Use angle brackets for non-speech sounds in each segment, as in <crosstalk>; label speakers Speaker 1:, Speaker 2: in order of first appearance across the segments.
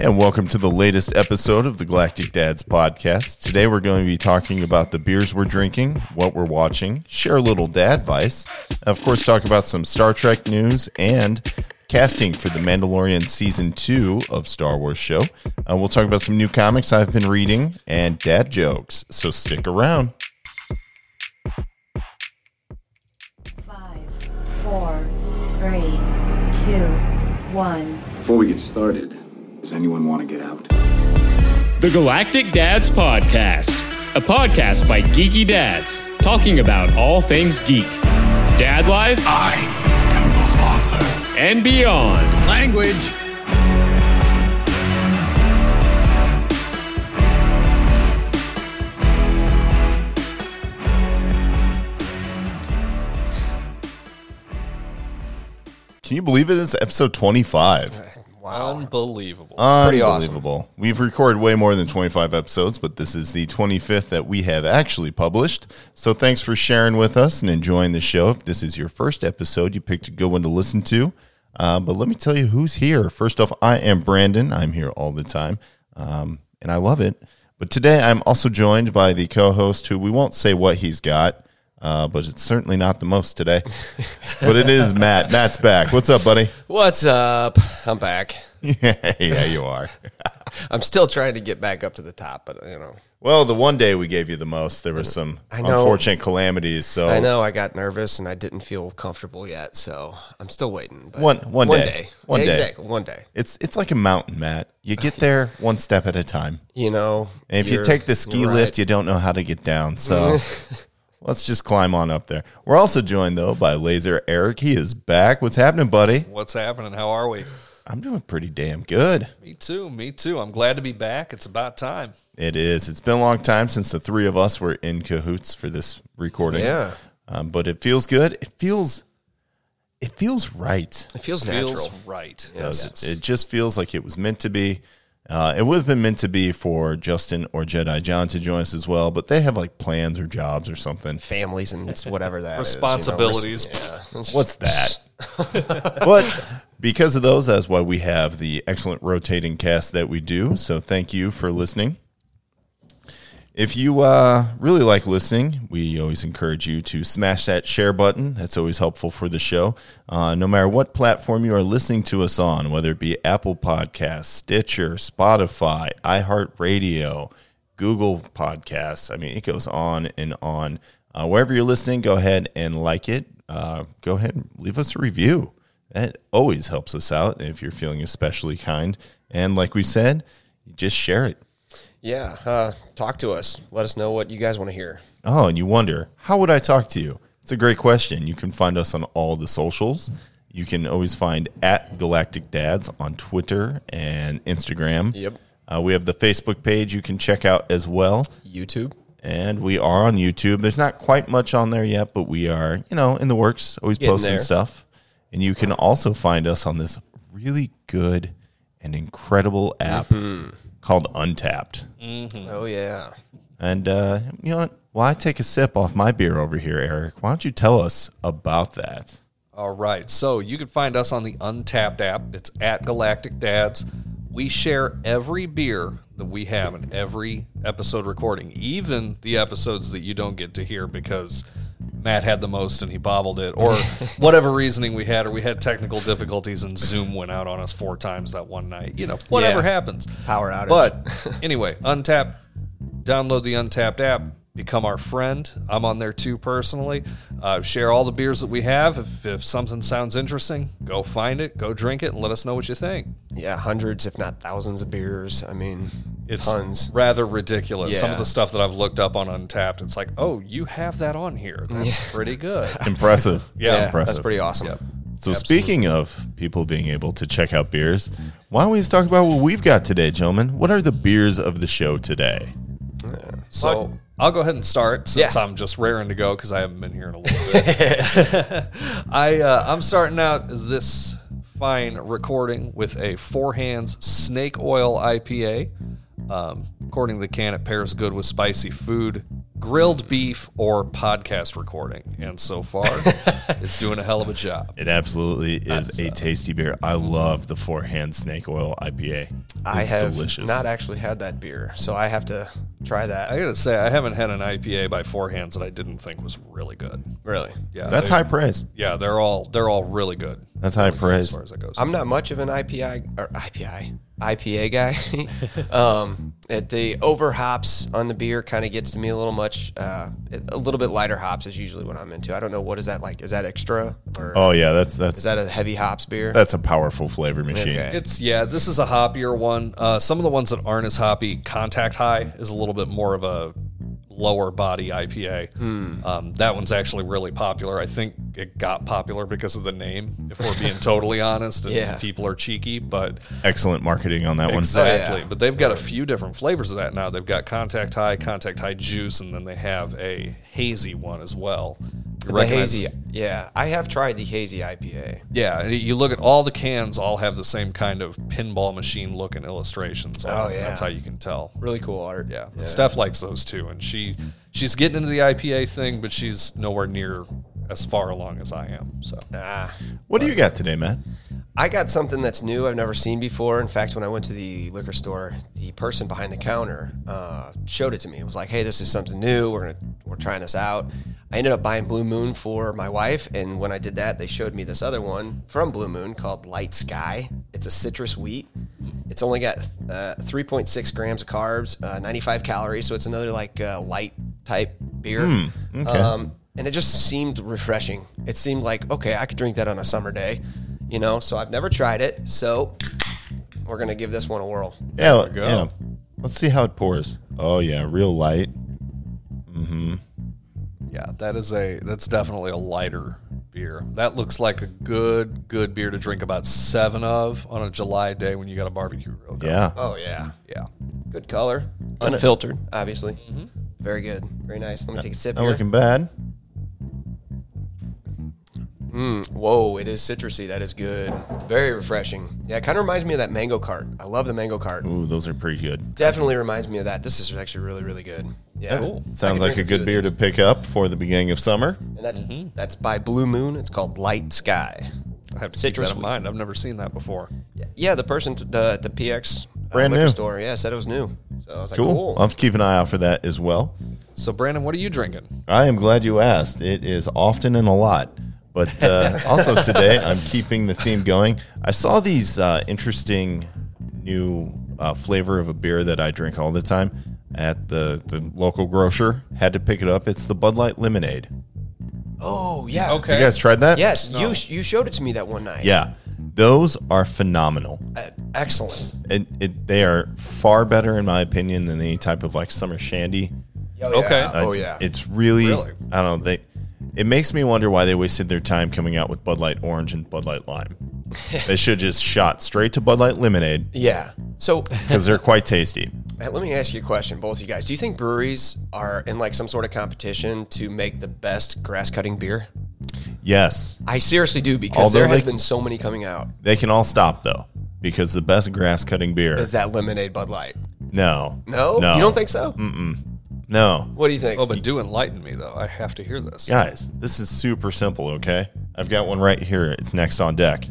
Speaker 1: And welcome to the latest episode of the Galactic Dads podcast. Today we're going to be talking about the beers we're drinking, what we're watching, share a little dad advice, of course, talk about some Star Trek news and casting for The Mandalorian Season 2 of Star Wars Show. Uh, we'll talk about some new comics I've been reading and dad jokes, so stick around.
Speaker 2: Five, four, three, two, one.
Speaker 3: Before we get started, does anyone want to get out?
Speaker 4: The Galactic Dads Podcast, a podcast by geeky dads talking about all things geek, dad life,
Speaker 5: I am the father.
Speaker 4: and beyond.
Speaker 5: Language.
Speaker 1: Can you believe it is episode 25?
Speaker 6: Unbelievable.
Speaker 1: Pretty
Speaker 6: awesome.
Speaker 1: Unbelievable. We've recorded way more than 25 episodes, but this is the 25th that we have actually published. So thanks for sharing with us and enjoying the show. If this is your first episode, you picked a good one to listen to. Uh, but let me tell you who's here. First off, I am Brandon. I'm here all the time, um, and I love it. But today I'm also joined by the co host who we won't say what he's got, uh, but it's certainly not the most today. but it is Matt. Matt's back. What's up, buddy? <laughs>
Speaker 6: What's up? I'm back.
Speaker 1: yeah, you are.
Speaker 6: I'm still trying to get back up to the top, but you know,
Speaker 1: Well, the one day we gave you the most, there were some
Speaker 6: I know.
Speaker 1: unfortunate calamities. So
Speaker 6: I know I got nervous and I didn't feel comfortable yet, so I'm still waiting. But
Speaker 1: One- one day. One
Speaker 6: Yeah,
Speaker 1: day.
Speaker 6: Exactly. One day.
Speaker 1: it's it's like a mountain, Matt. You
Speaker 6: <laughs>
Speaker 1: get there one step at a time,
Speaker 6: You know,
Speaker 1: and if you
Speaker 6: you're-
Speaker 1: take the ski
Speaker 6: you're right.
Speaker 1: lift, you don't know how to get down.
Speaker 6: <laughs>
Speaker 1: So let's just climb on up there. We're also joined though by Laser Eric. He is back. What's happening, buddy?
Speaker 7: What's happening? How are we?
Speaker 1: I'm doing pretty damn good.
Speaker 7: Me too. Me too. I'm glad to be back. It's about time.
Speaker 1: It is. It's been a long time since the three of us were in cahoots for this recording.
Speaker 6: Yeah.
Speaker 1: um, but it feels good. It feels, it feels right.
Speaker 6: it feels
Speaker 7: Feels
Speaker 6: natural.
Speaker 7: right.
Speaker 1: does. It just feels like it was meant to be. Uh, it would have been meant to be for Justin or Jedi John to join us as well, but they have like plans or jobs or something.
Speaker 6: Families and it's whatever that is, you know,
Speaker 7: Responsibilities.
Speaker 6: res- yeah.
Speaker 1: What's that? but because of those, that's why we have the excellent rotating cast that we do. So thank you for listening. If you uh, really like listening, we always encourage you to smash that share button. That's always helpful for the show. Uh, no matter what platform you are listening to us on, whether it be Apple Podcasts, Stitcher, Spotify, iHeartRadio, Google Podcasts, I mean, it goes on and on. Uh, wherever you're listening, go ahead and like it. Uh, go ahead and leave us a review. That always helps us out if you're feeling especially kind. And like we said, just share it.
Speaker 6: Yeah. Uh, talk to us. Let us know what you guys want to hear.
Speaker 1: Oh, and you wonder, how would I talk to you? It's a great question. You can find us on all the socials. You can always find at Galactic Dads on Twitter and Instagram.
Speaker 6: Yep.
Speaker 1: Uh, we have the Facebook page you can check out as well.
Speaker 6: YouTube.
Speaker 1: And we are on YouTube. There's not quite much on there yet, but we are, you know, in the works, always
Speaker 6: Getting
Speaker 1: posting
Speaker 6: there.
Speaker 1: stuff. And you can also find us on this really good and incredible app
Speaker 6: Mm-hmm.
Speaker 1: called Untapped.
Speaker 6: Oh yeah.
Speaker 1: And uh, you know what? While I take a sip off my beer over here, Eric, why don't you tell us about that?
Speaker 7: All right. So you can find us on the Untapped app. It's at Galactic Dads. We share every beer that we have in every episode recording, even the episodes that you don't get to hear because Matt had the most and he bobbled it,
Speaker 6: <laughs>
Speaker 7: or whatever reasoning we had, or we had technical difficulties and Zoom went out on us four times that one night. You know, whatever
Speaker 6: Yeah.
Speaker 7: happens.
Speaker 6: Power outage. <laughs>
Speaker 7: But anyway, Untapped download the Untapped app, become our friend. I'm on there too personally. Uh, share all the beers that we have. If, if something sounds interesting, go find it, go drink it, and let us know what you think.
Speaker 6: Yeah, hundreds, if not thousands of beers. I mean,
Speaker 7: It's
Speaker 6: tons.
Speaker 7: rather ridiculous. Some of
Speaker 6: Yeah.
Speaker 7: the stuff that I've looked up on Untapped, it's like, oh, you have that on here.
Speaker 6: <laughs>
Speaker 7: That's pretty good.
Speaker 1: Impressive.
Speaker 7: Yeah,
Speaker 6: Yeah,
Speaker 1: impressive.
Speaker 6: that's pretty awesome.
Speaker 7: Yep.
Speaker 1: so, speaking of people being able to check out beers, why don't we just talk about what we've got today, gentlemen? What are the beers of the show today?
Speaker 7: So I'll go ahead and start since
Speaker 6: Yeah.
Speaker 7: I'm just raring to go because I haven't been here in a little bit. <laughs> I uh, I'm starting out this fine recording with a Four Hands Snake Oil IPA. Um, according to the can, it pairs good with spicy food, grilled beef or podcast recording. And so far, it's doing a hell of a job.
Speaker 1: It absolutely is
Speaker 6: uh,
Speaker 1: a tasty beer. I love the forehand snake oil IPA. It's
Speaker 6: I have
Speaker 1: delicious.
Speaker 6: not actually had that beer, so I have to try that.
Speaker 7: I got to say, I haven't had an IPA by four hands that I didn't think was really good.
Speaker 6: really,
Speaker 7: Yeah,
Speaker 1: That's
Speaker 7: they-
Speaker 1: high praise.
Speaker 7: Yeah, they're all they're all really good
Speaker 1: That's high
Speaker 7: as
Speaker 1: praise.
Speaker 7: far as that goes.
Speaker 6: I'm not much of an IPI or IPI IPA
Speaker 1: <laughs>
Speaker 6: guy. um, at the over hops on the beer kind of gets to me a little much. Uh, a little bit lighter hops is usually what I'm into. I don't know what is that like. Is that extra or
Speaker 1: Oh Uh, yeah, that's
Speaker 6: is
Speaker 1: that's
Speaker 6: that a heavy hops beer?
Speaker 1: that's a powerful flavor machine.
Speaker 6: Okay.
Speaker 7: It's yeah, this is a hoppier one. Uh, some of the ones that aren't as hoppy, Contact High is a little bit more of a lower body IPA.
Speaker 6: Hmm.
Speaker 7: Um, that one's actually really popular. I think it got popular because of the name, if we're being totally honest. And
Speaker 6: Yeah. Oh,
Speaker 7: people are cheeky, but
Speaker 1: Excellent marketing on that
Speaker 7: exactly.
Speaker 6: yeah.
Speaker 7: But they've got a few different flavors of that now. They've got Contact High, Contact High Juice, and then they have a hazy one as well. You
Speaker 6: the
Speaker 7: recognize-
Speaker 6: hazy. Yeah, I have tried the hazy IPA.
Speaker 7: yeah, and you look at all the cans, all have the same kind of pinball machine looking illustrations. on
Speaker 6: Oh,
Speaker 7: them.
Speaker 6: yeah.
Speaker 7: that's how you can tell.
Speaker 6: Really cool art.
Speaker 7: Yeah. Steph likes those too, and she she's getting into the IPA thing, but she's nowhere near as far along as I am. So
Speaker 6: Ah.
Speaker 1: one. What do you got today, Matt?
Speaker 6: I got something that's new I've never seen before. In fact, when I went to the liquor store, the person behind the counter uh, showed it to me. It was like, "Hey, this is something new. We're gonna we're trying this out." I ended up buying Blue Moon for my wife, and when I did that, they showed me this other one from Blue Moon called Light Sky. It's a citrus wheat. It's only got uh, 3.6 grams of carbs, uh, 95 calories, so it's another like uh, light type beer. Um, and it just seemed refreshing. It seemed like okay, I could drink that on a summer day, you know. So I've never tried it, so we're gonna give this one a whirl.
Speaker 1: Yeah,
Speaker 7: we go.
Speaker 1: yeah. Let's see how it pours. Oh yeah, real light.
Speaker 7: yeah, that is a that's definitely a lighter beer. That looks like a good good beer to drink about seven of on a July day when you got a barbecue grill. going.
Speaker 1: Yeah.
Speaker 6: Oh yeah,
Speaker 7: Yeah.
Speaker 6: good color, unfiltered, obviously. Very good, very nice. Let me take a sip.
Speaker 1: Not
Speaker 6: Here.
Speaker 1: looking bad.
Speaker 6: Whoa, it is citrusy. That is good. Very refreshing. Yeah, it kind of reminds me of that mango cart. I love the mango cart.
Speaker 1: Ooh, those are pretty good.
Speaker 6: Definitely reminds me of that. This is actually really, really good. Yeah,
Speaker 1: Sounds
Speaker 6: I
Speaker 1: like
Speaker 6: could
Speaker 1: a
Speaker 6: drink a few
Speaker 1: good
Speaker 6: of
Speaker 1: beer to
Speaker 6: these.
Speaker 1: pick up for the beginning of summer.
Speaker 6: and that's that's by Blue Moon. It's called Light Sky.
Speaker 7: I have to
Speaker 6: Citrus
Speaker 7: keep that in
Speaker 6: wheat.
Speaker 7: mind. I've never seen that before.
Speaker 6: Yeah, the person t- the, at the PX uh,
Speaker 1: Brand
Speaker 6: liquor
Speaker 1: new.
Speaker 6: store, yeah, said it was new. So I was like,
Speaker 1: Cool.
Speaker 6: cool.
Speaker 1: I'll have to keep an eye out for that as well.
Speaker 7: So Brandon, what are you drinking?
Speaker 1: I am glad you asked. It is often and a lot. But <laughs> uh, also today, I'm keeping the theme going. I saw these uh, interesting new uh, flavor of a beer that I drink all the time at the, the local grocer. Had to pick it up. It's the Bud Light Lemonade.
Speaker 6: Oh yeah,
Speaker 1: You guys tried that?
Speaker 6: Yes, you you showed it to me that one night.
Speaker 1: Yeah. Those are phenomenal.
Speaker 6: Uh, excellent.
Speaker 1: And it, they are far better, in my opinion, than any type of like summer shandy.
Speaker 6: Oh, yeah.
Speaker 7: Okay.
Speaker 1: Uh,
Speaker 6: Oh yeah.
Speaker 1: it's really,
Speaker 7: Really?
Speaker 1: I don't know. They, it makes me wonder why they wasted their time coming out with Bud Light Orange and Bud Light Lime.
Speaker 6: <laughs>
Speaker 1: they should just shot straight to Bud Light Lemonade
Speaker 6: yeah. So <sighs>
Speaker 1: because they're quite tasty.
Speaker 6: Hey, Let me ask you a question, both of you guys. Do you think breweries are in like some sort of competition to make the best grass cutting beer?
Speaker 1: Yes,
Speaker 6: I seriously do because
Speaker 1: Although
Speaker 6: there has
Speaker 1: they-
Speaker 6: been so many coming out.
Speaker 1: they can all stop though because the best grass cutting beer.
Speaker 6: Is that lemonade Bud Light?
Speaker 1: no,
Speaker 6: No,
Speaker 1: no, Mm.
Speaker 6: you don't think so?
Speaker 1: no,
Speaker 6: What do you think?
Speaker 7: Oh, but do enlighten me though. I have to hear this.
Speaker 1: guys. This is super simple. Okay, I've got one right here. It's next on deck.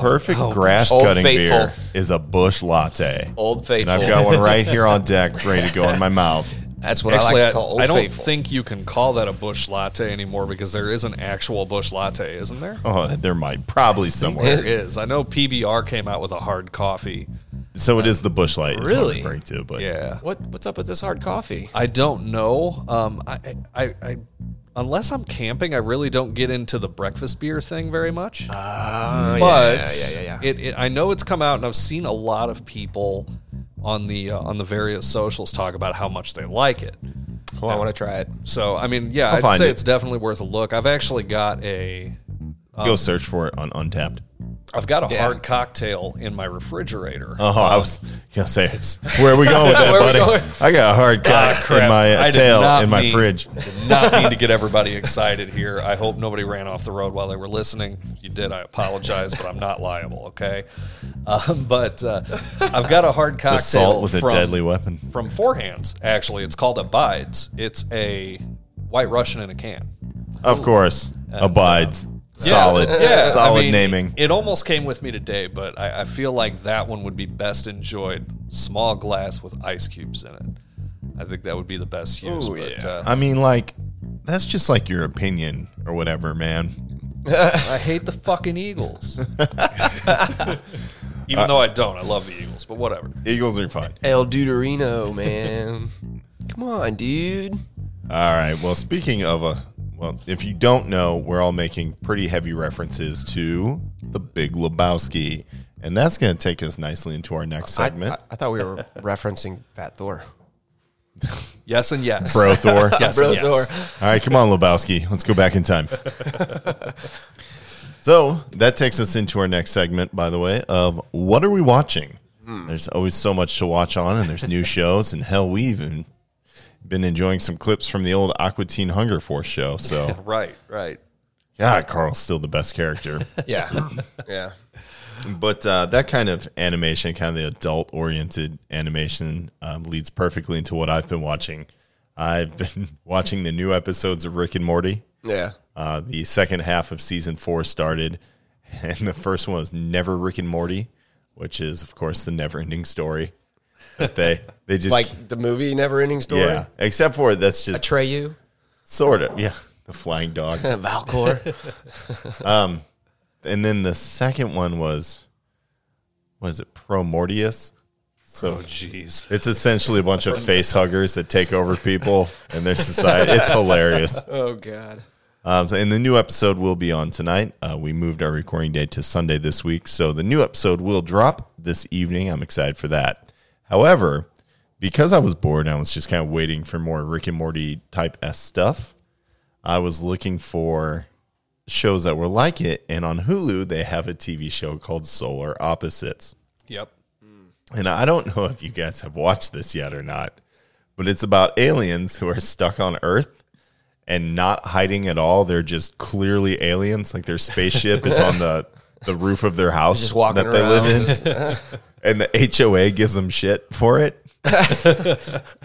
Speaker 1: the perfect grass
Speaker 6: Old
Speaker 1: cutting beer
Speaker 6: Faithful.
Speaker 1: is a bush latte.
Speaker 6: Old
Speaker 1: and
Speaker 6: Faithful.
Speaker 1: I've got one right here on deck, ready to go
Speaker 7: <laughs>
Speaker 1: in my mouth.
Speaker 6: <laughs> That's what
Speaker 7: Actually,
Speaker 6: I
Speaker 7: I,
Speaker 6: like to call Old
Speaker 7: I don't
Speaker 6: Faithful.
Speaker 7: think you can call that a bush latte anymore because there is an actual bush latte, isn't there?
Speaker 1: Oh, there might probably somewhere.
Speaker 7: There is. I know PBR came out with a hard coffee.
Speaker 1: So it is the bush light. Is what I'm
Speaker 6: Really?
Speaker 1: referring to, but
Speaker 7: Yeah.
Speaker 6: what what's up with this hard coffee?
Speaker 7: I don't know. Um, I, I, I, unless I'm camping, I really don't get into the breakfast beer thing very much.
Speaker 6: Oh,
Speaker 7: but
Speaker 6: yeah, yeah, yeah, yeah.
Speaker 7: It, it, I know it's come out, and I've seen a lot of people on the uh, on the various socials talk about how much they like it.
Speaker 6: well, Oh, I want to try it.
Speaker 7: So I mean, yeah,
Speaker 1: I'll
Speaker 7: I'd
Speaker 1: find
Speaker 7: say
Speaker 1: it.
Speaker 7: it's definitely worth a look. I've actually got a
Speaker 1: go search for it on Untapped.
Speaker 7: I've got a
Speaker 6: Yeah.
Speaker 7: hard cocktail in my refrigerator.
Speaker 1: Oh, I was gonna say, <laughs> where are we going with
Speaker 7: <laughs>
Speaker 1: that,
Speaker 6: Where we
Speaker 1: buddy?
Speaker 6: going?
Speaker 1: I got a hard
Speaker 7: Ah,
Speaker 1: cock in
Speaker 7: crap.
Speaker 1: my
Speaker 7: I
Speaker 1: uh,
Speaker 7: did
Speaker 1: tail
Speaker 7: not
Speaker 1: in my
Speaker 7: mean-
Speaker 1: fridge.
Speaker 7: I did not mean to get everybody excited here. I hope nobody ran off the road while they were listening. If you did, I apologize, but I'm not liable. Okay, um, but uh, I've got a hard cocktail
Speaker 1: assault with a
Speaker 7: from-
Speaker 1: deadly weapon.
Speaker 7: from forehands. Actually, it's called abides. It's a White Russian in a can.
Speaker 1: Of course, abides. solid,
Speaker 7: Uh, I
Speaker 1: solid
Speaker 7: mean,
Speaker 1: naming.
Speaker 7: It almost came with me today, but I, I feel like that one would be best enjoyed small glass with ice cubes in it. I think that would be the best use.
Speaker 6: Ooh,
Speaker 7: but
Speaker 6: yeah.
Speaker 7: uh,
Speaker 1: I mean, like that's just like your opinion or whatever, man.
Speaker 7: I hate the
Speaker 1: <laughs>
Speaker 7: fucking Eagles.
Speaker 1: Uh,
Speaker 7: Even though I don't, I love the Eagles, but whatever.
Speaker 1: Eagles are fine.
Speaker 6: El Duderino, man. Come on, dude.
Speaker 1: All right. Well, speaking of a, well, if you don't know, we're all making pretty heavy references to the Big Lebowski, and that's going to take us nicely into our next
Speaker 6: I,
Speaker 1: segment.
Speaker 6: I- I thought we were <laughs> referencing Fat Thor.
Speaker 7: Yes and yes. <laughs>
Speaker 1: Pro
Speaker 6: <laughs>
Speaker 1: Thor.
Speaker 7: Yes
Speaker 6: Bro
Speaker 7: and yes.
Speaker 6: Thor.
Speaker 1: All right, come on, Lebowski. Let's go back in time. so that takes us into our next segment, by the way, of what are we watching? There's always so much to watch on, and there's new shows, and hell, we even been enjoying some clips from the old Aqua Teen Hunger Force show. So,
Speaker 7: Right, right.
Speaker 1: God, Carl's still the best character.
Speaker 6: Yeah. yeah.
Speaker 1: but uh, that kind of animation, kind of the adult oriented animation, um, leads perfectly into what I've been watching. I've been <laughs> watching the new episodes of Rick and Morty.
Speaker 6: Yeah.
Speaker 1: Uh, the second half of season four started, <laughs> and the first one was Never Rick and Morty, which is, of course, the never ending story. But they they just
Speaker 6: Like the movie Never Ending Story.
Speaker 1: yeah, except for that's just
Speaker 6: Atreyu,
Speaker 1: sort of yeah, <laughs> the flying dog.
Speaker 6: Valcor.
Speaker 1: and then the second one was was it Promortius? So
Speaker 7: Jeez.
Speaker 1: it's essentially a bunch of face huggers that take over people and their society. It's hilarious.
Speaker 6: <laughs> oh, God.
Speaker 1: Um, so- and the new episode will be on tonight. Uh, we moved our recording date to Sunday this week, so the new episode will drop this evening. I'm excited for that. However, because I was bored, and I was just kind of waiting for more Rick and Morty type S stuff. I was looking for shows that were like it, and on Hulu they have a TV show called Solar Opposites.
Speaker 7: Yep.
Speaker 1: And I don't know if you guys have watched this yet or not, but it's about aliens who are stuck on Earth and not hiding at all. They're just clearly aliens. Like their spaceship is on the, the roof of their house
Speaker 6: Just walking
Speaker 1: that they live in. <laughs> and the HOA gives them shit for
Speaker 6: <laughs>
Speaker 1: it.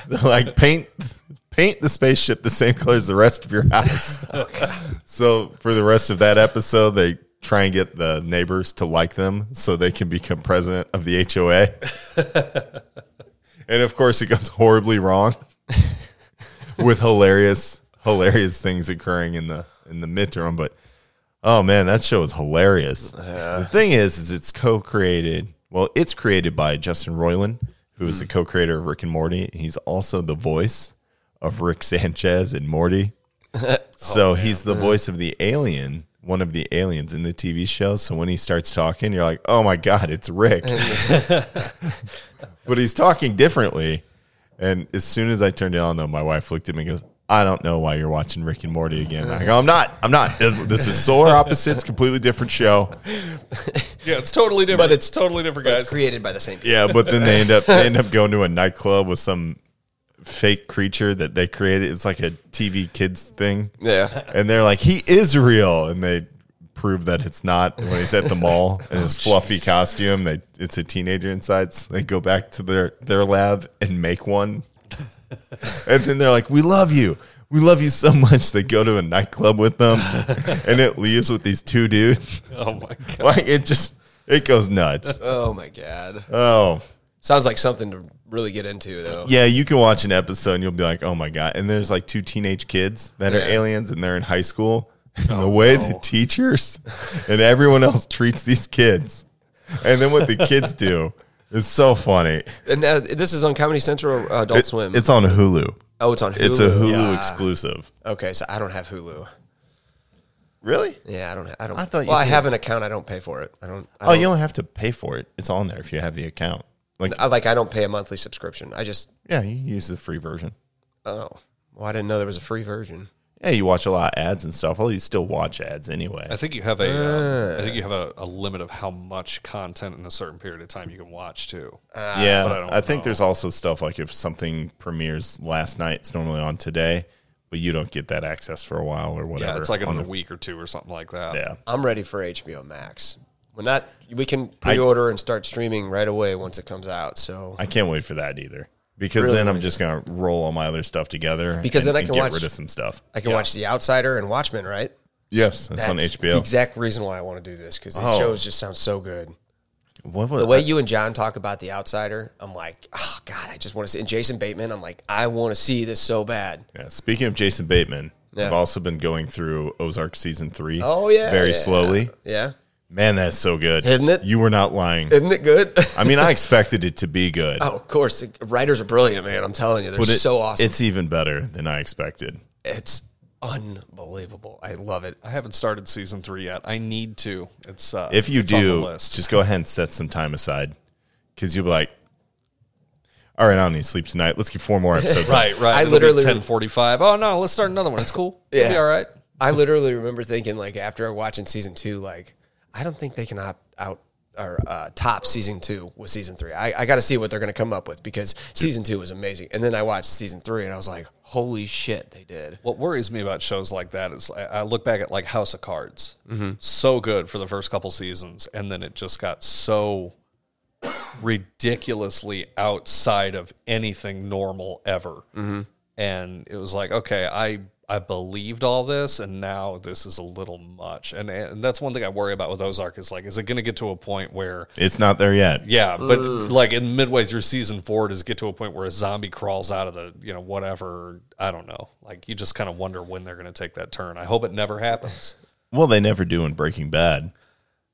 Speaker 1: They're like paint paint the spaceship the same color as the rest of your
Speaker 6: <laughs>
Speaker 1: house.
Speaker 6: Oh,
Speaker 1: So for the rest of that episode, they try and get the neighbors to like them so they can become president of the HOA. and of course, it goes horribly wrong with hilarious, hilarious things occurring in the in the midterm. But oh man, that show is hilarious. The thing is, is it's co-created. Well, it's created by Justin Roiland, who is the co-creator of Rick and Morty. He's also the voice of Rick Sanchez and Morty. So he's the voice of the alien, one of the aliens in the TV show. So when he starts talking, you're like, oh my God, it's Rick. but he's talking differently. And as soon as I turned it on, though, my wife looked at me and goes, I don't know why you're watching Rick and Morty again. I go, I'm not. I'm not. This is Solar Opposites, completely different show.
Speaker 7: Yeah, it's totally different. But it's totally different,
Speaker 6: But it's
Speaker 7: guys.
Speaker 6: created by the same people.
Speaker 1: Yeah, but then they end up they end up going to a nightclub with some fake creature that they created. It's like a TV kids thing.
Speaker 6: Yeah.
Speaker 1: and they're like, "He is real," and they prove that it's not. And when he's at the mall in his fluffy costume, they it's a teenager inside. So they go back to their their lab and make one, and then they're like, "We love you." We love you so much. They go to a nightclub with them, and it leaves with these two dudes. <laughs>
Speaker 7: Oh my god.
Speaker 1: Like it just, it goes nuts.
Speaker 6: Oh, my God.
Speaker 1: Oh,
Speaker 6: Sounds like something to really get into, though.
Speaker 1: yeah. You can watch an episode, and you'll be like, "Oh my god!" And there's like two teenage kids that are
Speaker 6: Yeah.
Speaker 1: aliens, and they're in high school. <laughs> And the way the teachers and everyone else treats these kids, and then what the kids do is so funny.
Speaker 6: And uh, this is on Comedy Central uh, Adult
Speaker 1: It-
Speaker 6: Swim.
Speaker 1: It's on Hulu.
Speaker 6: oh, it's on Hulu.
Speaker 1: It's a Hulu
Speaker 6: Yeah.
Speaker 1: exclusive.
Speaker 6: Okay, so I don't have Hulu.
Speaker 1: Really?
Speaker 6: Yeah, I don't. I don't.
Speaker 1: I thought you
Speaker 6: well, I
Speaker 1: did.
Speaker 6: have an account. I don't pay for it. I don't. I
Speaker 1: Oh,
Speaker 6: don't
Speaker 1: you don't have to pay for it. It's on there if you have the account. Like,
Speaker 6: I, like I don't pay a monthly subscription. I just.
Speaker 1: yeah, you use the free version.
Speaker 6: Oh, well, I didn't know there was a free version.
Speaker 1: yeah, you watch a lot of ads and stuff. Well, you still watch ads anyway.
Speaker 7: I think you have a. uh, I think you have a, a limit of how much content in a certain period of time you can watch too.
Speaker 1: yeah,
Speaker 7: but I don't
Speaker 1: I, think
Speaker 7: know.
Speaker 1: there's also stuff like if something premieres last night, it's normally on today, but you don't get that access for a while or whatever.
Speaker 7: yeah, it's like
Speaker 1: on
Speaker 7: in a
Speaker 1: the-
Speaker 7: week or two or something like that.
Speaker 1: Yeah,
Speaker 6: I'm ready for HBO Max. We're not. We can pre-order and start streaming right away once it comes out. So
Speaker 1: I can't wait for that either. Because
Speaker 6: Really
Speaker 1: then I'm
Speaker 6: wait.
Speaker 1: just gonna roll all my other stuff together.
Speaker 6: Because
Speaker 1: and-
Speaker 6: then I
Speaker 1: and
Speaker 6: can
Speaker 1: get
Speaker 6: watch-
Speaker 1: rid of some stuff.
Speaker 6: I can watch The Outsider and Watchmen. Right?
Speaker 1: Yes, that's, on HBO.
Speaker 6: The exact reason why I want to do this because these
Speaker 1: Oh.
Speaker 6: shows just sound so good.
Speaker 1: What was
Speaker 6: The way you and John talk about The Outsider, I'm like, oh god, I just want to see. And Jason Bateman, I'm like, I want to see this so bad.
Speaker 1: Yeah, speaking of Jason Bateman,
Speaker 6: Yeah.
Speaker 1: I've also been going through Ozark season three.
Speaker 6: Oh, yeah,
Speaker 1: very
Speaker 6: yeah.
Speaker 1: slowly.
Speaker 6: Yeah,
Speaker 1: Man, that's so good,
Speaker 6: Isn't it?
Speaker 1: You were not lying.
Speaker 6: isn't it good? <laughs>
Speaker 1: I mean, I expected it to be good,
Speaker 6: oh, of course. The writers are brilliant, man. I'm telling you, they're
Speaker 1: but it-
Speaker 6: so awesome. It's,
Speaker 1: It's even better than I expected.
Speaker 6: unbelievable. I love it.
Speaker 7: I haven't started season three yet. I need to. It's uh,
Speaker 1: If you
Speaker 7: it's on the
Speaker 1: do,
Speaker 7: list.
Speaker 1: just go ahead and set some time aside because you'll be like, "All right, I don't need to sleep tonight. Let's get four more
Speaker 7: <laughs>
Speaker 1: episodes."
Speaker 7: right, right.
Speaker 6: I
Speaker 7: It'll
Speaker 6: literally-
Speaker 7: ten forty five. Oh no, let's start another one. It's cool. It'll
Speaker 6: Yeah.
Speaker 7: be all right.
Speaker 6: I literally remember thinking, like, after watching season two, like, I don't think they can out, out or uh, top season two with season three. I, I got to see what they're going to come up with because season two was amazing. And then I watched season three and I was like, holy shit, they did.
Speaker 7: What worries me about shows like that is I, I look back at like House of Cards, so good for the first couple seasons, and then it just got so ridiculously outside of anything normal ever. And it was like, okay, I I believed all this, and now this is a little much. And and that's one thing I worry about with Ozark is like, is it going to get to a point where
Speaker 1: It's not there yet.
Speaker 7: Yeah, but like in midway through season four, does it get to a point where a zombie crawls out of the you know whatever? I don't know. Like you just kind of wonder when they're going to take that turn. I hope it never happens.
Speaker 1: Well, they never do in Breaking Bad,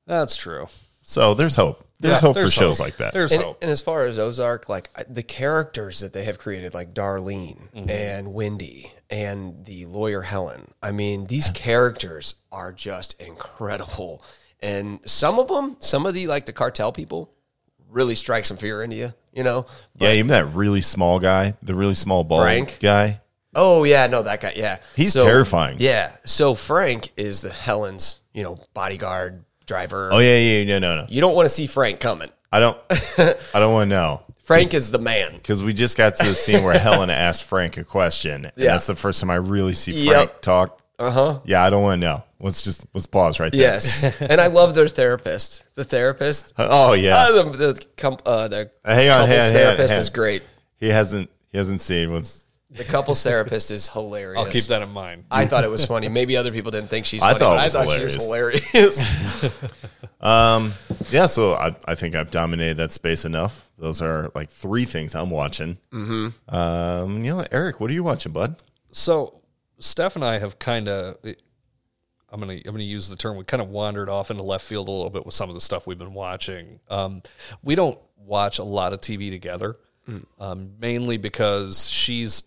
Speaker 7: That's true.
Speaker 1: so there's hope. There's
Speaker 7: Yeah,
Speaker 1: hope
Speaker 7: there's
Speaker 1: for shows
Speaker 7: hope.
Speaker 1: like that.
Speaker 7: There's
Speaker 6: And,
Speaker 7: hope.
Speaker 6: and as far as Ozark, like I- the characters that they have created, like Darlene
Speaker 1: Mm-hmm.
Speaker 6: and Wendy and the lawyer Helen, I mean, these characters are just incredible. And some of them, some of the like the cartel people, really strike some fear into you, you know?
Speaker 1: yeah, even that really small guy, the really small bald
Speaker 6: Frank?
Speaker 1: guy.
Speaker 6: Oh yeah, no, that guy. Yeah,
Speaker 1: He's terrifying.
Speaker 6: Yeah. So Frank is the Helen's, you know, bodyguard driver.
Speaker 1: Oh yeah, yeah, yeah, no, no, no.
Speaker 6: You don't want to see Frank coming.
Speaker 1: I don't, I don't want to know
Speaker 6: Frank is the man.
Speaker 1: because we just got to the scene
Speaker 7: <laughs>
Speaker 1: where Helen asked Frank a question, and
Speaker 6: Yeah.
Speaker 1: that's the first time I really see
Speaker 6: Yep.
Speaker 1: Frank talk. Uh
Speaker 7: Uh-huh.
Speaker 1: huh. Yeah, I don't want to know. Let's just let's pause right there.
Speaker 6: Yes, and I love their therapist. The therapist,
Speaker 1: Oh yeah.
Speaker 6: uh, the the, com- uh, the
Speaker 1: Hang on,
Speaker 6: couples
Speaker 1: hang on, hang on,
Speaker 6: therapist
Speaker 1: hang on.
Speaker 6: is great.
Speaker 1: he hasn't he hasn't seen what's.
Speaker 6: The couples therapist is hilarious.
Speaker 7: I'll keep that in mind.
Speaker 6: I thought it was funny. Maybe other people didn't think she's.
Speaker 1: I
Speaker 6: Funny,
Speaker 1: thought
Speaker 6: but
Speaker 1: it was
Speaker 6: I thought she was
Speaker 1: <laughs>
Speaker 6: hilarious.
Speaker 1: Yeah, so I, I think I've dominated that space enough. Those are like three things I'm watching. Mm-hmm. Um, you know, Eric, what are you watching, bud?
Speaker 7: So Steph and I have kind of. I'm gonna I'm gonna use the term we kind of wandered off into left field a little bit with some of the stuff we've been watching. Um, we don't watch a lot of TV together, um, mainly because she's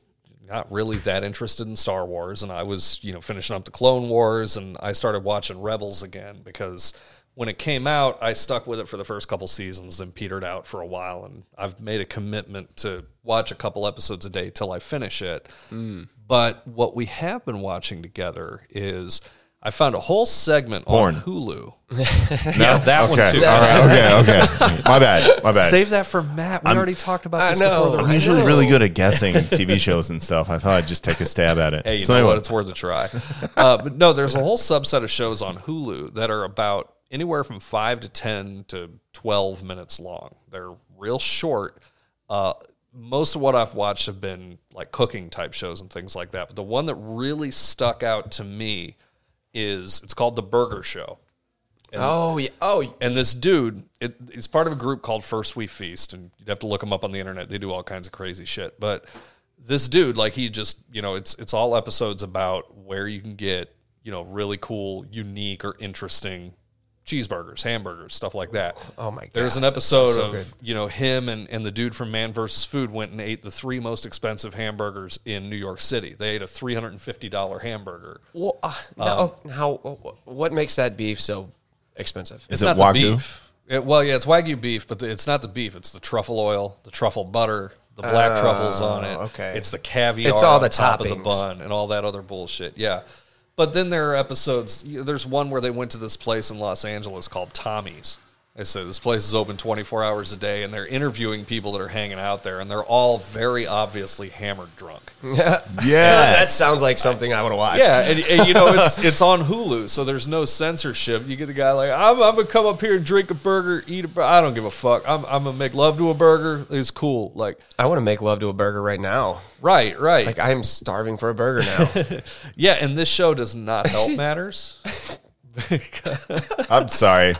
Speaker 7: not really that interested in Star Wars, and I was you know finishing up the Clone Wars, and I started watching Rebels again because when it came out, I stuck with it for the first couple seasons, then petered out for a while, and I've made a commitment to watch a couple episodes a day till I finish it. But what we have been watching together is I found a whole segment
Speaker 1: Porn.
Speaker 7: on Hulu. yeah, that one
Speaker 1: Okay,
Speaker 7: too.
Speaker 1: all
Speaker 7: <laughs>
Speaker 1: right, okay, okay. My bad, my bad.
Speaker 7: Save that for Matt. We already talked about
Speaker 6: I
Speaker 7: this
Speaker 6: know.
Speaker 7: <laughs> before the
Speaker 1: I'm usually really good at guessing TV shows and stuff. I thought I'd just take a stab at it.
Speaker 7: Hey, you
Speaker 1: so
Speaker 7: know
Speaker 1: anyway,
Speaker 7: what? It's worth a try. <laughs> uh, but no, there's a whole subset of shows on Hulu that are about anywhere from five to ten to twelve minutes long. They're real short. Uh, most of what I've watched have been like cooking type shows and things like that. But the one that really stuck out to me is it's called The Burger Show.
Speaker 6: oh yeah. Oh
Speaker 7: And this dude, it, it's part of a group called First We Feast, and you'd have to look them up on the internet. They do all kinds of crazy shit. But this dude, like, he just, you know, it's it's all episodes about where you can get, you know, really cool, unique, or interesting cheeseburgers, hamburgers, stuff like that.
Speaker 6: Oh my God,
Speaker 7: There's an
Speaker 6: that
Speaker 7: episode
Speaker 6: sounds so
Speaker 7: of
Speaker 6: good.
Speaker 7: you know him and, and the dude from Man vs. Food went and ate the three most expensive hamburgers in New York City. They ate a three hundred and fifty dollar hamburger.
Speaker 6: well, uh, now,
Speaker 1: Um,
Speaker 6: how? What makes that beef so expensive?
Speaker 1: is
Speaker 7: It's
Speaker 1: it
Speaker 7: not
Speaker 1: Wagyu?
Speaker 7: <laughs> the beef. It- well, yeah, it's wagyu beef, but the, it's not the beef. It's the truffle oil, the truffle butter, the black truffles on it.
Speaker 6: Oh, okay.
Speaker 7: It's the caviar.
Speaker 6: It's all
Speaker 7: on
Speaker 6: the
Speaker 7: top of the
Speaker 6: toppings.
Speaker 7: bun and all that other bullshit. Yeah. But then there are episodes. you know, There's one where they went to this place in Los Angeles called Tommy's. They said this place is open 24 hours a day, and they're interviewing people that are hanging out there, and they're all very obviously hammered drunk.
Speaker 1: Yes.
Speaker 6: that sounds like something I would watch.
Speaker 7: Yeah, and, and, you know it's it's on Hulu, so there's no censorship. You get the guy like I'm, I'm gonna come up here and drink a burger, eat a bur- I don't give a fuck. I'm I'm gonna make love to a burger. It's cool. Like
Speaker 6: I want to make love to a burger right now.
Speaker 7: right, right.
Speaker 6: Like I'm starving for a burger
Speaker 1: <laughs>
Speaker 6: now.
Speaker 7: yeah, and this show does not help matters.
Speaker 1: I'm
Speaker 7: <laughs>
Speaker 1: sorry.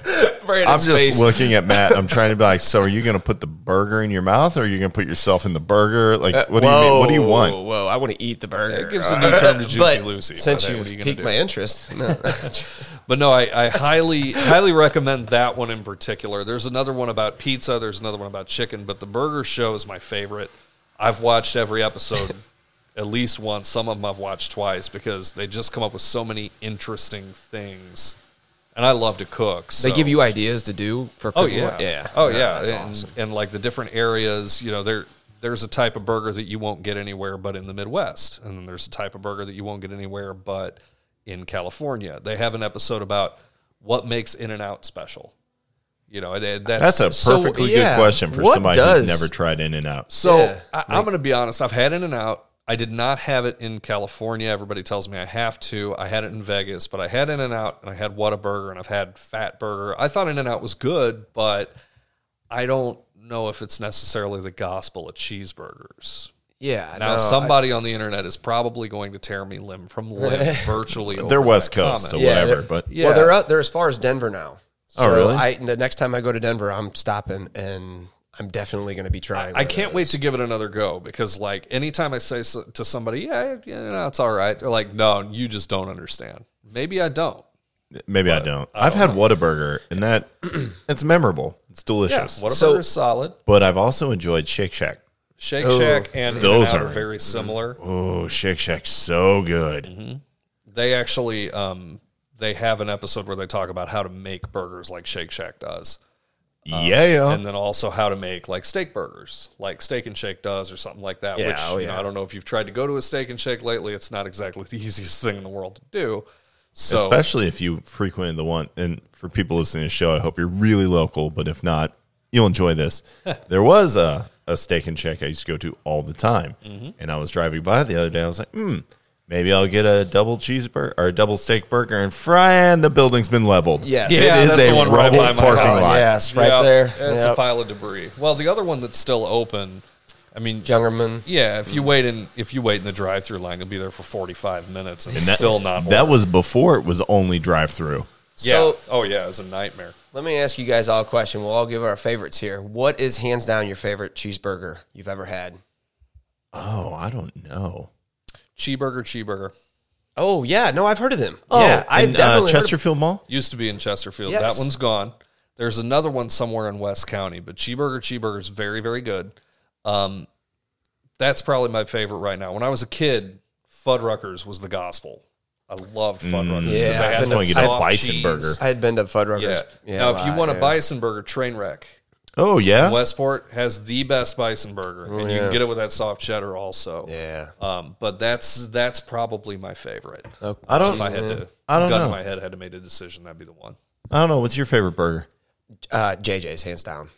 Speaker 6: Brandon's
Speaker 1: I'm just
Speaker 6: face.
Speaker 1: looking at Matt. I'm trying to be like, so are you going to put the burger in your mouth or are you going to put yourself in the burger? Like,
Speaker 7: Uh,
Speaker 1: what do you mean? What do you
Speaker 6: Whoa,
Speaker 1: want?
Speaker 6: whoa, I want to eat the burger. Uh,
Speaker 7: It gives a new term to Juicy
Speaker 6: but
Speaker 7: Lucy.
Speaker 6: Since
Speaker 7: But, hey,
Speaker 6: you
Speaker 7: what are you gonna
Speaker 6: piqued
Speaker 7: do?
Speaker 6: my interest, <laughs> no.
Speaker 7: <laughs> But no, I, I highly highly recommend that one in particular. There's another one about pizza. There's another one about chicken. But the burger show is my favorite. I've watched every
Speaker 6: <laughs>
Speaker 7: episode at least once. Some of them I've watched twice because they just come up with so many interesting things. And I love to cook. So.
Speaker 6: they give you ideas to do for.
Speaker 7: Oh
Speaker 6: cooking
Speaker 7: yeah,
Speaker 6: what- yeah.
Speaker 7: Oh
Speaker 6: No,
Speaker 7: yeah,
Speaker 6: that's
Speaker 7: and,
Speaker 6: awesome.
Speaker 7: and like the different areas, you know, there there's a type of burger that you won't get anywhere but in the Midwest, and then there's a type of burger that you won't get anywhere but in California. They have an episode about what makes In and Out special. You know, and- and that's
Speaker 1: That's a
Speaker 6: So,
Speaker 1: perfectly
Speaker 6: yeah,
Speaker 1: good question for
Speaker 6: what
Speaker 1: somebody
Speaker 6: does-
Speaker 1: who's never tried In and Out.
Speaker 7: So
Speaker 6: Yeah.
Speaker 7: I, I'm going to be honest. I've had In and Out. I did not have it in California. Everybody tells me I have to. I had it in Vegas, but I had In and Out and I had Whataburger and I've had Fat Burger. I thought In and Out was good, but I don't know if it's necessarily the gospel of cheeseburgers.
Speaker 6: Yeah.
Speaker 7: Now,
Speaker 6: no,
Speaker 7: somebody on the internet is probably going to tear me limb
Speaker 1: <laughs>
Speaker 7: from limb virtually.
Speaker 1: They're
Speaker 7: over
Speaker 1: West
Speaker 7: that
Speaker 1: Coast,
Speaker 7: comment.
Speaker 1: so
Speaker 6: Yeah,
Speaker 1: whatever.
Speaker 6: they're-
Speaker 1: But
Speaker 7: yeah.
Speaker 6: Well, they're out, they're as far as Denver now.
Speaker 1: Oh, really?
Speaker 6: I, the next time I go to Denver, I'm stopping and I'm definitely going to be trying.
Speaker 7: I
Speaker 6: one of
Speaker 7: can't
Speaker 6: those.
Speaker 7: wait to give it another go because, like, anytime I say so, to somebody, yeah, yeah, no, it's all right, they're like, no, you just don't understand. Maybe I don't.
Speaker 1: maybe I don't. I've had Whataburger, and
Speaker 6: <clears throat>
Speaker 1: that it's memorable. It's
Speaker 7: Yeah,
Speaker 1: delicious.
Speaker 7: Whataburger
Speaker 6: So-
Speaker 7: is solid.
Speaker 1: but I've also enjoyed Shake Shack.
Speaker 7: Shake Shack and
Speaker 1: Those
Speaker 7: those are
Speaker 1: are-
Speaker 7: very similar.
Speaker 1: Oh, Shake Shack's so good.
Speaker 6: Mm-hmm.
Speaker 7: They actually um, they have an episode where they talk about how to make burgers like Shake Shack does,
Speaker 1: yeah, yeah.
Speaker 7: and then also how to make like steak burgers like Steak and Shake does or something like that.
Speaker 6: Yeah,
Speaker 7: which
Speaker 6: oh,
Speaker 7: you know,
Speaker 6: yeah.
Speaker 7: I don't know if you've tried to go to a Steak and Shake lately. It's not exactly <laughs> the easiest thing in the world to do. So
Speaker 1: Especially if you frequent the one, and for people listening to the show, I hope you're really local. But if not, you'll enjoy
Speaker 7: <laughs>
Speaker 1: this. there was a, a steak and check I used to go to all the time,
Speaker 7: Mm-hmm.
Speaker 1: and I was driving by the other day. I was like, hmm, maybe I'll get a double cheeseburger or a double steak burger. And Fran, the building's been leveled.
Speaker 6: Yes.
Speaker 1: it
Speaker 7: Yeah,
Speaker 1: is
Speaker 7: that's the
Speaker 1: a
Speaker 7: one right
Speaker 1: rubble
Speaker 7: by my
Speaker 1: parking
Speaker 7: house.
Speaker 1: lot.
Speaker 6: Yes, right
Speaker 7: Yep,
Speaker 6: there.
Speaker 7: It's a
Speaker 6: Yep.
Speaker 7: pile of debris. Well, the other one that's still open, I mean,
Speaker 6: Jungerman.
Speaker 7: yeah, if you wait in if you wait in the drive-through line, you'll be there for 45 minutes and, it's
Speaker 1: that-
Speaker 7: still not
Speaker 1: That
Speaker 7: open.
Speaker 1: was before it was only drive through.
Speaker 7: yeah.
Speaker 6: So-
Speaker 7: oh yeah, it was a nightmare.
Speaker 6: Let me ask you guys all a question. We'll all give our favorites here. What is hands down your favorite cheeseburger you've ever had?
Speaker 1: Oh, I don't know.
Speaker 7: Cheeburger, Cheeburger
Speaker 6: Oh yeah, no, I've heard of them.
Speaker 1: Oh,
Speaker 6: yeah, I've
Speaker 1: in, uh,
Speaker 6: definitely heard of-
Speaker 1: Chesterfield Mall.
Speaker 7: used to be in Chesterfield.
Speaker 6: Yes.
Speaker 7: That one's gone. There's another one somewhere in West County, but Cheeburger, Cheeburger is very very good. Um, that's probably my favorite right now. When I was a kid, Fuddruckers was the gospel. I loved Fuddruckers because
Speaker 6: yeah,
Speaker 7: they
Speaker 6: I've been
Speaker 7: had
Speaker 6: to
Speaker 7: the
Speaker 1: Get a
Speaker 7: soft
Speaker 1: bison
Speaker 7: cheese.
Speaker 1: burger.
Speaker 6: I had been to Fuddruckers.
Speaker 7: Yeah.
Speaker 6: yeah
Speaker 7: now, if you
Speaker 6: lot,
Speaker 7: want a
Speaker 6: yeah.
Speaker 7: bison burger, train wreck.
Speaker 1: Oh yeah,
Speaker 7: Westport has the best bison burger, and you can get it with that soft cheddar also.
Speaker 6: yeah,
Speaker 7: Um, but that's that's probably my favorite.
Speaker 6: Okay.
Speaker 1: I don't.
Speaker 7: If I had to,
Speaker 1: I don't
Speaker 7: gun
Speaker 1: know.
Speaker 7: in my head, had to make a decision, that'd be the one.
Speaker 1: I don't know. What's your favorite burger?
Speaker 6: uh, JJ's hands down.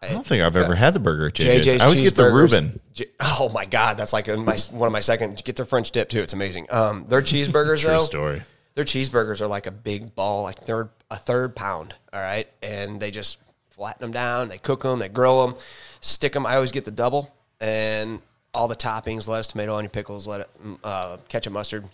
Speaker 1: I don't think I've ever had the burger at JJ's.
Speaker 6: JJ's
Speaker 1: I always get the
Speaker 6: cheeseburgers.
Speaker 1: Reuben.
Speaker 6: J- oh my god, that's like in my one of my second. Get their French dip too. It's amazing. Um, their
Speaker 1: <laughs>
Speaker 6: cheeseburgers
Speaker 1: True
Speaker 6: though.
Speaker 1: story.
Speaker 6: Their cheeseburgers are like a big ball, like third a third pound. All right, and they just flatten them down. They cook them. They grill them. Stick them. I always get the double and all the toppings: lettuce, tomato, onion, pickles, let uh, ketchup, mustard.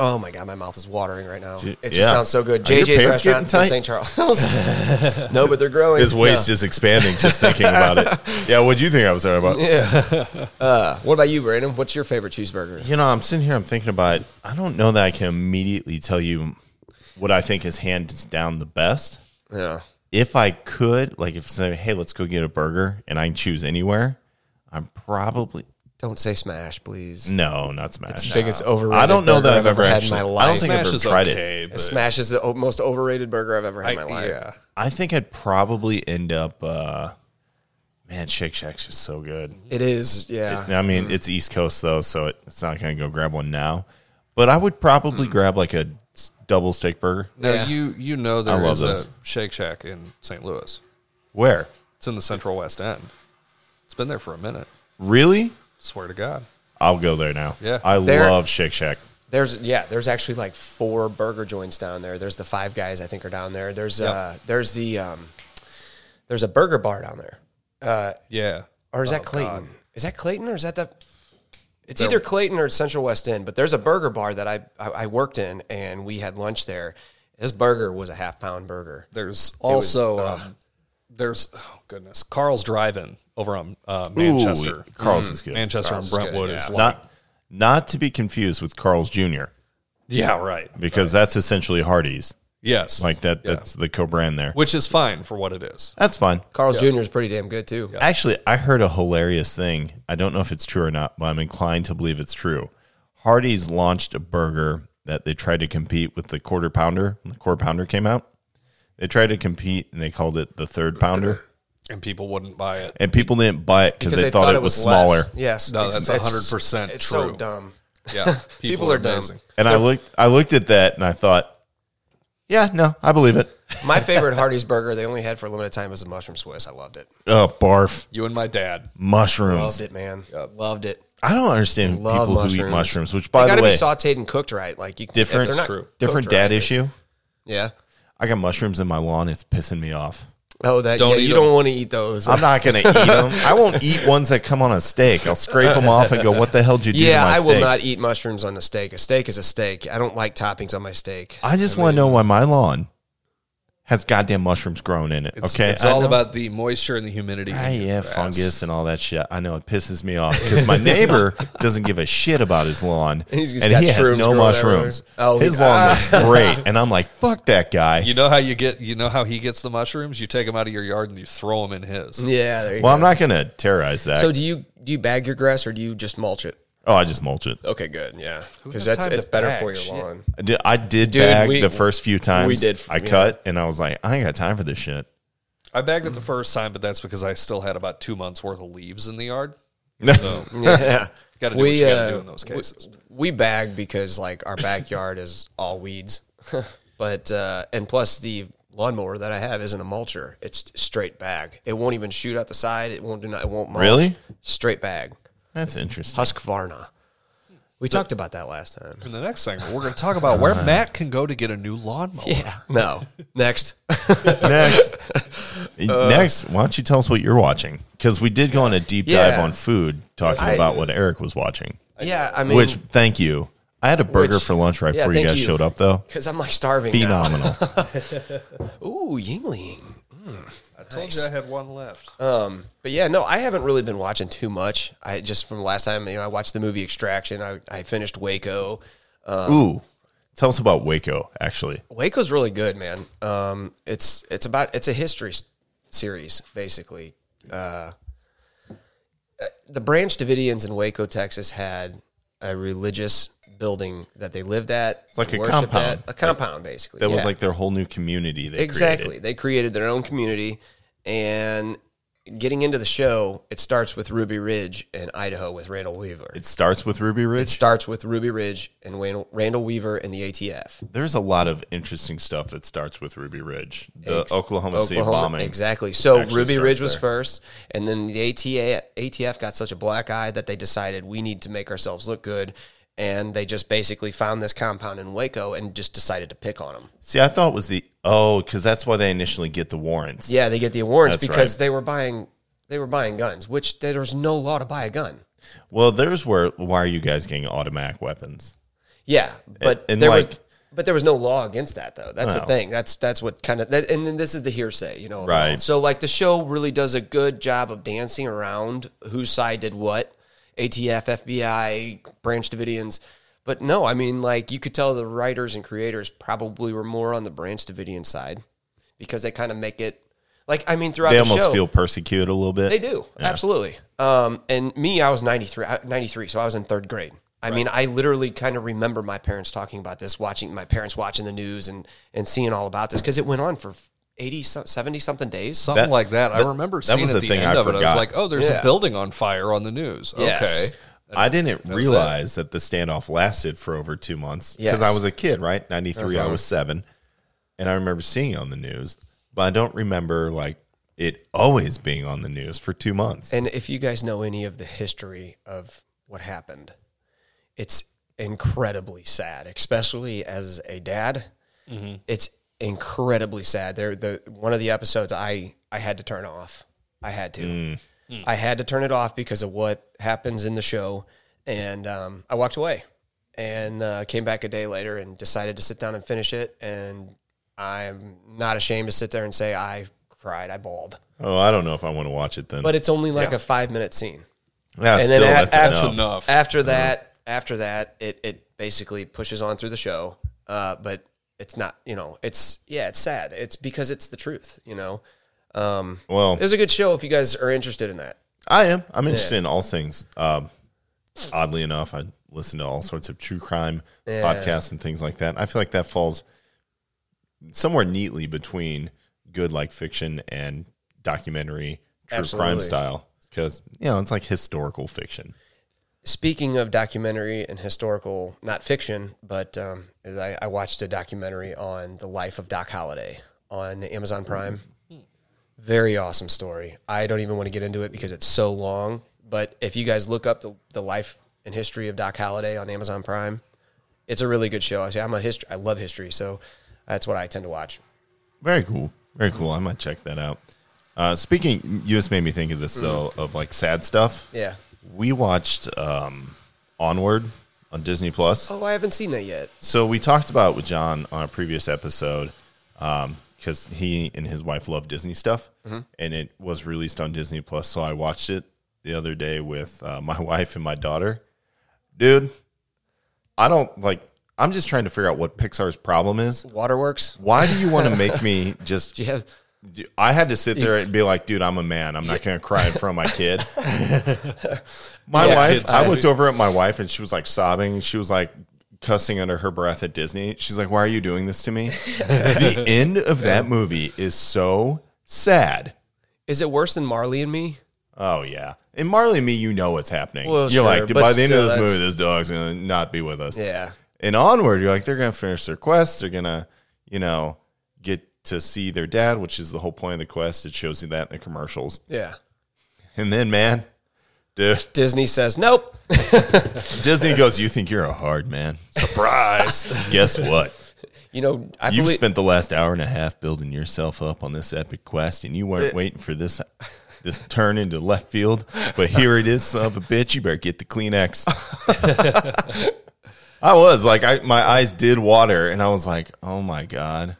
Speaker 6: Oh my god, my mouth is watering right now. It just
Speaker 1: yeah.
Speaker 6: sounds so good.
Speaker 1: Are your
Speaker 6: JJ's
Speaker 1: pants getting
Speaker 6: restaurant in
Speaker 1: tight?
Speaker 6: St. Charles. <laughs> no,
Speaker 1: <laughs>
Speaker 6: but they're growing.
Speaker 1: His waist is expanding just thinking about
Speaker 6: <laughs>
Speaker 1: it. Yeah, what do you think I was talking about?
Speaker 6: Yeah. What about you, Brandon? What's your favorite cheeseburger?
Speaker 1: You know, I'm sitting here, I'm thinking about. it. I don't know that I can immediately tell you what I think is hands down the best.
Speaker 6: Yeah.
Speaker 1: If I could, like, if say, hey, let's go get a burger, and I can choose anywhere, I'm probably
Speaker 6: Don't say smash, please.
Speaker 1: no, not smash.
Speaker 6: Biggest overrated.
Speaker 1: I don't know that
Speaker 6: burger
Speaker 1: I've ever
Speaker 6: had
Speaker 1: actually-
Speaker 6: in my
Speaker 1: I
Speaker 6: life.
Speaker 1: don't think I've
Speaker 7: Smash
Speaker 1: ever
Speaker 7: is
Speaker 1: tried it.
Speaker 7: okay, but
Speaker 6: Smash is the o- most overrated burger I've ever had
Speaker 7: I,
Speaker 6: in my life.
Speaker 7: yeah,
Speaker 1: I think I'd probably end up. uh Man, Shake Shack's just so good.
Speaker 6: It is, yeah.
Speaker 1: I mean,
Speaker 7: Mm.
Speaker 1: it's East Coast though, so it, it's not going to go grab one now. But I would probably
Speaker 7: Mm.
Speaker 1: grab like a s- double steak burger.
Speaker 7: Now
Speaker 6: Yeah.
Speaker 7: you you know
Speaker 1: I
Speaker 7: there
Speaker 1: love
Speaker 7: is
Speaker 1: those.
Speaker 7: a Shake Shack in St. Louis.
Speaker 1: Where?
Speaker 7: It's in the Central West End. It's been there for a minute.
Speaker 1: Really?
Speaker 7: Swear to God.
Speaker 1: I'll go there now.
Speaker 7: Yeah.
Speaker 1: I
Speaker 6: There-
Speaker 1: love Shake Shack.
Speaker 6: There's yeah, there's actually like four burger joints down there. There's the Five Guys I think are down there. There's uh there's the um there's a burger bar down there. Uh
Speaker 7: Yeah.
Speaker 6: or
Speaker 1: Oh,
Speaker 6: is that Clayton? Is that Clayton or is that the? It's either Clayton or it's Central West End, but there's a burger bar that I, I I worked in and we had lunch there. This burger was a half pound burger.
Speaker 7: There's also
Speaker 1: uh,
Speaker 7: um, there's oh goodness Carl's Drive-In over on uh,
Speaker 1: Ooh,
Speaker 7: Manchester.
Speaker 1: Carl's is good.
Speaker 7: Manchester and Brentwood is like,
Speaker 1: Not not to be confused with Carl's Jr.
Speaker 7: yeah right
Speaker 1: because that's essentially Hardee's.
Speaker 7: yes
Speaker 1: Like that that's the co-brand there.
Speaker 7: which is fine for what it is.
Speaker 1: That's fine.
Speaker 6: Carl's Jr. is pretty damn good too.
Speaker 1: Actually, I heard a hilarious thing. I don't know if it's true or not, but I'm inclined to believe it's true. Hardee's launched a burger that they tried to compete with the quarter pounder when the quarter pounder came out. They tried to compete and they called it the third pounder.
Speaker 7: And people wouldn't buy
Speaker 1: <laughs>
Speaker 7: it.
Speaker 1: And people didn't buy it because they, thought, it was, smaller.
Speaker 6: less. Yes,
Speaker 7: No, that's
Speaker 6: It's-
Speaker 7: 100%
Speaker 6: It's so
Speaker 7: true.
Speaker 6: dumb.
Speaker 7: Yeah,
Speaker 6: People, are, dumb.
Speaker 7: amazing.
Speaker 1: And I looked I looked at that and I thought, Yeah, no, I believe it.
Speaker 6: My favorite Hardee's burger they only had for a limited time was the mushroom Swiss. I loved it.
Speaker 1: Oh, barf.
Speaker 7: You and my dad.
Speaker 1: Mushrooms.
Speaker 6: Loved it, man. Loved it.
Speaker 1: I don't understand
Speaker 6: Love
Speaker 1: people who eat
Speaker 6: mushrooms.
Speaker 1: mushrooms, which
Speaker 6: They
Speaker 1: by the
Speaker 6: got to be
Speaker 1: way,
Speaker 6: sautéed and cooked right. Like you, if
Speaker 1: different
Speaker 6: they're not
Speaker 7: true.
Speaker 6: cooked
Speaker 1: different
Speaker 6: right,
Speaker 1: dad
Speaker 6: it-
Speaker 1: issue.
Speaker 6: Yeah.
Speaker 1: I got mushrooms in my lawn. It's pissing me off.
Speaker 6: Oh, that
Speaker 7: Don't
Speaker 6: yeah,
Speaker 7: eat
Speaker 6: you
Speaker 7: them.
Speaker 6: don't want to eat those.
Speaker 1: I'm not going to eat them. I won't eat ones that come on a steak. I'll scrape them off and go, what the hell did you do
Speaker 6: Yeah,
Speaker 1: to my
Speaker 6: I
Speaker 1: steak?
Speaker 6: will not eat mushrooms on a steak. A steak is a steak. I don't like toppings on my steak.
Speaker 1: I just want to know why my lawn has goddamn mushrooms grown in it.
Speaker 7: It's,
Speaker 1: okay.
Speaker 7: it's
Speaker 1: I
Speaker 7: all
Speaker 1: know-
Speaker 7: about the moisture and the humidity. in
Speaker 1: I
Speaker 7: your
Speaker 1: have
Speaker 7: grass.
Speaker 1: fungus and all that shit. I know it pisses me off because
Speaker 6: <laughs>
Speaker 1: my neighbor doesn't give a shit about his lawn,
Speaker 6: And <laughs> he's just
Speaker 1: and
Speaker 6: got
Speaker 1: he has
Speaker 6: shrooms
Speaker 1: no
Speaker 6: growing
Speaker 1: mushrooms.
Speaker 6: everywhere. Oh,
Speaker 1: his
Speaker 6: he-
Speaker 1: lawn
Speaker 6: <laughs>
Speaker 1: looks great, and I'm like, fuck that guy.
Speaker 7: You know how you get. You know how he gets the mushrooms. You take them out of your yard and you throw them in his.
Speaker 6: Yeah, there you
Speaker 1: well,
Speaker 6: go.
Speaker 1: I'm not going to terrorize that.
Speaker 6: so do you do you bag your grass or do you just mulch it?
Speaker 1: oh, I just mulch it.
Speaker 6: Okay, good. Yeah,
Speaker 7: has
Speaker 6: because that's
Speaker 7: time to
Speaker 6: it's better
Speaker 7: bag?
Speaker 6: for your
Speaker 7: Shit.
Speaker 6: lawn.
Speaker 1: I did, I did
Speaker 6: Dude,
Speaker 1: bag
Speaker 6: we-
Speaker 1: the first few times.
Speaker 6: we did,
Speaker 1: I
Speaker 6: yeah.
Speaker 1: cut and I was like, I ain't got time for this shit.
Speaker 7: I bagged it the first time, but that's because I still had about two months worth of leaves in the yard.
Speaker 1: <laughs> So,
Speaker 6: Yeah,
Speaker 7: Gotta do what you gotta do in those
Speaker 6: we- uh,
Speaker 7: cases.
Speaker 6: We, bag because like our backyard is all
Speaker 7: <laughs>
Speaker 6: weeds, but uh, and plus the lawnmower that I have isn't a mulcher; it's straight bag. It won't even shoot out the side. It won't do not. It won't mulch.
Speaker 1: Really?
Speaker 6: straight bag
Speaker 1: that's interesting.
Speaker 6: Husqvarna. We talked about that last time.
Speaker 7: In the next segment, we're gonna talk about where Matt can go to get a new lawnmower.
Speaker 6: <laughs> No.
Speaker 7: <laughs>
Speaker 6: Next. <laughs>
Speaker 1: Next, Uh, next, why don't you tell us what you're watching? Because we did go on a deep
Speaker 6: Yeah.
Speaker 1: dive on food, talking
Speaker 6: I-
Speaker 1: about what Eric was watching.
Speaker 6: yeah, I mean,
Speaker 1: which, thank you. I had a burger
Speaker 6: Which-
Speaker 1: for lunch right
Speaker 6: yeah,
Speaker 1: before you
Speaker 6: thank
Speaker 1: guys
Speaker 6: you.
Speaker 1: showed up, though.
Speaker 6: because I'm like starving. Now.
Speaker 1: Phenomenal.
Speaker 6: <laughs> Ooh, Yingling. Mm.
Speaker 7: I told you I had one left.
Speaker 6: Um, but yeah, no, I haven't really been watching too much. I just from last time, you know, I watched the movie Extraction. I, I finished Waco. Uh-huh.
Speaker 1: Ooh, tell us about Waco. Actually,
Speaker 6: Waco's really good, man. Um, it's it's about it's a history s- series basically. Uh, the Branch Davidians in Waco, Texas, had a religious building that they lived at. It's
Speaker 1: like a compound.
Speaker 6: a compound basically.
Speaker 1: that was
Speaker 6: yeah.
Speaker 1: like their whole new community. They
Speaker 6: exactly
Speaker 1: created.
Speaker 6: they created their own community and getting into the show it starts with ruby ridge in idaho with randall weaver it
Speaker 1: It starts with Ruby Ridge.
Speaker 6: starts with ruby ridge and Wan- randall weaver and the atf
Speaker 1: There's a lot of interesting stuff that starts with Ruby Ridge, the
Speaker 6: Ex-
Speaker 1: Oklahoma, City
Speaker 6: Oklahoma-
Speaker 1: bombing.
Speaker 6: exactly so
Speaker 1: actually
Speaker 6: ruby
Speaker 1: starts
Speaker 6: ridge was
Speaker 1: there.
Speaker 6: first and then the ATA, atf got such a black eye that they decided we need to make ourselves look good and they just basically found this compound in waco and just decided to pick on them
Speaker 1: See, I thought it was the oh, because that's why they initially get the warrants.
Speaker 6: yeah they get the awards
Speaker 1: That's
Speaker 6: because
Speaker 1: right.
Speaker 6: they were buying they were buying guns which there was no law to buy a gun
Speaker 1: Well, there's where why are you guys getting automatic weapons?
Speaker 6: Yeah, but
Speaker 1: and
Speaker 6: there was
Speaker 1: like-
Speaker 6: but there was no law against that though. That's
Speaker 1: No.
Speaker 6: the thing. That's that's what kind of that, and then this is the hearsay, you know. of it
Speaker 1: Right.
Speaker 6: all. So like the show really does a good job of dancing around whose side did what, ATF, FBI, Branch Davidians. But no, I mean like you could tell the writers and creators probably were more on the Branch Davidian side because they kind of make it like I mean throughout
Speaker 1: They
Speaker 6: the
Speaker 1: almost
Speaker 6: show
Speaker 1: feel persecuted a little bit.
Speaker 6: they do. Absolutely. Um, and me, I was 93, I- 93, so I was in third grade. I mean, I literally kind of remember my parents talking about this, watching my parents watching the news and, and seeing all about this because it went on for 80, some- 70 something days.
Speaker 7: Something
Speaker 1: That-
Speaker 7: like that. I
Speaker 1: that-
Speaker 7: remember
Speaker 1: that
Speaker 7: seeing
Speaker 1: was
Speaker 7: at
Speaker 1: the
Speaker 7: the
Speaker 1: thing
Speaker 7: end
Speaker 1: I
Speaker 7: of it. I was
Speaker 1: forgot.
Speaker 7: like, oh, there's
Speaker 6: Yeah.
Speaker 7: a building on fire on the news.
Speaker 6: Yes.
Speaker 7: Okay.
Speaker 1: I didn't
Speaker 7: was
Speaker 1: realize that the standoff lasted for over two months because
Speaker 6: Yes. Uh-huh.
Speaker 1: I was a kid, right? 93, I was seven. And I remember seeing it on the news, but I don't remember like it always being on the news for two months.
Speaker 6: And if you guys know any of the history of what happened, it's incredibly sad, especially as a dad. It's incredibly sad. There, the one of the episodes I I had to turn off. I had to. I had to turn it off because of what happens in the show, and um, I walked away and uh, came back a day later and decided to sit down and finish it. And I'm not ashamed to sit there and say I cried, I bawled.
Speaker 1: oh, I don't know if I want to watch it then.
Speaker 6: But it's only like a five minute scene
Speaker 1: yeah,
Speaker 6: and
Speaker 1: still,
Speaker 6: then a-
Speaker 1: that's
Speaker 6: after-
Speaker 1: enough.
Speaker 7: enough.
Speaker 6: After that, after that, it it basically pushes on through the show. Uh, but it's not, you know, it's yeah, it's sad. It's because it's the truth, you know. Um,
Speaker 1: Well,
Speaker 6: it was a good show if you guys are interested in that.
Speaker 1: I am. I'm interested in all things. Um, oddly enough, I listen to all sorts of true crime podcasts and things like that. I feel like that falls somewhere neatly between good like fiction and documentary true crime
Speaker 6: Absolutely.
Speaker 1: style because you know it's like historical fiction.
Speaker 6: Speaking of documentary and historical, not fiction, but um, is I, I watched a documentary on the life of Doc Holliday on Amazon Prime. Very awesome story. I don't even want to get into it because it's so long. But if you guys look up the, the life and history of Doc Holliday on Amazon Prime, it's a really good show. Actually, I'm a history. I love history, so that's what I tend to watch.
Speaker 1: Very cool. Very cool. I might check that out. Uh, speaking, you just made me think of this though of like sad stuff.
Speaker 6: Mm. Yeah.
Speaker 1: We watched um, Onward on Disney Plus.
Speaker 6: Oh, I haven't seen that yet.
Speaker 1: So we talked about with John on a previous episode because he and his wife love Disney stuff, and it was released on Disney Plus. So I watched it the other day with uh, my <laughs> wife and my daughter. Dude, I don't like. I'm just trying to figure out what Pixar's problem is.
Speaker 6: Waterworks.
Speaker 1: Why do you want to make me just?
Speaker 6: Do you have?
Speaker 1: I had to sit there and be like, dude, I'm a man. I'm not going to cry in front of my
Speaker 6: <laughs>
Speaker 1: kid. my
Speaker 6: Yeah,
Speaker 1: wife,
Speaker 6: kids
Speaker 1: I looked over at my wife and she was like sobbing. She was like cussing under her breath at Disney. She's like, why are you doing this to
Speaker 6: <laughs>
Speaker 1: me? the end of that movie is so sad.
Speaker 6: Is it worse than Marley and Me?
Speaker 1: Oh, yeah. In Marley and me, you know what's happening.
Speaker 6: Well,
Speaker 1: you're
Speaker 6: sure,
Speaker 1: like,
Speaker 6: but
Speaker 1: by the end of
Speaker 6: still,
Speaker 1: this
Speaker 6: that's-
Speaker 1: movie, this dog's going to not be with us.
Speaker 6: Yeah.
Speaker 1: And onward, you're like, they're going to finish their quest. They're going to, you know, get to see their dad, which is the whole point of the quest. It shows you that in the commercials.
Speaker 6: Yeah.
Speaker 1: And then, man, dude,
Speaker 6: Disney says nope.
Speaker 1: Disney goes, You think you're a hard man?
Speaker 7: Surprise.
Speaker 1: <laughs> Guess what?
Speaker 6: You know, I
Speaker 1: You've
Speaker 6: believe
Speaker 1: spent the last hour and a half building yourself up on this epic quest, and you weren't waiting for this this turn into left field. But here it is, son of a bitch. You better get the Kleenex. I was like, I, my eyes did water, and I was like, Oh my god.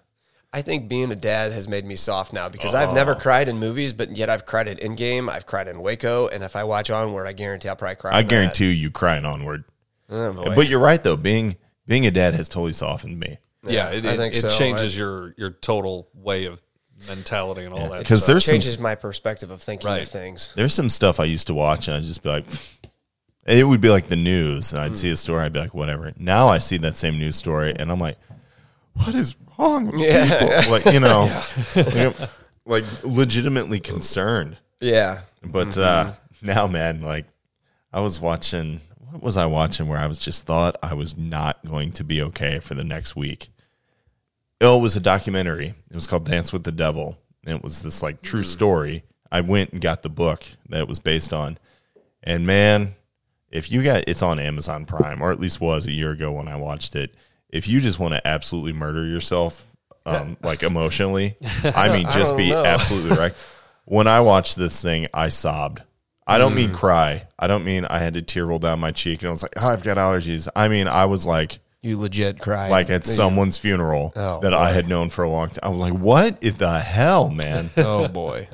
Speaker 6: I think being a dad has made me soft now because I've never
Speaker 1: Oh.
Speaker 6: cried in movies, but yet I've cried in Endgame, I've cried in Waco, and if I watch Onward, I guarantee I'll probably cry.
Speaker 1: I
Speaker 6: in that.
Speaker 1: guarantee you crying onward.
Speaker 6: Oh, boy.
Speaker 1: But you're right though. Being being a dad has totally softened me.
Speaker 7: yeah, it,
Speaker 6: I
Speaker 7: it-
Speaker 6: think
Speaker 7: it
Speaker 6: so.
Speaker 7: changes your your total way of mentality and all that.
Speaker 1: Because
Speaker 7: stuff.
Speaker 1: there's some
Speaker 6: changes my perspective of thinking
Speaker 7: Right.
Speaker 6: of things.
Speaker 1: there's some stuff I used to watch and I'd just be like, <sighs> it would be like the news, and I'd see a story, I'd be like, whatever. Now I see that same news story, and I'm like, what is wrong with people? Like, you know, like, like legitimately concerned.
Speaker 6: Yeah,
Speaker 1: But uh, now, man, like I was watching, what was I watching where I was just thought I was not going to be okay for the next week? Oh, It was a documentary. It was called Dance with the Devil. And it was this like true story. I went and got the book that it was based on. And man, if you got it's on Amazon Prime, or at least was a year ago when I watched it. If you just want to absolutely murder yourself, um,
Speaker 6: <laughs>
Speaker 1: like emotionally, I mean, just be
Speaker 6: know.
Speaker 1: absolutely right. When I watched this thing, I sobbed. I don't
Speaker 6: Mm.
Speaker 1: mean cry. I don't mean I had a tear roll down my cheek and I was like, oh, I've got allergies. I mean, I was like,
Speaker 6: you legit cried.
Speaker 1: like at someone's funeral
Speaker 6: Oh,
Speaker 1: that I had known for a long time. I was like, what is the hell,
Speaker 6: <laughs>
Speaker 1: man?
Speaker 6: <laughs> oh boy.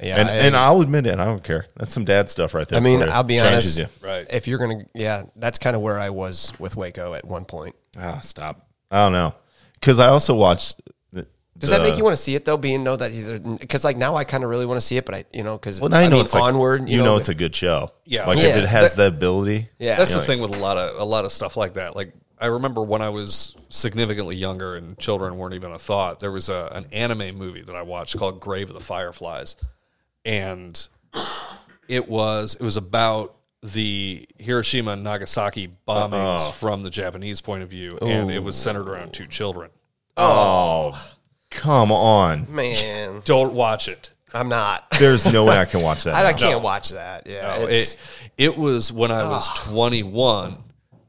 Speaker 6: Yeah,
Speaker 1: and,
Speaker 6: I,
Speaker 1: and I'll admit it. I don't care. That's some dad stuff right there.
Speaker 6: I mean,
Speaker 1: for you.
Speaker 6: I'll be
Speaker 1: Changes
Speaker 6: honest.
Speaker 1: you.
Speaker 7: Right.
Speaker 6: If you're gonna, yeah, that's kind of where I was with Waco at one point.
Speaker 1: Ah, stop. I don't know. Because I also watched. The,
Speaker 6: Does that make you want to see it though? Being know that either because like now I kind of really want to see it, but I you know because
Speaker 1: Well, now you know it's like,
Speaker 6: onward.
Speaker 1: you, know, it's a good show.
Speaker 7: Yeah.
Speaker 1: Like if
Speaker 6: Yeah,
Speaker 1: it has the ability.
Speaker 6: yeah.
Speaker 7: That's the thing with a lot of a lot of stuff like that. Like I remember when I was significantly younger and children weren't even a thought. There was a, an anime movie that I watched called Grave of the Fireflies, and it was it was about the Hiroshima and Nagasaki bombings from the Japanese point of view, and it was centered around two children.
Speaker 1: Oh, come on.
Speaker 6: Man,
Speaker 7: Don't watch it.
Speaker 6: I'm
Speaker 1: <laughs>
Speaker 6: not.
Speaker 1: There's no way I can watch that.
Speaker 6: <laughs> I, I
Speaker 1: now.
Speaker 6: can't watch that. Yeah,
Speaker 7: No,
Speaker 6: it's-
Speaker 7: it, it was when I was 21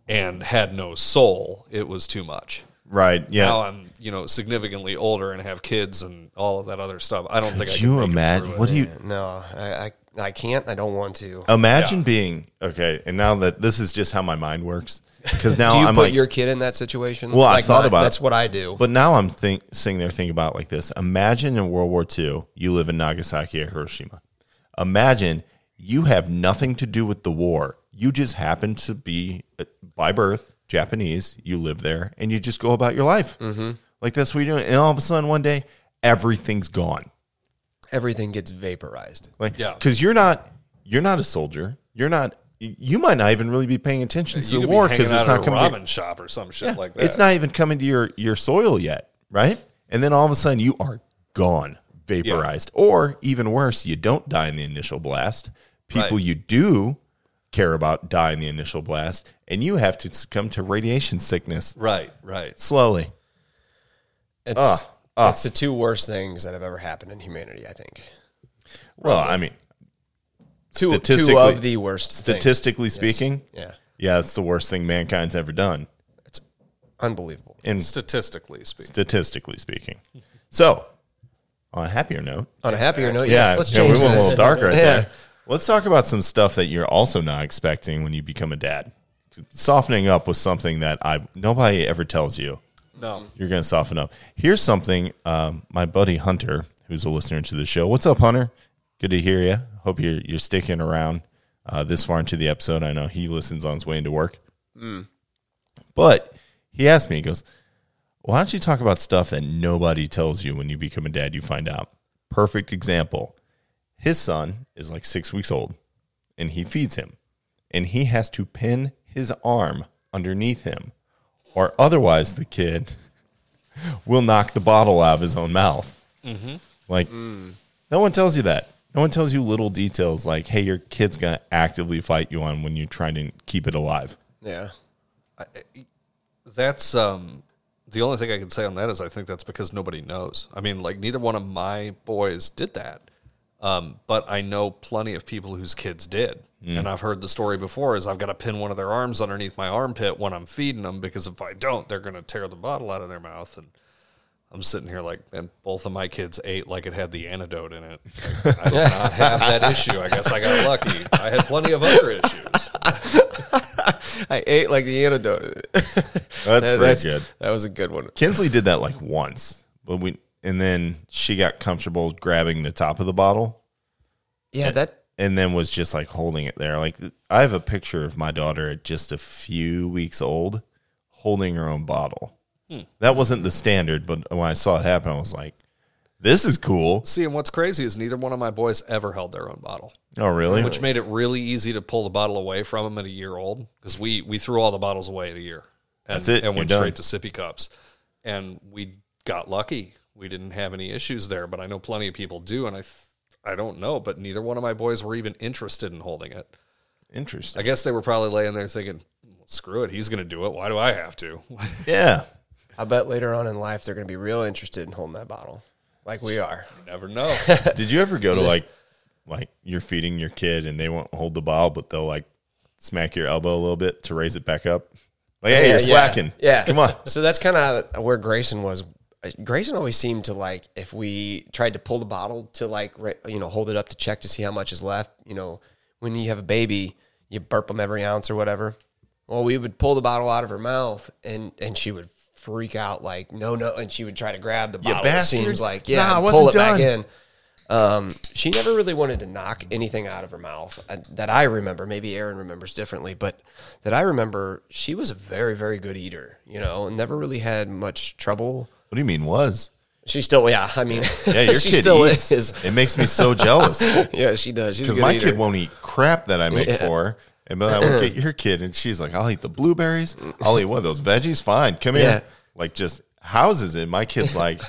Speaker 7: and had no soul. It was too much.
Speaker 1: Right. Yeah.
Speaker 7: Now I'm, you know, significantly older and have kids and all of that other stuff. I don't think I
Speaker 1: Could
Speaker 7: can
Speaker 1: you
Speaker 7: make it
Speaker 1: imagine?
Speaker 7: through
Speaker 1: What
Speaker 7: it.
Speaker 1: do you
Speaker 6: no, I, I I can't. I don't want to.
Speaker 1: Oh, imagine being? Okay. And now that this is just how my mind works,
Speaker 6: <laughs>
Speaker 1: because now
Speaker 6: do you
Speaker 1: I'm
Speaker 6: put
Speaker 1: like,
Speaker 6: your kid in that situation?
Speaker 1: Well, I thought
Speaker 6: my-
Speaker 1: about it.
Speaker 6: that's what I do.
Speaker 1: but now I'm think, sitting there thinking about it like this. Imagine in World War II, you live in Nagasaki or Hiroshima. Imagine you have nothing to do with the war. You just happen to be uh, by birth Japanese. You live there, and you just go about your life.
Speaker 7: Mm-hmm.
Speaker 1: Like that's what you're doing. And all of a sudden, one day, everything's gone.
Speaker 6: everything gets vaporized.
Speaker 1: Like,
Speaker 7: Yeah.
Speaker 1: because you're not you're not a soldier. You're not. You might not even really be paying attention to
Speaker 7: You
Speaker 1: the
Speaker 7: could
Speaker 1: war
Speaker 7: be
Speaker 1: because
Speaker 7: hanging
Speaker 1: it's
Speaker 7: out at
Speaker 1: not
Speaker 7: a
Speaker 1: coming.
Speaker 7: Robin shop or some shit like that.
Speaker 1: It's not even coming to your your soil yet, right? And then all of a sudden you are gone, vaporized, or even worse, you don't die in the initial blast. People
Speaker 7: Right.
Speaker 1: you do care about die in the initial blast, and you have to succumb to radiation sickness
Speaker 7: right, right.
Speaker 1: slowly.
Speaker 6: It's
Speaker 1: ah,
Speaker 6: it's the two worst things that have ever happened in humanity. I think
Speaker 1: Well, I mean,
Speaker 6: two two
Speaker 1: Statistically-
Speaker 6: of the worst. things.
Speaker 1: statistically speaking,
Speaker 6: yeah,
Speaker 1: yeah, it's the worst thing mankind's ever done.
Speaker 6: unbelievable.
Speaker 1: In
Speaker 7: Statistically speaking.
Speaker 1: statistically speaking. So, on a happier note,
Speaker 6: On a happier note,
Speaker 1: yeah,
Speaker 6: yes, let's
Speaker 1: yeah,
Speaker 6: change
Speaker 1: we went
Speaker 6: this.
Speaker 1: a little dark right
Speaker 6: <laughs> Yeah.
Speaker 1: there. Let's talk about some stuff that you're also not expecting when you become a dad. Softening up was something that I nobody ever tells you
Speaker 7: No.
Speaker 1: you're going to soften up. Here's something um, my buddy Hunter, who's a listener to the show. What's up, Hunter? Good to hear you. Hope you're you're sticking around uh, this far into the episode. I know he listens on his way into work. But he asked me, he goes, "Why don't you talk about stuff that nobody tells you when you become a dad? You find out." Perfect example. His son is like six weeks old, and he feeds him, and he has to pin his arm underneath him, or otherwise the kid <laughs> will knock the bottle out of his own mouth. Like, no one tells you that. No one tells you little details like, hey, your kid's going to actively fight you on when you're trying to keep it alive.
Speaker 6: Yeah,
Speaker 7: That's um the only thing I can say on that is I think that's because nobody knows. I mean, like neither one of my boys did that. Um, but I know plenty of people whose kids did. And I've heard the story before is I've got to pin one of their arms underneath my armpit when I'm feeding them because if I don't, they're going to tear the bottle out of their mouth and I'm sitting here like, and both of my kids ate like it had the antidote in it. Like, I did not have that issue. I guess I got lucky. I had plenty of other issues.
Speaker 6: I ate like the antidote. that's
Speaker 1: That's pretty good.
Speaker 6: <laughs> That was a good one.
Speaker 1: Kinsley did that like once, but we, and then she got comfortable grabbing the top of the bottle
Speaker 6: Yeah, that
Speaker 1: and then was just like holding it there. Like, I have a picture of my daughter at just a few weeks old holding her own bottle.
Speaker 6: Hmm.
Speaker 1: That wasn't the standard, but when I saw it happen, I was like, this is cool.
Speaker 7: See, and what's crazy is neither one of my boys ever held their own bottle,
Speaker 1: Oh, really?
Speaker 7: which made it really easy to pull the bottle away from them at a year old because we we threw all the bottles away at a year. And,
Speaker 1: That's it.
Speaker 7: And went
Speaker 1: You're
Speaker 7: straight to sippy cups, and we got lucky. We didn't have any issues there, but I know plenty of people do, and I. Th- I don't know, but neither one of my boys were even interested in holding it.
Speaker 1: Interesting.
Speaker 7: I guess they were probably laying there thinking, well, "Screw it, he's going to do it. Why do I have to?" <laughs>
Speaker 1: Yeah.
Speaker 6: I bet later on in life they're going to be real interested in holding that bottle, like we are.
Speaker 1: <laughs>
Speaker 7: Never know.
Speaker 1: Did you ever go to like, like you're feeding your kid and they won't hold the bottle, but they'll like smack your elbow a little bit to raise it back up? Like, hey, you're
Speaker 6: yeah.
Speaker 1: slacking.
Speaker 6: Yeah.
Speaker 1: Come
Speaker 6: <laughs>
Speaker 1: on.
Speaker 6: So that's kind of where Grayson was. Grayson always seemed to like if we tried to pull the bottle to like ra- you know hold it up to check to see how much is left. You know, when you have a baby, you burp them every ounce or whatever. Well, we would pull the bottle out of her mouth, and and she would freak out like no no, and she would try to grab the bottle. It
Speaker 1: bastard.
Speaker 6: seems like yeah,
Speaker 1: Nah, I
Speaker 6: and pull it
Speaker 1: wasn't
Speaker 6: back
Speaker 1: done.
Speaker 6: in. Um, she never really wanted to knock anything out of her mouth uh, that I remember. Maybe Aaron remembers differently, but that I remember, she was a very, very good eater, you know, and never really had much trouble.
Speaker 1: What do you mean
Speaker 6: <laughs>
Speaker 1: was?
Speaker 6: She still, yeah, I mean, <laughs>
Speaker 1: Yeah, your
Speaker 6: she
Speaker 1: kid
Speaker 6: still
Speaker 1: eats.
Speaker 6: is. <laughs>
Speaker 1: It makes me so jealous
Speaker 6: Yeah, she does. She's a
Speaker 1: because
Speaker 6: good
Speaker 1: my
Speaker 6: eater.
Speaker 1: kid won't eat crap that I make for her. And then I look at your kid, and she's like, "I'll eat the blueberries. I'll eat one of those veggies. Fine, come
Speaker 6: Yeah.
Speaker 1: here." Like just houses it. My kid's like,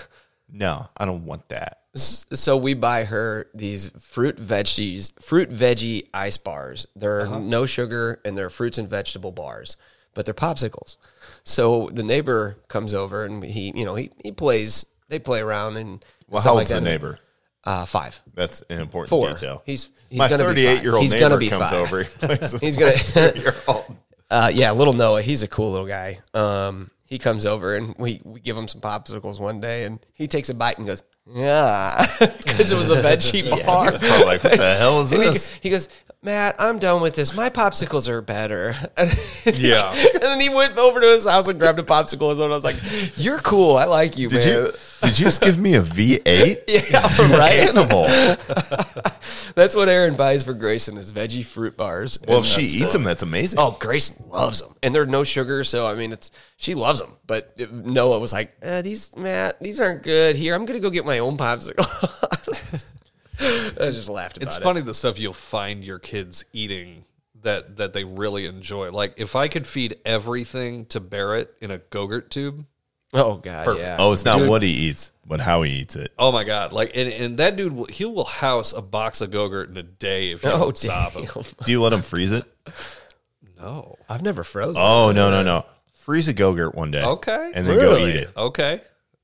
Speaker 1: "No, I don't want that."
Speaker 6: S- So we buy her these fruit veggies, fruit veggie ice bars. They're
Speaker 1: Uh-huh.
Speaker 6: no sugar and they're fruits and vegetable bars, but they're popsicles. So the neighbor comes over and he, you know, he, he plays. They play around and
Speaker 1: Well,
Speaker 6: stuff
Speaker 1: how
Speaker 6: like
Speaker 1: old's
Speaker 6: that.
Speaker 1: the neighbor?
Speaker 6: Uh, five,
Speaker 1: That's an important
Speaker 6: four.
Speaker 1: detail.
Speaker 6: He's he's
Speaker 1: My
Speaker 6: gonna be five.
Speaker 1: thirty-eight-year-old
Speaker 6: He's
Speaker 1: neighbor
Speaker 6: gonna be
Speaker 1: comes
Speaker 6: five.
Speaker 1: over.
Speaker 6: <laughs>
Speaker 1: He plays with
Speaker 6: He's gonna-
Speaker 1: my
Speaker 6: <laughs>
Speaker 1: thirty-year-old.
Speaker 6: Uh, yeah, little Noah, he's a cool little guy. Um, he comes over and we, we give him some popsicles one day, and he takes a bite and goes, "Yeah," <laughs> because it was
Speaker 1: <laughs>
Speaker 6: a veggie bar.
Speaker 1: Probably like, what the hell is
Speaker 6: <laughs> And he,
Speaker 1: this?
Speaker 6: he goes, Matt, I'm done with this. My popsicles are better. <laughs> and
Speaker 7: Yeah.
Speaker 6: then he went over to his house and grabbed a popsicle. And I was like, "You're cool. I like you,
Speaker 1: Did
Speaker 6: man."
Speaker 1: you did you just give me a V eight?
Speaker 6: <laughs> yeah, <laughs> right.
Speaker 1: Animal.
Speaker 6: That's what Aaron buys for Grayson is veggie fruit bars.
Speaker 1: Well,
Speaker 6: And
Speaker 1: if she
Speaker 6: that's-
Speaker 1: eats them, that's amazing.
Speaker 6: Oh, Grayson loves them, and they're no sugar. So I mean, it's she loves them. But it- Noah was like, uh, "These Matt, these aren't good. Here, I'm gonna go get my own popsicle." <laughs> I just laughed about
Speaker 7: It's
Speaker 6: it.
Speaker 7: funny the stuff you'll find your kids eating that that they really enjoy. Like if I could feed everything to Barrett in a Go-Gurt tube,
Speaker 6: Oh god, yeah.
Speaker 1: Oh, it's not what he eats, but how he eats it.
Speaker 7: oh my god! Like and, and that dude will, he will house a box of Go-Gurt in a day if you
Speaker 6: Oh,
Speaker 7: don't stop him.
Speaker 6: damn.
Speaker 1: Do you let him freeze it?
Speaker 7: No,
Speaker 6: I've never frozen.
Speaker 1: Oh no no no! Freeze a go-gurt one day,
Speaker 7: Okay.
Speaker 1: and then go
Speaker 6: Really?
Speaker 1: eat it.
Speaker 7: okay,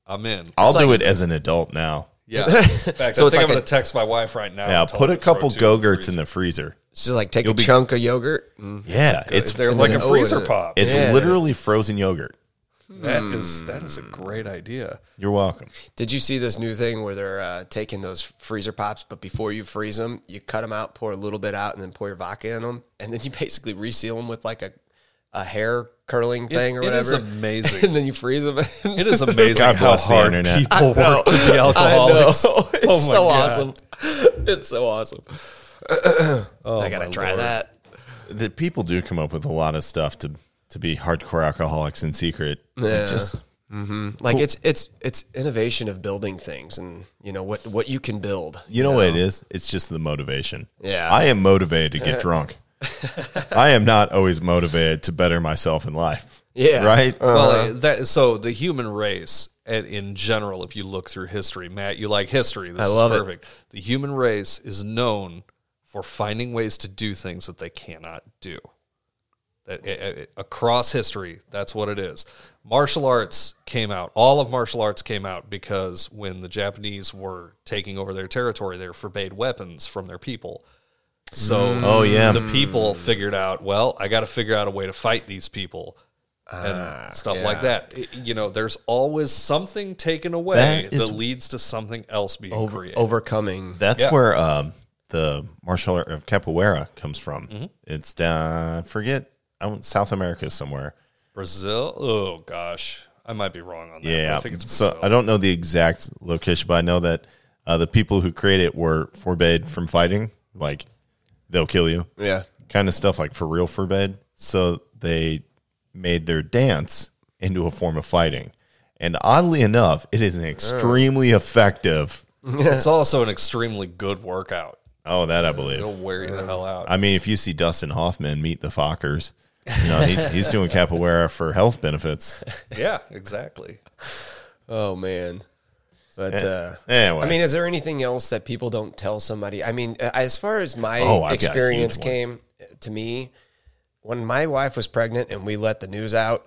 Speaker 7: I'm in.
Speaker 1: I'll do it as an adult now.
Speaker 7: Yeah. <laughs> In fact,
Speaker 6: So
Speaker 7: I
Speaker 6: it's
Speaker 7: think
Speaker 6: like
Speaker 7: I'm gonna
Speaker 6: a-
Speaker 7: text my wife right now.
Speaker 1: Now
Speaker 7: and tell
Speaker 1: put
Speaker 7: her
Speaker 1: a
Speaker 7: to throw
Speaker 1: couple
Speaker 7: two
Speaker 1: go-gurts in
Speaker 7: freezer.
Speaker 1: the freezer.
Speaker 6: It's just like take a
Speaker 1: be-
Speaker 6: chunk of yogurt. and-
Speaker 1: Yeah, it's
Speaker 7: They're like a
Speaker 6: Oh,
Speaker 7: freezer
Speaker 6: yeah.
Speaker 7: pop.
Speaker 1: it's
Speaker 6: Yeah.
Speaker 1: literally frozen yogurt.
Speaker 7: That is that is a great idea.
Speaker 1: You're welcome.
Speaker 6: Did you see this new thing where they're uh, taking those freezer pops, but before you freeze them, you cut them out, pour a little bit out, and then pour your vodka in them, and then you <laughs> basically reseal them with like a, a hair curling thing or
Speaker 7: it is
Speaker 6: whatever. <laughs>
Speaker 7: amazing.
Speaker 6: and then you freeze them. <laughs>
Speaker 7: It is
Speaker 1: <laughs>
Speaker 7: amazing
Speaker 1: God
Speaker 7: how
Speaker 1: bless the
Speaker 7: hard
Speaker 1: internet.
Speaker 7: people work to be alcoholics.
Speaker 6: I know. <laughs> It's
Speaker 7: Oh my
Speaker 6: so
Speaker 7: God.
Speaker 6: awesome. It's so
Speaker 7: <clears throat>
Speaker 6: awesome. I gotta
Speaker 7: Oh my
Speaker 6: try
Speaker 7: Lord.
Speaker 6: that.
Speaker 1: The people do come up with a lot of stuff to to be hardcore alcoholics in secret.
Speaker 6: Yeah. Like it's it's it's innovation of building things and you know what what you can build.
Speaker 1: You know what it is? It's just the motivation.
Speaker 6: Yeah.
Speaker 1: I am motivated to
Speaker 7: <laughs>
Speaker 1: get drunk. I am not always motivated to better myself in life.
Speaker 6: Yeah.
Speaker 1: Right?
Speaker 7: Uh-huh.
Speaker 6: Uh-huh.
Speaker 7: Well, that so the human race and in general, if you look through history, Matt, you like history. This
Speaker 6: I love
Speaker 7: is
Speaker 6: it.
Speaker 7: perfect. The human race is known for finding ways to do things that they cannot do. That- a- a- across history, that's what it is. Martial arts came out. All of martial arts came out because when the Japanese were taking over their territory, they forbade weapons from their people. So,
Speaker 6: Mm.
Speaker 1: Oh, yeah.
Speaker 7: the people figured out, well, I got to figure out a way to fight these people and
Speaker 1: Ah,
Speaker 7: stuff like that. It- you know, there's always something taken away
Speaker 1: That
Speaker 7: that
Speaker 1: is-
Speaker 7: leads to something else being created.
Speaker 6: Overcoming.
Speaker 1: That's
Speaker 7: Yeah.
Speaker 1: where um, the martial art of capoeira comes from.
Speaker 7: Mm-hmm.
Speaker 1: It's down, I forget, I went South America somewhere.
Speaker 7: Brazil? Oh, gosh. I might be wrong on that. but
Speaker 1: Yeah.
Speaker 7: I think it's
Speaker 1: so
Speaker 7: Brazil.
Speaker 1: I don't know the exact location, but I know that uh, the people who created it were forbade from fighting. Like, they'll kill you.
Speaker 6: Yeah.
Speaker 1: kind of stuff like for real forbid. So they made their dance into a form of fighting. And oddly enough, it is an extremely effective.
Speaker 7: it's also an extremely good workout.
Speaker 1: Oh, that I
Speaker 7: It'll
Speaker 1: believe.
Speaker 7: wear you the hell out.
Speaker 1: uh, I mean, if you see Dustin Hoffman meet the Fockers, you know, he, he's doing capoeira for health benefits.
Speaker 7: yeah, exactly.
Speaker 6: Oh man. But uh
Speaker 1: Eh, Anyway,
Speaker 6: I mean, is there anything else that people don't tell somebody? I mean, uh, as far as my
Speaker 1: Oh, I've got a
Speaker 6: experience
Speaker 1: huge one.
Speaker 6: came uh, to me, when my wife was pregnant and we let the news out,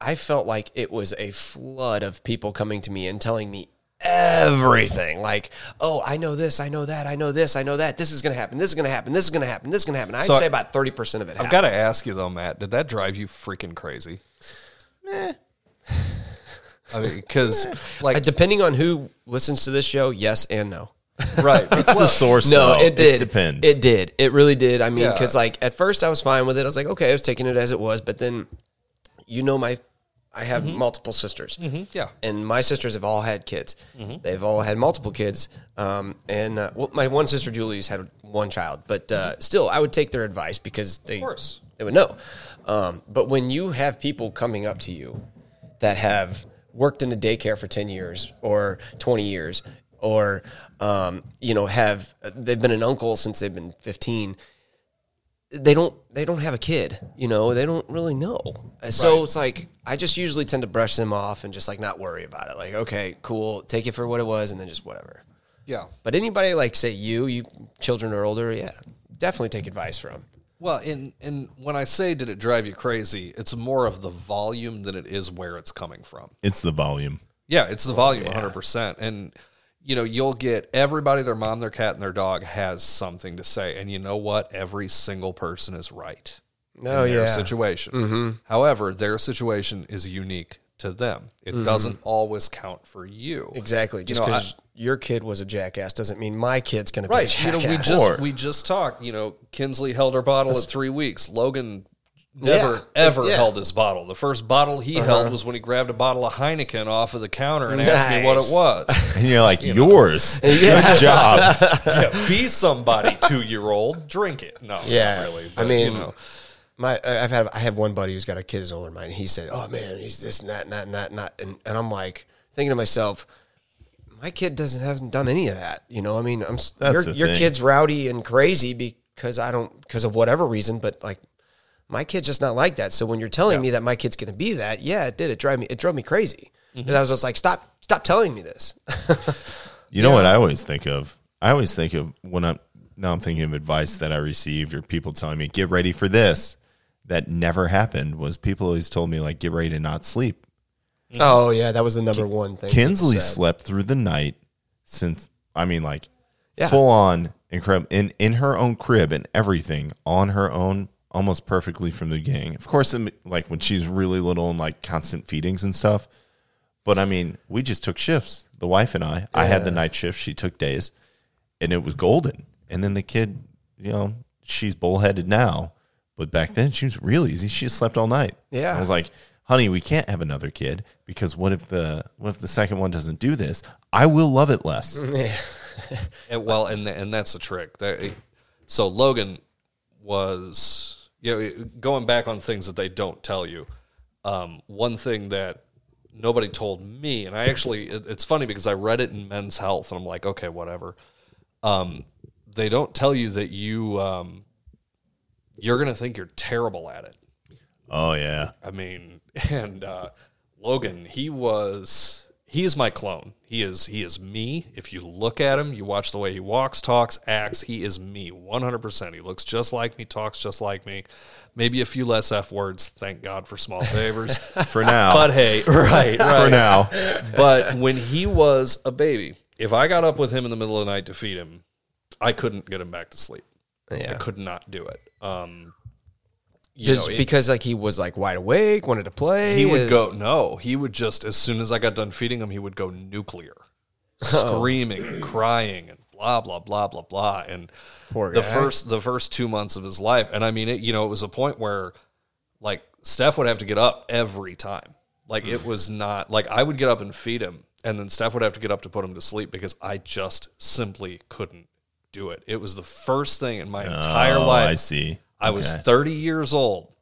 Speaker 6: I felt like it was a flood of people coming to me and telling me everything. Like, oh, I know this, I know that, I know this, I know that. This is going to happen. This is going to happen. This is going to happen. This is going to happen. I'd
Speaker 7: So I-
Speaker 6: say about 30% of it
Speaker 7: I've
Speaker 6: happened.
Speaker 7: got to ask you, though, Matt, did that drive you freaking crazy? I mean, because,
Speaker 6: Uh,
Speaker 7: like,
Speaker 6: Depending on who listens to this show, yes and no.
Speaker 1: <laughs>
Speaker 7: right.
Speaker 1: it's the source.
Speaker 6: No,
Speaker 1: though.
Speaker 6: it did.
Speaker 1: depends.
Speaker 6: It did. It really did. I mean,
Speaker 7: Yeah.
Speaker 6: because like at first I was fine with it. I was like, okay, I was taking it as it was. But then, you know, my I have multiple sisters,
Speaker 7: yeah. Mm-hmm.
Speaker 6: and my sisters have all had kids. They've all had multiple kids. Um, and uh, well, my one sister Julie's had one child, but uh, still, I would take their advice because they
Speaker 7: Mm-hmm. course.
Speaker 6: they would know. Um, but when you have people coming up to you that have worked in a daycare for 10 years or 20 years or um, you know have they've been an uncle since they've been 15 they don't they don't have a kid you know they don't really know Uh, so
Speaker 7: Right.
Speaker 6: it's like i just usually tend to brush them off and just like not worry about it like okay cool take it for what it was and then just whatever
Speaker 7: Yeah.
Speaker 6: but anybody like say you you children are older yeah definitely take advice from
Speaker 7: Well, and and when I say did it drive you crazy, it's more of the volume than it is where it's coming from.
Speaker 1: It's the volume.
Speaker 7: Yeah, it's
Speaker 6: Oh,
Speaker 7: the volume, one hundred percent. And you know, you'll get everybody, their mom, their cat, and their dog has something to say. And you know what? Every single person is right.
Speaker 6: no
Speaker 7: Their situation.
Speaker 6: Mm-hmm.
Speaker 7: However, their situation is unique to them. It doesn't always count for you.
Speaker 6: Mm-hmm. exactly just
Speaker 7: know, I-
Speaker 6: because your kid was a jackass doesn't mean my kid's gonna be a
Speaker 7: Right. You
Speaker 6: jackass
Speaker 7: know, we just we just talked. You know, Kinsley held her bottle at three weeks. Logan never
Speaker 6: Yeah.
Speaker 7: ever
Speaker 6: Yeah. Uh-huh.
Speaker 7: held his bottle. The first bottle he held was when he grabbed a bottle of Heineken off of the counter and asked me what it
Speaker 6: Nice. <laughs>
Speaker 7: was.
Speaker 1: And you're like, yours. Good job.
Speaker 7: yeah, be somebody, two year old. Drink it. No, yeah,
Speaker 6: Yeah.
Speaker 7: really.
Speaker 6: I
Speaker 7: but,
Speaker 6: mean,
Speaker 7: you know.
Speaker 6: my I- I've had I have one buddy who's got a kid who's older than mine. And he said, "Oh man, he's this and that and that and that and that," and, and I'm like thinking to myself, my kid doesn't hasn't done any of that. You know, I mean, I'm s-
Speaker 1: That's
Speaker 6: your,
Speaker 1: the
Speaker 6: your
Speaker 1: thing.
Speaker 6: kid's rowdy and crazy because I don't because of whatever reason, but like my kid's just not like that. So when you're telling me that my kid's going to be that, yeah, it did. It drive me. It drove me crazy. And I was just like, stop, stop telling me this.
Speaker 1: You know what I always think of? I always think of when I'm now I'm thinking of advice that I received or people telling me, get ready for this. That never happened was people always told me like get ready to not sleep.
Speaker 6: <laughs> oh yeah, that was the number one thing. people
Speaker 1: Kinsley
Speaker 6: said.
Speaker 1: slept through the night since I mean like
Speaker 6: Yeah.
Speaker 1: full on incredible in in her own crib and everything on her own almost perfectly from the beginning. Of course in- like when she's really little and like constant feedings and stuff. But I mean, we just took shifts. The wife and I. I had the night shift, she took days, and it was golden. And then the kid, you know, she's bullheaded now, but back then she was real easy. She slept all night.
Speaker 6: Yeah.
Speaker 1: I was like, honey, we can't have another kid because what if the what if the second one doesn't do this? I will love it
Speaker 7: <laughs>
Speaker 1: less.
Speaker 7: And, well, and and that's the trick. That- so Logan was, you know, going back on things that they don't tell you. Um, one thing that nobody told me, and I actually, it- it's funny because I read it in Men's Health, and I'm like, okay, whatever. Um, they don't tell you that you um, you're gonna think you're terrible at it.
Speaker 1: Oh yeah.
Speaker 7: I mean, <laughs> and uh, Logan, he was he is my clone. He is he is me. If you look at him, you watch the way he walks, talks, acts, he is me 100%. He looks just like me, talks just like me. Maybe a few less F words. Thank God for small
Speaker 1: <laughs>
Speaker 7: favors.
Speaker 1: For now.
Speaker 7: <laughs>
Speaker 1: <laughs>
Speaker 7: but hey, right, right
Speaker 1: for now.
Speaker 7: but when he was a baby, if I got up with him in the middle of the night to feed him, I couldn't get him back to sleep. I
Speaker 6: Yeah.
Speaker 7: could not do it. Um, you
Speaker 6: Just
Speaker 7: know, it-
Speaker 6: because like he was like wide awake, wanted to play.
Speaker 7: he
Speaker 6: uh,
Speaker 7: would go no he would just as soon as i got done feeding him he would go
Speaker 1: <laughs>
Speaker 7: nuclear
Speaker 1: Oh.
Speaker 7: screaming and crying and blah blah blah blah blah and
Speaker 6: Poor
Speaker 7: the
Speaker 6: guy.
Speaker 7: first the first two months of his life and i mean it you know it was a point where like steph would have to get up every time like
Speaker 1: Mm.
Speaker 7: it was not like i would get up and feed him and then steph would have to get up to put him to sleep because i just simply couldn't do it it was the first thing in my entire
Speaker 1: Oh,
Speaker 7: life
Speaker 1: I see.
Speaker 7: I was 30 years old,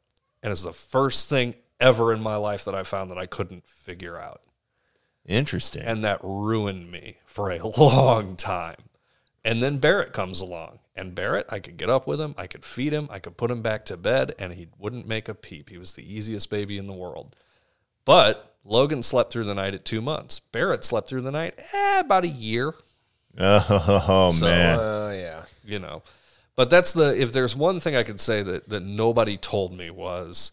Speaker 7: and it's the first thing ever in my life that I found that I couldn't figure out.
Speaker 1: Interesting.
Speaker 7: And that ruined me for a <laughs> long time. And then Barrett comes along, and Barrett, I could get up with him, I could feed him, I could put him back to bed, and he wouldn't make a peep. He was the easiest baby in the world. But Logan slept through the night at two months. Barrett slept through the night eh, about a year.
Speaker 1: <laughs> oh man.
Speaker 7: uh,
Speaker 6: Oh yeah.
Speaker 7: you know but that's the if there's one thing i could say that that nobody told me was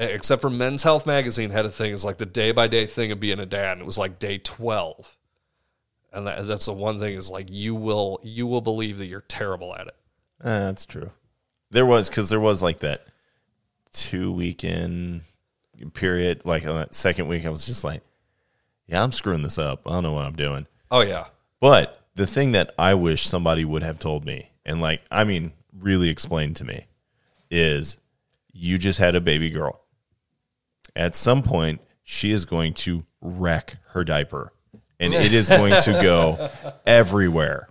Speaker 7: e, except for men's health magazine had a thing it's like the day by day thing of being a dad and it was like day 12 and that, that's the one thing is like you will you will believe that you're terrible at it
Speaker 1: Uh, that's true. There was because there was like that two weekend period, like on that second week, I was just like, "Yeah, I'm screwing this up. I don't know what I'm doing."
Speaker 7: oh yeah
Speaker 1: But the thing that I wish somebody would have told me, and like, I mean, really explained to me, is you just had a baby girl. At some point, she is going to wreck her diaper and it is going to go everywhere.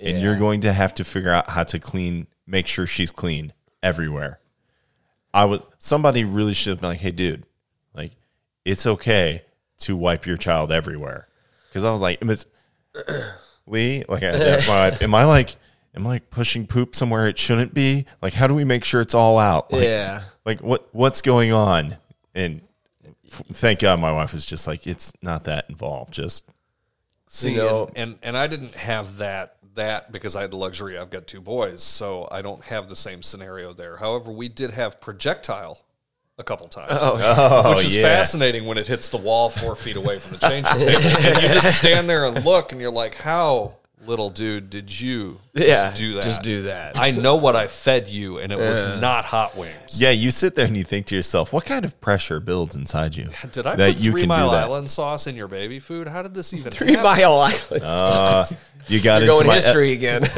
Speaker 1: And you're going to have to figure out how to clean, make sure she's clean everywhere. I would, somebody really should have been like, hey, dude, like, it's okay to wipe your child <clears throat> everywhere. Cause I was like, "Am it's- Lee, like, I, that's my wife. Am I like, am I like, pushing poop somewhere it shouldn't be? Like, how do we make sure it's all out? Like,
Speaker 6: yeah. <laughs>
Speaker 1: like what what's going on? And f- thank God my wife is just like, it's not that involved. Just
Speaker 7: See,
Speaker 6: know-
Speaker 7: and, and and I didn't have that that because I had the luxury. I've got two boys, so I don't have the same scenario there. However, we did have projectile a couple times,
Speaker 1: oh,
Speaker 7: which is
Speaker 1: yeah.
Speaker 7: fascinating when it hits the wall four feet away from the changing table. and you just stand there and look, and you're like, "How little dude did you just
Speaker 6: Yeah,
Speaker 7: do that?
Speaker 6: just do that.
Speaker 7: I know what I fed you, and it was not hot wings.
Speaker 1: Yeah, you sit there and you think to yourself, what kind of pressure builds inside you?
Speaker 7: Did I
Speaker 1: that
Speaker 7: put
Speaker 1: you
Speaker 7: Three
Speaker 1: can do
Speaker 7: Mile
Speaker 1: that?
Speaker 7: Island sauce in your baby food? How did this even
Speaker 6: Three
Speaker 7: happen? <laughs>
Speaker 6: Mile <laughs> Island.
Speaker 1: Uh, you got
Speaker 6: You're
Speaker 1: into
Speaker 6: going
Speaker 1: my-
Speaker 6: history again. <laughs>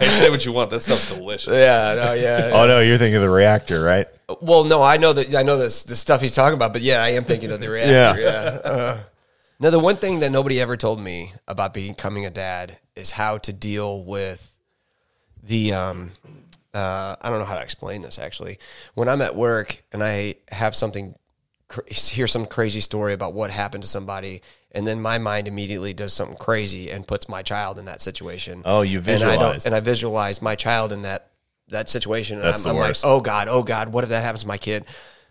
Speaker 7: Hey, say what you want. That stuff's delicious.
Speaker 6: yeah, no, yeah.
Speaker 1: Oh no, you're thinking of the reactor, right?
Speaker 6: Well, no, I know that I know this the stuff he's talking about, but yeah, I am thinking of the reactor. yeah. Uh, now, the one thing that nobody ever told me about becoming a dad is how to deal with the um, uh, I don't know how to explain this actually. When I'm at work and I have something, cra- hear some crazy story about what happened to somebody, and then my mind immediately does something crazy and puts my child in that situation.
Speaker 1: Oh, you
Speaker 6: And I,
Speaker 1: visualize.
Speaker 6: don't- and I visualize my child in that that situation. And
Speaker 1: That's
Speaker 6: I'm,
Speaker 1: the
Speaker 6: I'm
Speaker 1: worst.
Speaker 6: like, oh god, oh god, what if that happens to my kid?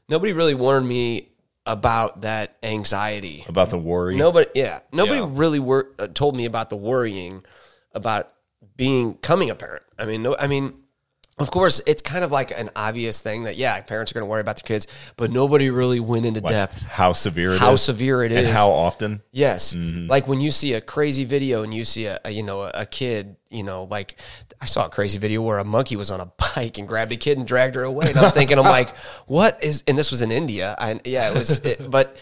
Speaker 6: Nobody really warned me about that anxiety.
Speaker 1: About the worry.
Speaker 6: Nobody, yeah, nobody
Speaker 7: Yeah.
Speaker 6: really wor- uh, told me about the worrying about being coming a parent. I mean, no, I mean, of course, it's kind of like an obvious thing that yeah, parents are going to worry about their kids, but nobody really went into
Speaker 1: Like,
Speaker 6: depth.
Speaker 1: How severe it is.
Speaker 6: How severe it
Speaker 1: and
Speaker 6: is.
Speaker 1: how often?
Speaker 6: Yes, like when you see a crazy video and you see a, a you know a, a kid, you know, like I saw a crazy video where a monkey was on a <laughs> bike and grabbed a kid and dragged her away, and I'm thinking, I'm like, what is? And this was in India, I, yeah, it was, it, but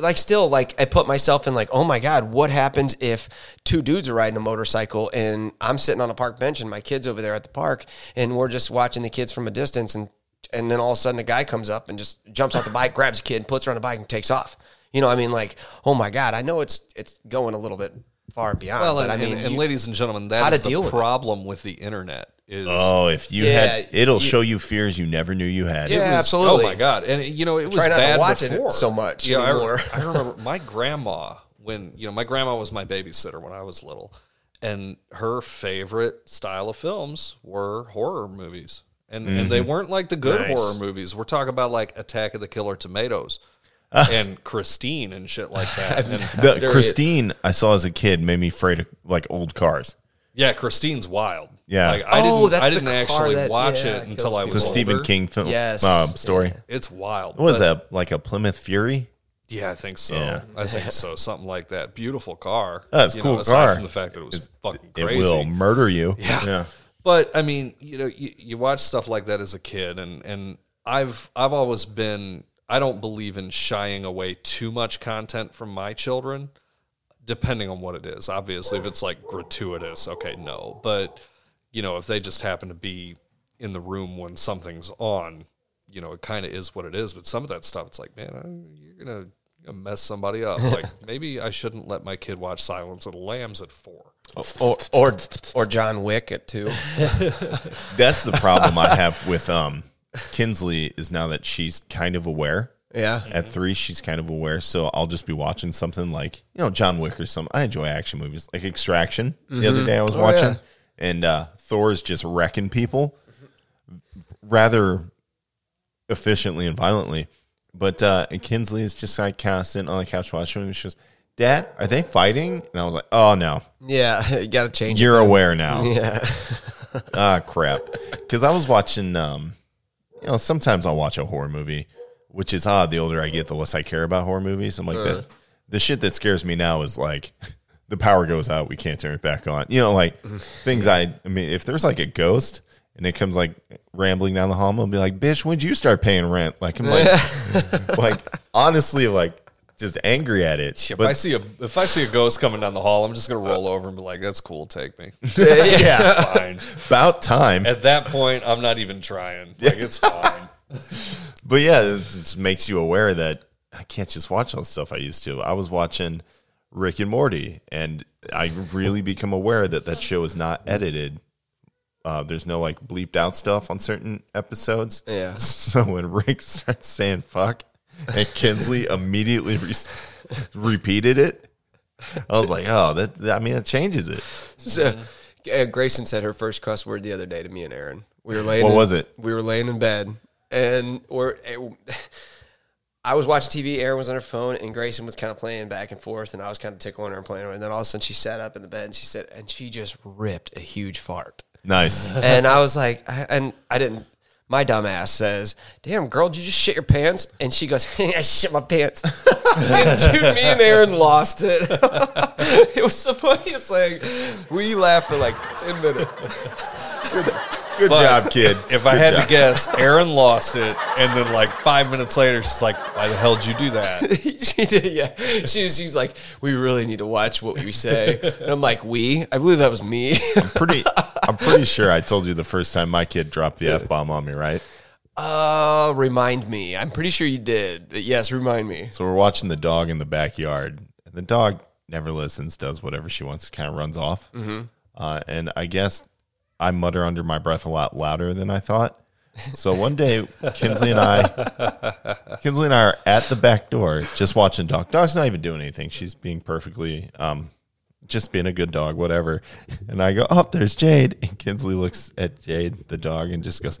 Speaker 6: like still, like I put myself in like, oh my god, what happens if two dudes are riding a motorcycle and I'm sitting on a park bench and my kids over there at the park and we're just watching the kids from a distance and and then all of a sudden a guy comes up and just jumps off the bike, grabs a kid, puts her on a bike, and takes off. You know, I mean, like, oh my god, I know it's it's going a little bit far beyond.
Speaker 7: Well,
Speaker 6: but
Speaker 7: and,
Speaker 6: I mean,
Speaker 7: and, and
Speaker 6: you-
Speaker 7: ladies and gentlemen,
Speaker 6: how
Speaker 7: that
Speaker 6: to
Speaker 7: is
Speaker 6: deal
Speaker 7: the
Speaker 6: with it.
Speaker 7: problem with the internet. Is
Speaker 1: Oh, if you
Speaker 6: Yeah,
Speaker 1: had, it'll
Speaker 6: you-
Speaker 1: show you fears you never knew you had.
Speaker 6: Yeah.
Speaker 7: It was-
Speaker 6: absolutely.
Speaker 7: Oh my god! And you know, it was
Speaker 6: Try not to
Speaker 7: bad
Speaker 6: watch it
Speaker 7: before.
Speaker 6: so much
Speaker 7: Yeah, I re-
Speaker 6: anymore. <laughs>
Speaker 7: I, remember my grandma when you know my grandma was my babysitter when I was little, and her favorite style of films were horror movies, and and they weren't like the good
Speaker 1: Mm-hmm. Nice.
Speaker 7: horror movies. We're talking about like Attack of the
Speaker 1: <laughs>
Speaker 7: Killer Tomatoes. and Christine and shit like that. And-
Speaker 1: The Christine I saw as a kid made me afraid of like old cars.
Speaker 7: yeah, Christine's wild.
Speaker 1: Yeah.
Speaker 7: like, I
Speaker 6: Oh,
Speaker 7: didn't.
Speaker 6: that's
Speaker 7: I
Speaker 6: the
Speaker 7: didn't
Speaker 6: car
Speaker 7: actually
Speaker 6: that-
Speaker 7: watch
Speaker 6: yeah,
Speaker 7: it until
Speaker 6: kills
Speaker 7: I was
Speaker 1: It's a Stephen
Speaker 7: older.
Speaker 1: King film
Speaker 6: Yes.
Speaker 1: uh, story.
Speaker 7: It's wild.
Speaker 1: What was
Speaker 7: but-
Speaker 1: that? Like a Plymouth Fury?
Speaker 7: Yeah, I think so.
Speaker 1: Yeah.
Speaker 7: I think so. Something like that. Beautiful car.
Speaker 1: That's
Speaker 7: You
Speaker 1: cool
Speaker 7: aside
Speaker 1: car.
Speaker 7: From the fact that it was fucking
Speaker 1: It
Speaker 7: crazy.
Speaker 1: will murder you.
Speaker 7: <laughs> Yeah. But I mean, you know, you, you watch stuff like that as a kid, and and I've I've always been I don't believe in shying away too much content from my children, depending on what it is. Obviously, if it's like gratuitous, okay, no. But you know, if they just happen to be in the room when something's on, you know, it kind of is what it is. But some of that stuff, it's like, man, I, you're gonna. you're gonna Mess somebody up. Like maybe I shouldn't let my kid watch Silence of the Lambs at four.
Speaker 6: or or or John Wick at
Speaker 7: <laughs>
Speaker 6: two.
Speaker 1: That's the problem I have with um Kinsley is now that she's kind of aware.
Speaker 6: Yeah,
Speaker 1: At three, she's kind of aware, so I'll just be watching something like you know John Wick or something. I enjoy action movies like Extraction. The other day I was watching,
Speaker 6: yeah.
Speaker 1: and uh, Thor's just wrecking people rather efficiently and violently. But uh, and Kinsley is just like kind of sitting on the couch watching. And she goes, "Dad, are they fighting?" And I was like, "Oh no,
Speaker 6: yeah, <laughs> you got to change.
Speaker 1: you're aware now."
Speaker 6: it. Yeah,
Speaker 1: Ah, crap. Because I was watching, um, you know, sometimes I'll watch a horror movie, which is odd. The older I get, the less I care about horror movies. I'm like, the, the shit that scares me now is like, <laughs> the power goes out, we can't turn it back on. You know, like things I, I mean, if there's like a ghost and it comes like rambling down the hall, I'll be like, bitch, when'd you start paying rent? Like, I'm like, like honestly, like, just angry at it.
Speaker 7: If I
Speaker 1: But Uh,
Speaker 7: see a if I see a ghost coming down the hall, I'm just gonna roll over and be like, "That's cool, take me."
Speaker 1: <laughs> yeah,
Speaker 7: <laughs>
Speaker 1: <laughs>
Speaker 7: fine.
Speaker 1: about time.
Speaker 7: At that point, I'm not even trying. Like
Speaker 1: <laughs>
Speaker 7: it's fine.
Speaker 1: But yeah, it just makes you aware that I can't just watch all the stuff I used to. I was watching Rick and Morty, and I really become aware that that show is not edited. Uh, there's no like bleeped out stuff on certain episodes.
Speaker 6: Yeah.
Speaker 1: <laughs> So when Rick starts saying fuck, and Kinsley immediately re- repeated it, I was like, oh, that, that I mean, that changes it.
Speaker 6: <laughs> So, Uh, Grayson said her first cuss word the other day to me and Aaron. We were laying.
Speaker 1: What
Speaker 6: in-
Speaker 1: was it?
Speaker 6: We were laying in bed, and we're. it- I was watching TV. Aaron was on her phone, and Grayson was kind of playing back and forth, and I was kind of tickling her and playing. with her, And then all of a sudden, she sat up in the bed and she said, and she just ripped a huge fart.
Speaker 1: Nice.
Speaker 6: And I was like, I, and I didn't. My dumb ass says, "Damn girl, did you just shit your pants?" And she goes, <laughs> "I shit my pants." <laughs> and dude, me and Aaron lost it. <laughs> it was the funniest thing. We laughed for like ten minutes. <laughs>
Speaker 1: Good job, kid.
Speaker 7: If I
Speaker 1: Good
Speaker 7: had
Speaker 1: job.
Speaker 7: to guess, Aaron lost it, and then like five minutes later, she's like, "Why the hell did you
Speaker 1: <laughs>
Speaker 7: do that?"
Speaker 6: she did, yeah. She was, she was like, "We really need to watch what we say." And I'm like, "We?" I believe that was me. <laughs>
Speaker 1: pretty I'm pretty sure I told you the first time my kid dropped the F bomb on me, right?
Speaker 6: uh, remind me. I'm pretty sure you did. But yes, remind me.
Speaker 1: So we're watching the dog in the backyard, and the dog never listens, does whatever she wants, kind of runs off. Uh, and I guess I mutter under my breath a lot louder than I thought. So one day, Kinsley and I, Kinsley and I are at the back door just watching dog. Dog's not even doing anything. She's being perfectly, um, just being a good dog, whatever. And I go, oh, there's Jade. And Kinsley looks at Jade, the dog, and just goes,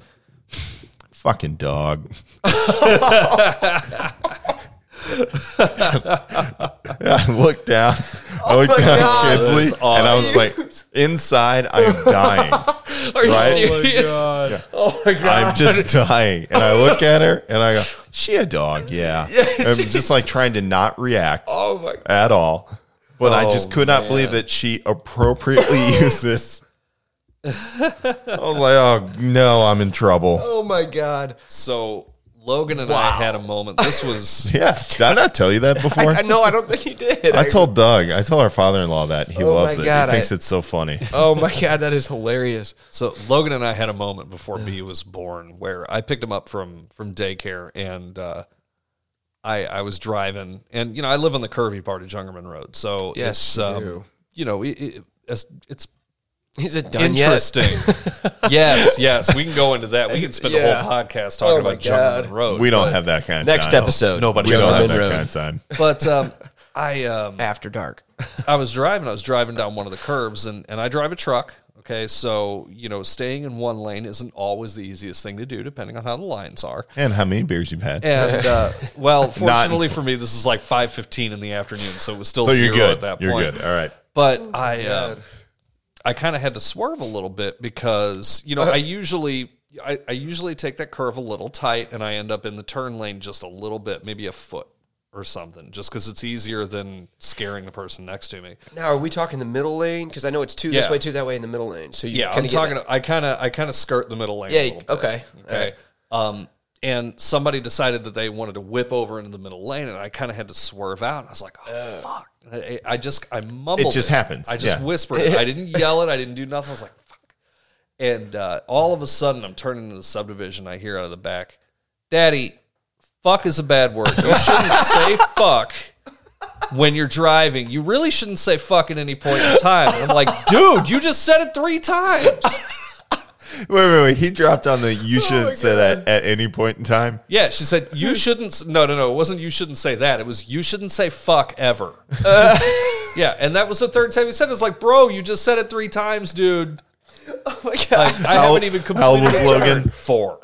Speaker 1: fucking dog. <laughs> I looked down. I looked down at
Speaker 6: God.
Speaker 1: Kinsley, and I was like, inside, I am dying.
Speaker 6: Are you
Speaker 1: Right? Oh
Speaker 6: serious?
Speaker 7: God.
Speaker 6: Oh my god!
Speaker 1: I'm
Speaker 6: <laughs>
Speaker 1: just dying. And I look at her, and I go, she a dog, yeah. I'm just like trying to not react
Speaker 6: oh my god!
Speaker 1: at all. But I
Speaker 7: Oh,
Speaker 1: just could not believe that she appropriately
Speaker 6: <laughs>
Speaker 1: used this. I was like, oh, no, I'm in trouble.
Speaker 6: Oh my god!
Speaker 7: So Logan and I had a moment. This was
Speaker 1: Yeah. Did I not tell you that before?
Speaker 6: <laughs> I, no, I don't think you did.
Speaker 1: I told Doug, I told our father in law that. He
Speaker 6: Oh my
Speaker 1: loves it.
Speaker 6: God,
Speaker 1: he thinks
Speaker 6: I-
Speaker 1: it's so funny.
Speaker 6: Oh my god, that is hilarious.
Speaker 7: so Logan and I had a moment before B was born where I picked him up from from daycare and uh, I I was driving and you know I live on the curvy part of Jungerman Road, so
Speaker 6: Yes,
Speaker 7: it's,
Speaker 6: you
Speaker 7: um,
Speaker 6: do.
Speaker 7: you know it, it, it's it's
Speaker 6: Is it done yet?
Speaker 7: interesting.
Speaker 6: <laughs>
Speaker 7: yes, yes, we can go into that. We can spend
Speaker 6: Yeah.
Speaker 7: the whole podcast talking
Speaker 6: Oh my
Speaker 7: about
Speaker 6: God.
Speaker 7: Jungerman Road.
Speaker 1: We don't have that kind of
Speaker 6: Next
Speaker 1: time.
Speaker 6: episode.
Speaker 7: Nobody
Speaker 1: We don't have
Speaker 6: Gentlemen
Speaker 1: that
Speaker 6: Road.
Speaker 1: kind of time.
Speaker 6: <laughs>
Speaker 7: but um, I um,
Speaker 6: After dark.
Speaker 7: I was driving. I was driving down one of the curves, and and I drive a truck. Okay, so you know, staying in one lane isn't always the easiest thing to do, depending on how the lines are.
Speaker 1: And how many beers you've had.
Speaker 7: And
Speaker 1: <laughs>
Speaker 7: uh, well, fortunately for me, this is like five fifteen in the afternoon, so it was still
Speaker 1: so you're
Speaker 7: zero
Speaker 1: good.
Speaker 7: at that
Speaker 1: you're
Speaker 7: point.
Speaker 1: good. All right.
Speaker 7: But
Speaker 6: Oh,
Speaker 7: I, uh, I kind of had to swerve a little bit because you
Speaker 1: <laughs>
Speaker 7: know I usually. I, I usually take that curve a little tight and I end up in the turn lane just a little bit, maybe a foot or something, just because it's easier than scaring the person next to me.
Speaker 6: Now, are we talking the middle lane? Because I know it's two
Speaker 7: Yeah.
Speaker 6: this way, two that way in the middle lane. So you
Speaker 7: Yeah,
Speaker 6: kinda
Speaker 7: I'm
Speaker 6: get
Speaker 7: talking.
Speaker 6: that.
Speaker 7: I kind of, I kind of skirt the middle lane. a
Speaker 6: Yeah,
Speaker 7: little bit,
Speaker 6: okay.
Speaker 7: okay. Um, and somebody decided that they wanted to whip over into the middle lane, and I kind of had to swerve out. And I was like, "Oh fuck!" And I, I just, I mumbled.
Speaker 1: It just happens,
Speaker 7: I just
Speaker 1: yeah.
Speaker 7: whispered.
Speaker 1: <laughs>
Speaker 7: It. I didn't yell it. I didn't do nothing. I was like, "Fuck!" And uh, all of a sudden, I'm turning into the subdivision. I hear out of the back, "Daddy, fuck is a bad word.
Speaker 1: <laughs>
Speaker 7: You shouldn't say fuck." when you're driving. You really shouldn't say fuck at any point in time. And I'm like, dude, you just said it three times.
Speaker 1: Wait, wait, wait. He dropped on the you shouldn't say that at any point in time.
Speaker 7: Yeah, she said,
Speaker 6: <laughs>
Speaker 7: you shouldn't. s- No, no, no. It wasn't you shouldn't say that. It was you shouldn't say fuck
Speaker 6: <laughs>
Speaker 7: ever. yeah, and that was the third time he said it. It's like, bro, you just said it three times, dude.
Speaker 6: Oh my god.
Speaker 7: I
Speaker 1: How-
Speaker 7: haven't even
Speaker 1: how
Speaker 7: completed
Speaker 1: old was
Speaker 7: the turn.
Speaker 1: Logan?
Speaker 6: <laughs>
Speaker 7: Four.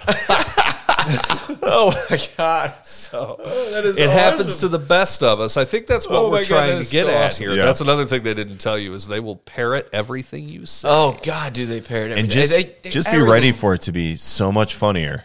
Speaker 6: oh my god.
Speaker 7: So it happens to the best of us. I think that's what
Speaker 6: Oh my
Speaker 7: we're
Speaker 6: God,
Speaker 7: trying
Speaker 6: that
Speaker 7: to
Speaker 6: is
Speaker 7: get
Speaker 6: so
Speaker 7: at
Speaker 6: awesome.
Speaker 7: here.
Speaker 1: Yeah.
Speaker 7: That's another thing they didn't tell you is they will parrot everything you say.
Speaker 6: Oh god, do they parrot everything?
Speaker 1: And just
Speaker 6: They- they-
Speaker 1: just be
Speaker 6: everything.
Speaker 1: ready for it to be so much funnier.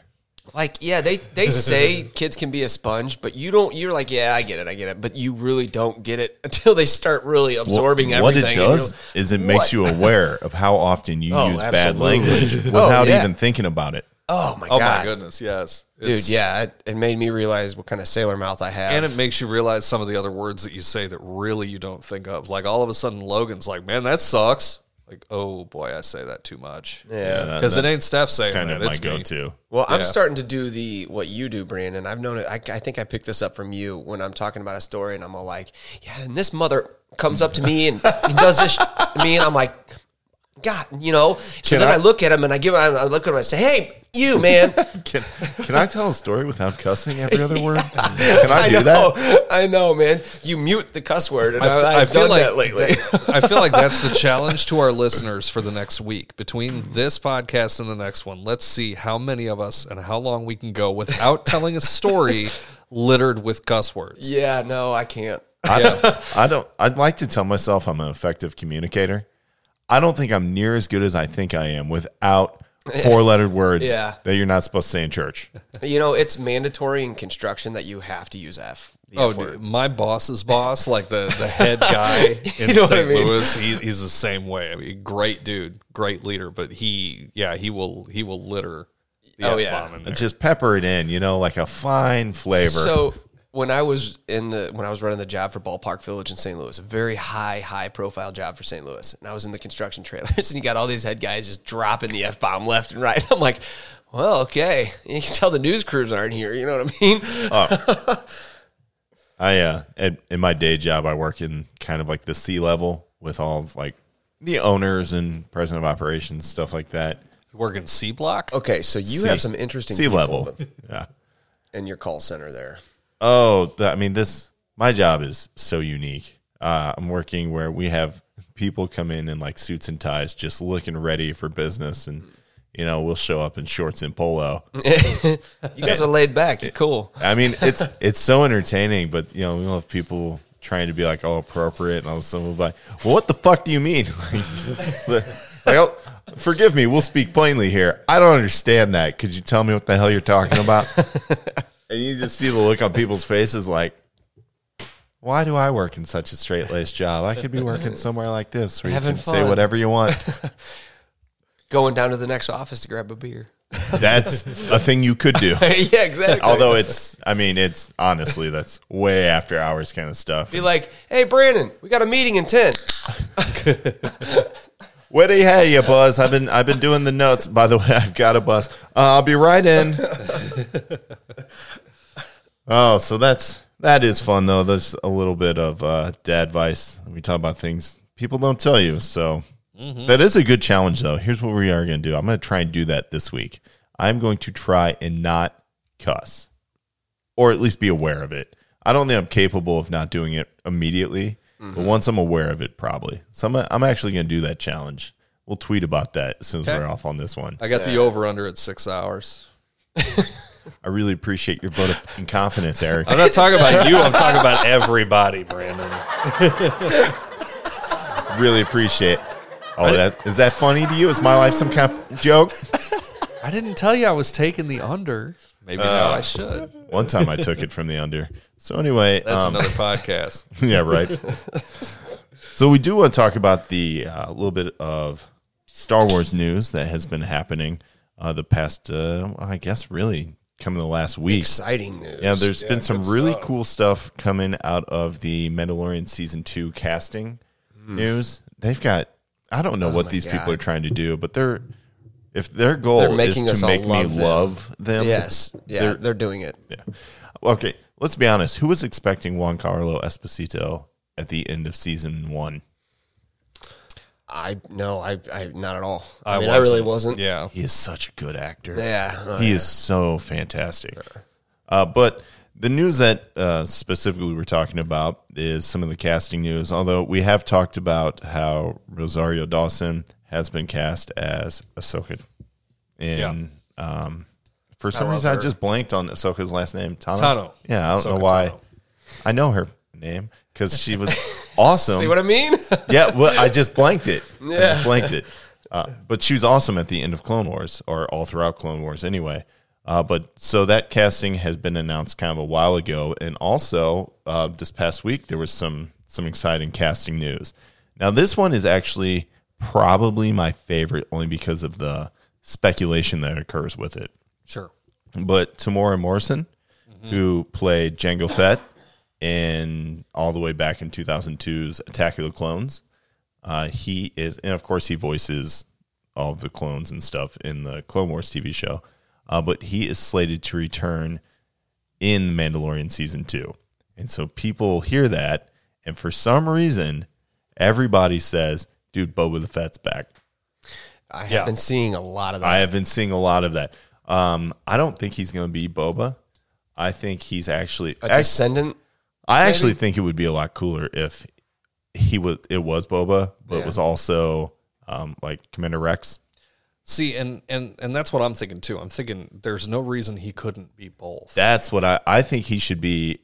Speaker 6: Like, yeah, they they say kids can be a sponge, but you don't. You're like, yeah, I get it, I get it, but you really don't get it <laughs> until they start really absorbing
Speaker 1: what
Speaker 6: everything.
Speaker 1: it
Speaker 6: and you're
Speaker 1: does
Speaker 6: like,
Speaker 1: is it makes
Speaker 6: "What?"
Speaker 1: you aware of how often you
Speaker 6: <laughs> Oh,
Speaker 1: use bad
Speaker 6: absolutely.
Speaker 1: language
Speaker 6: <laughs> Oh,
Speaker 1: without
Speaker 6: yeah.
Speaker 1: even thinking about it.
Speaker 6: Oh my
Speaker 7: Oh
Speaker 6: god,
Speaker 7: my goodness, yes,
Speaker 6: dude,
Speaker 7: It's-
Speaker 6: yeah, it, it made me realize what kind of sailor mouth I have.
Speaker 7: and it makes you realize some of the other words that you say that really you don't think of. Like all of a sudden, Logan's like, "Man, that sucks." Like, oh boy, I say that too much.
Speaker 6: yeah.
Speaker 1: That-
Speaker 7: because it
Speaker 1: that's
Speaker 7: ain't Steph saying
Speaker 1: kind
Speaker 7: that.
Speaker 1: of my
Speaker 7: it's me.
Speaker 1: go-to.
Speaker 6: Well, I'm
Speaker 7: Yeah.
Speaker 6: starting to do the what you do, Brandon. I've known it. I, I think I picked this up from you when I'm talking about a story, and I'm all like, "Yeah," and this mother comes up to me and, and does this sh- <laughs> to me, and I'm like, "God," you know. So
Speaker 1: Can
Speaker 6: then I,
Speaker 1: I-
Speaker 6: look at him and I give him. I look at him and I say, "Hey, you, man.
Speaker 1: Can, can I tell a story without cussing every
Speaker 6: <laughs>
Speaker 1: other word? Can I do
Speaker 6: know,
Speaker 1: that?
Speaker 6: <laughs> I know, man. You mute the cuss word, and I,
Speaker 7: I f-
Speaker 6: have
Speaker 7: I feel
Speaker 6: done
Speaker 7: like
Speaker 6: that lately.
Speaker 7: I feel like that's the challenge to our listeners for the next week. Between this podcast and the next one, let's see how many of us and how long we can go without telling
Speaker 6: <laughs>
Speaker 7: a story littered with cuss
Speaker 6: <laughs>
Speaker 7: words.
Speaker 6: yeah, no, I can't.
Speaker 1: I, don't, I don't. I'd like to tell myself I'm an effective communicator. I don't think I'm near as good as I think I am
Speaker 6: <laughs>
Speaker 1: without four lettered words
Speaker 6: Yeah.
Speaker 1: that you're not supposed to say in church.
Speaker 6: You know, it's mandatory in construction that you have to use F. The
Speaker 7: Oh,
Speaker 6: F word.
Speaker 7: dude, my boss's boss, like the, the
Speaker 1: <laughs>
Speaker 7: head guy in
Speaker 6: know what I
Speaker 7: St.
Speaker 6: mean?
Speaker 7: Louis, he, he's the same way. I mean, great dude, great leader, but he, yeah, he will he will litter. The
Speaker 6: Oh, yeah.
Speaker 7: F-bomb in there.
Speaker 1: Just pepper it in, you know, like a fine flavor.
Speaker 6: So when I was in the when I was running the job for Ballpark Village in St. Louis, a very high high profile job for St. Louis, and I was in the construction trailers, <laughs> and you got all these head guys just dropping the f bomb left and right. <laughs> I'm like, well, okay, you can tell the news crews aren't here. You know what I mean?
Speaker 1: Uh, I uh, at, in my day job, I work in kind of like the C level with all of like the owners and president of operations stuff like that.
Speaker 7: Working C block.
Speaker 6: okay, so you
Speaker 1: C-
Speaker 6: have some interesting
Speaker 1: C
Speaker 6: people
Speaker 1: level. yeah.
Speaker 6: in your call center there.
Speaker 1: Oh, th- I mean, this my job is so unique. Uh, I'm working where we have people come in in like suits and ties, just looking ready for business, and you know we'll show up in shorts and polo.
Speaker 6: You guys are laid back. You're cool.
Speaker 1: I mean,
Speaker 6: <laughs>
Speaker 1: it's it's so entertaining, but you know we'll have people trying to be like all appropriate, and all of a sudden we'll be like, "Well, what the fuck do you mean?" <laughs> like, like, oh, forgive me, we'll speak plainly here. I don't understand that. Could you tell me what the hell you're talking about?
Speaker 6: <laughs>
Speaker 1: and you just see the look on people's faces, like. Why do I work in such a straight laced job? I could be working somewhere like this where you
Speaker 6: Having
Speaker 1: can say
Speaker 6: fun.
Speaker 1: whatever you want.
Speaker 6: Going down to the next office to grab a beer. <laughs>
Speaker 1: That's a thing you could do.
Speaker 6: yeah, exactly.
Speaker 1: Although it's, I mean, it's honestly, that's way after hours kind of stuff.
Speaker 6: be like, hey, Brandon, we got a meeting in ten.
Speaker 1: Where do you have you, Buzz? I've been I've been doing the notes. By the way, <laughs> I've got a bus. Uh, I'll be right in. oh, so that's that is fun though. There's a little bit of uh, dad advice. We talk about things people don't tell you. So that is a good challenge though. Here's what we are going to do. I'm going to try and do that this week. I'm going to try and not cuss, or at least be aware of it. I don't think I'm capable of not doing it immediately,
Speaker 7: Mm-hmm.
Speaker 1: but once I'm aware of it, probably. So I'm, I'm actually going to do that challenge. We'll tweet about that as soon as
Speaker 7: Okay.
Speaker 1: we're off on this one.
Speaker 7: I got the over under at
Speaker 1: <laughs>
Speaker 7: six hours.
Speaker 1: I really appreciate your vote of confidence, Eric.
Speaker 7: I'm not talking about you. I'm talking about everybody, Brandon.
Speaker 1: really appreciate. Oh, that is that funny to you? Is my life some kind of joke?
Speaker 7: I didn't tell you I was taking the under.
Speaker 1: Uh,
Speaker 7: Maybe now I should.
Speaker 1: One time I took it from the under. So anyway,
Speaker 7: That's
Speaker 1: um,
Speaker 7: another
Speaker 1: <laughs>
Speaker 7: podcast.
Speaker 1: yeah,
Speaker 6: <laughs>
Speaker 1: right. so we do want to talk about the a little bit of Star Wars news that has been happening uh, the past, uh, I guess, really coming the last week.
Speaker 6: Exciting news.
Speaker 1: Yeah, there's been some really
Speaker 6: uh,
Speaker 1: cool stuff coming out of the Mandalorian season two casting
Speaker 6: Hmm.
Speaker 1: news. They've got I don't
Speaker 6: Oh
Speaker 1: know what these people are trying to do, but they're if their goal
Speaker 6: They're making
Speaker 1: is
Speaker 6: us
Speaker 1: to
Speaker 6: all
Speaker 1: make me
Speaker 6: love them.
Speaker 1: love them.
Speaker 6: Yes. Yeah,
Speaker 1: They're-
Speaker 6: they're, doing it.
Speaker 1: Okay, let's be honest. Who was expecting Juan Carlo Esposito at the end of season one?
Speaker 6: I no, I, I not at all. I,
Speaker 7: I
Speaker 6: mean, I really wasn't.
Speaker 7: Yeah.
Speaker 1: He is such a good actor.
Speaker 6: Yeah. uh,
Speaker 1: he is so fantastic. Uh, but the news that uh, specifically we're talking about is some of the casting news. Although we have talked about how Rosario Dawson has been cast as Ahsoka, and um, for some
Speaker 6: love
Speaker 1: reason
Speaker 6: her.
Speaker 1: I just blanked on Ahsoka's last name, Tano.
Speaker 7: Tano.
Speaker 1: Yeah, I don't
Speaker 7: Ahsoka
Speaker 1: know why.
Speaker 7: Tano.
Speaker 1: I know her name because she
Speaker 6: <laughs>
Speaker 1: was awesome
Speaker 6: See what I mean? <laughs>
Speaker 1: <laughs> yeah, well, I just blanked it. I just blanked it. Uh, but she was awesome at the end of Clone Wars, or all throughout Clone Wars, anyway. Uh, but so that casting has been announced kind of a while ago, and also uh, this past week there was some some exciting casting news. Now this one is actually probably my favorite, only because of the speculation that occurs with it
Speaker 7: Sure.
Speaker 1: but Tamora Morrison, who played Django Fett in all the way back in 2002's Attack of the Clones, uh, he is, and of course, he voices all of the clones and stuff in the Clone Wars TV show. Uh, but he is slated to return in Mandalorian season two, and so people hear that, and for some reason, everybody says, "Dude, Boba the Fett's back."
Speaker 6: I have
Speaker 7: Yeah.
Speaker 6: been seeing a lot of that.
Speaker 1: I have been seeing a lot of that. Um, I don't think he's going to be Boba. I think he's actually.
Speaker 6: A
Speaker 1: act-
Speaker 6: descendant.
Speaker 1: I actually think it would be a lot cooler if he was. It was Boba, but it
Speaker 6: Yeah.
Speaker 1: was also um, like Commander Rex.
Speaker 7: See, and and and that's what I'm thinking too. I'm thinking there's no reason he couldn't be both.
Speaker 1: That's what I, I think he should be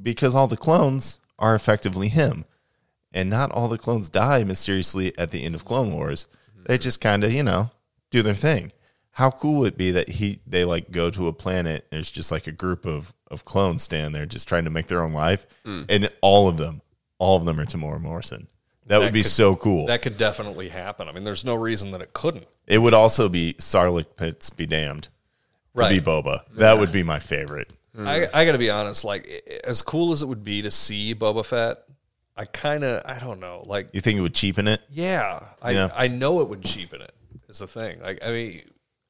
Speaker 1: because all the clones are effectively him. And not all the clones die mysteriously at the end of Clone Wars. They just kind of, you know, do their thing. How cool would it be that he they like go to a planet and there's just like a group of of clones standing there just trying to make their own life
Speaker 7: Mm.
Speaker 1: and all of them all of them are Tamora Morrison. That, would be
Speaker 7: could-
Speaker 1: so cool.
Speaker 7: That could definitely happen. I mean, there's no reason that it couldn't.
Speaker 1: it would also be Sarlacc pits be damned to be
Speaker 7: Right.
Speaker 1: Boba. That would be my favorite.
Speaker 6: Mm.
Speaker 7: I, I got to be honest. Like, i- as cool as it would be to see Boba Fett, I kind of I don't know. Like,
Speaker 1: You think it would cheapen it?
Speaker 7: yeah, I
Speaker 1: Yeah.
Speaker 7: I know it would cheapen it. Is the thing. Like, I mean,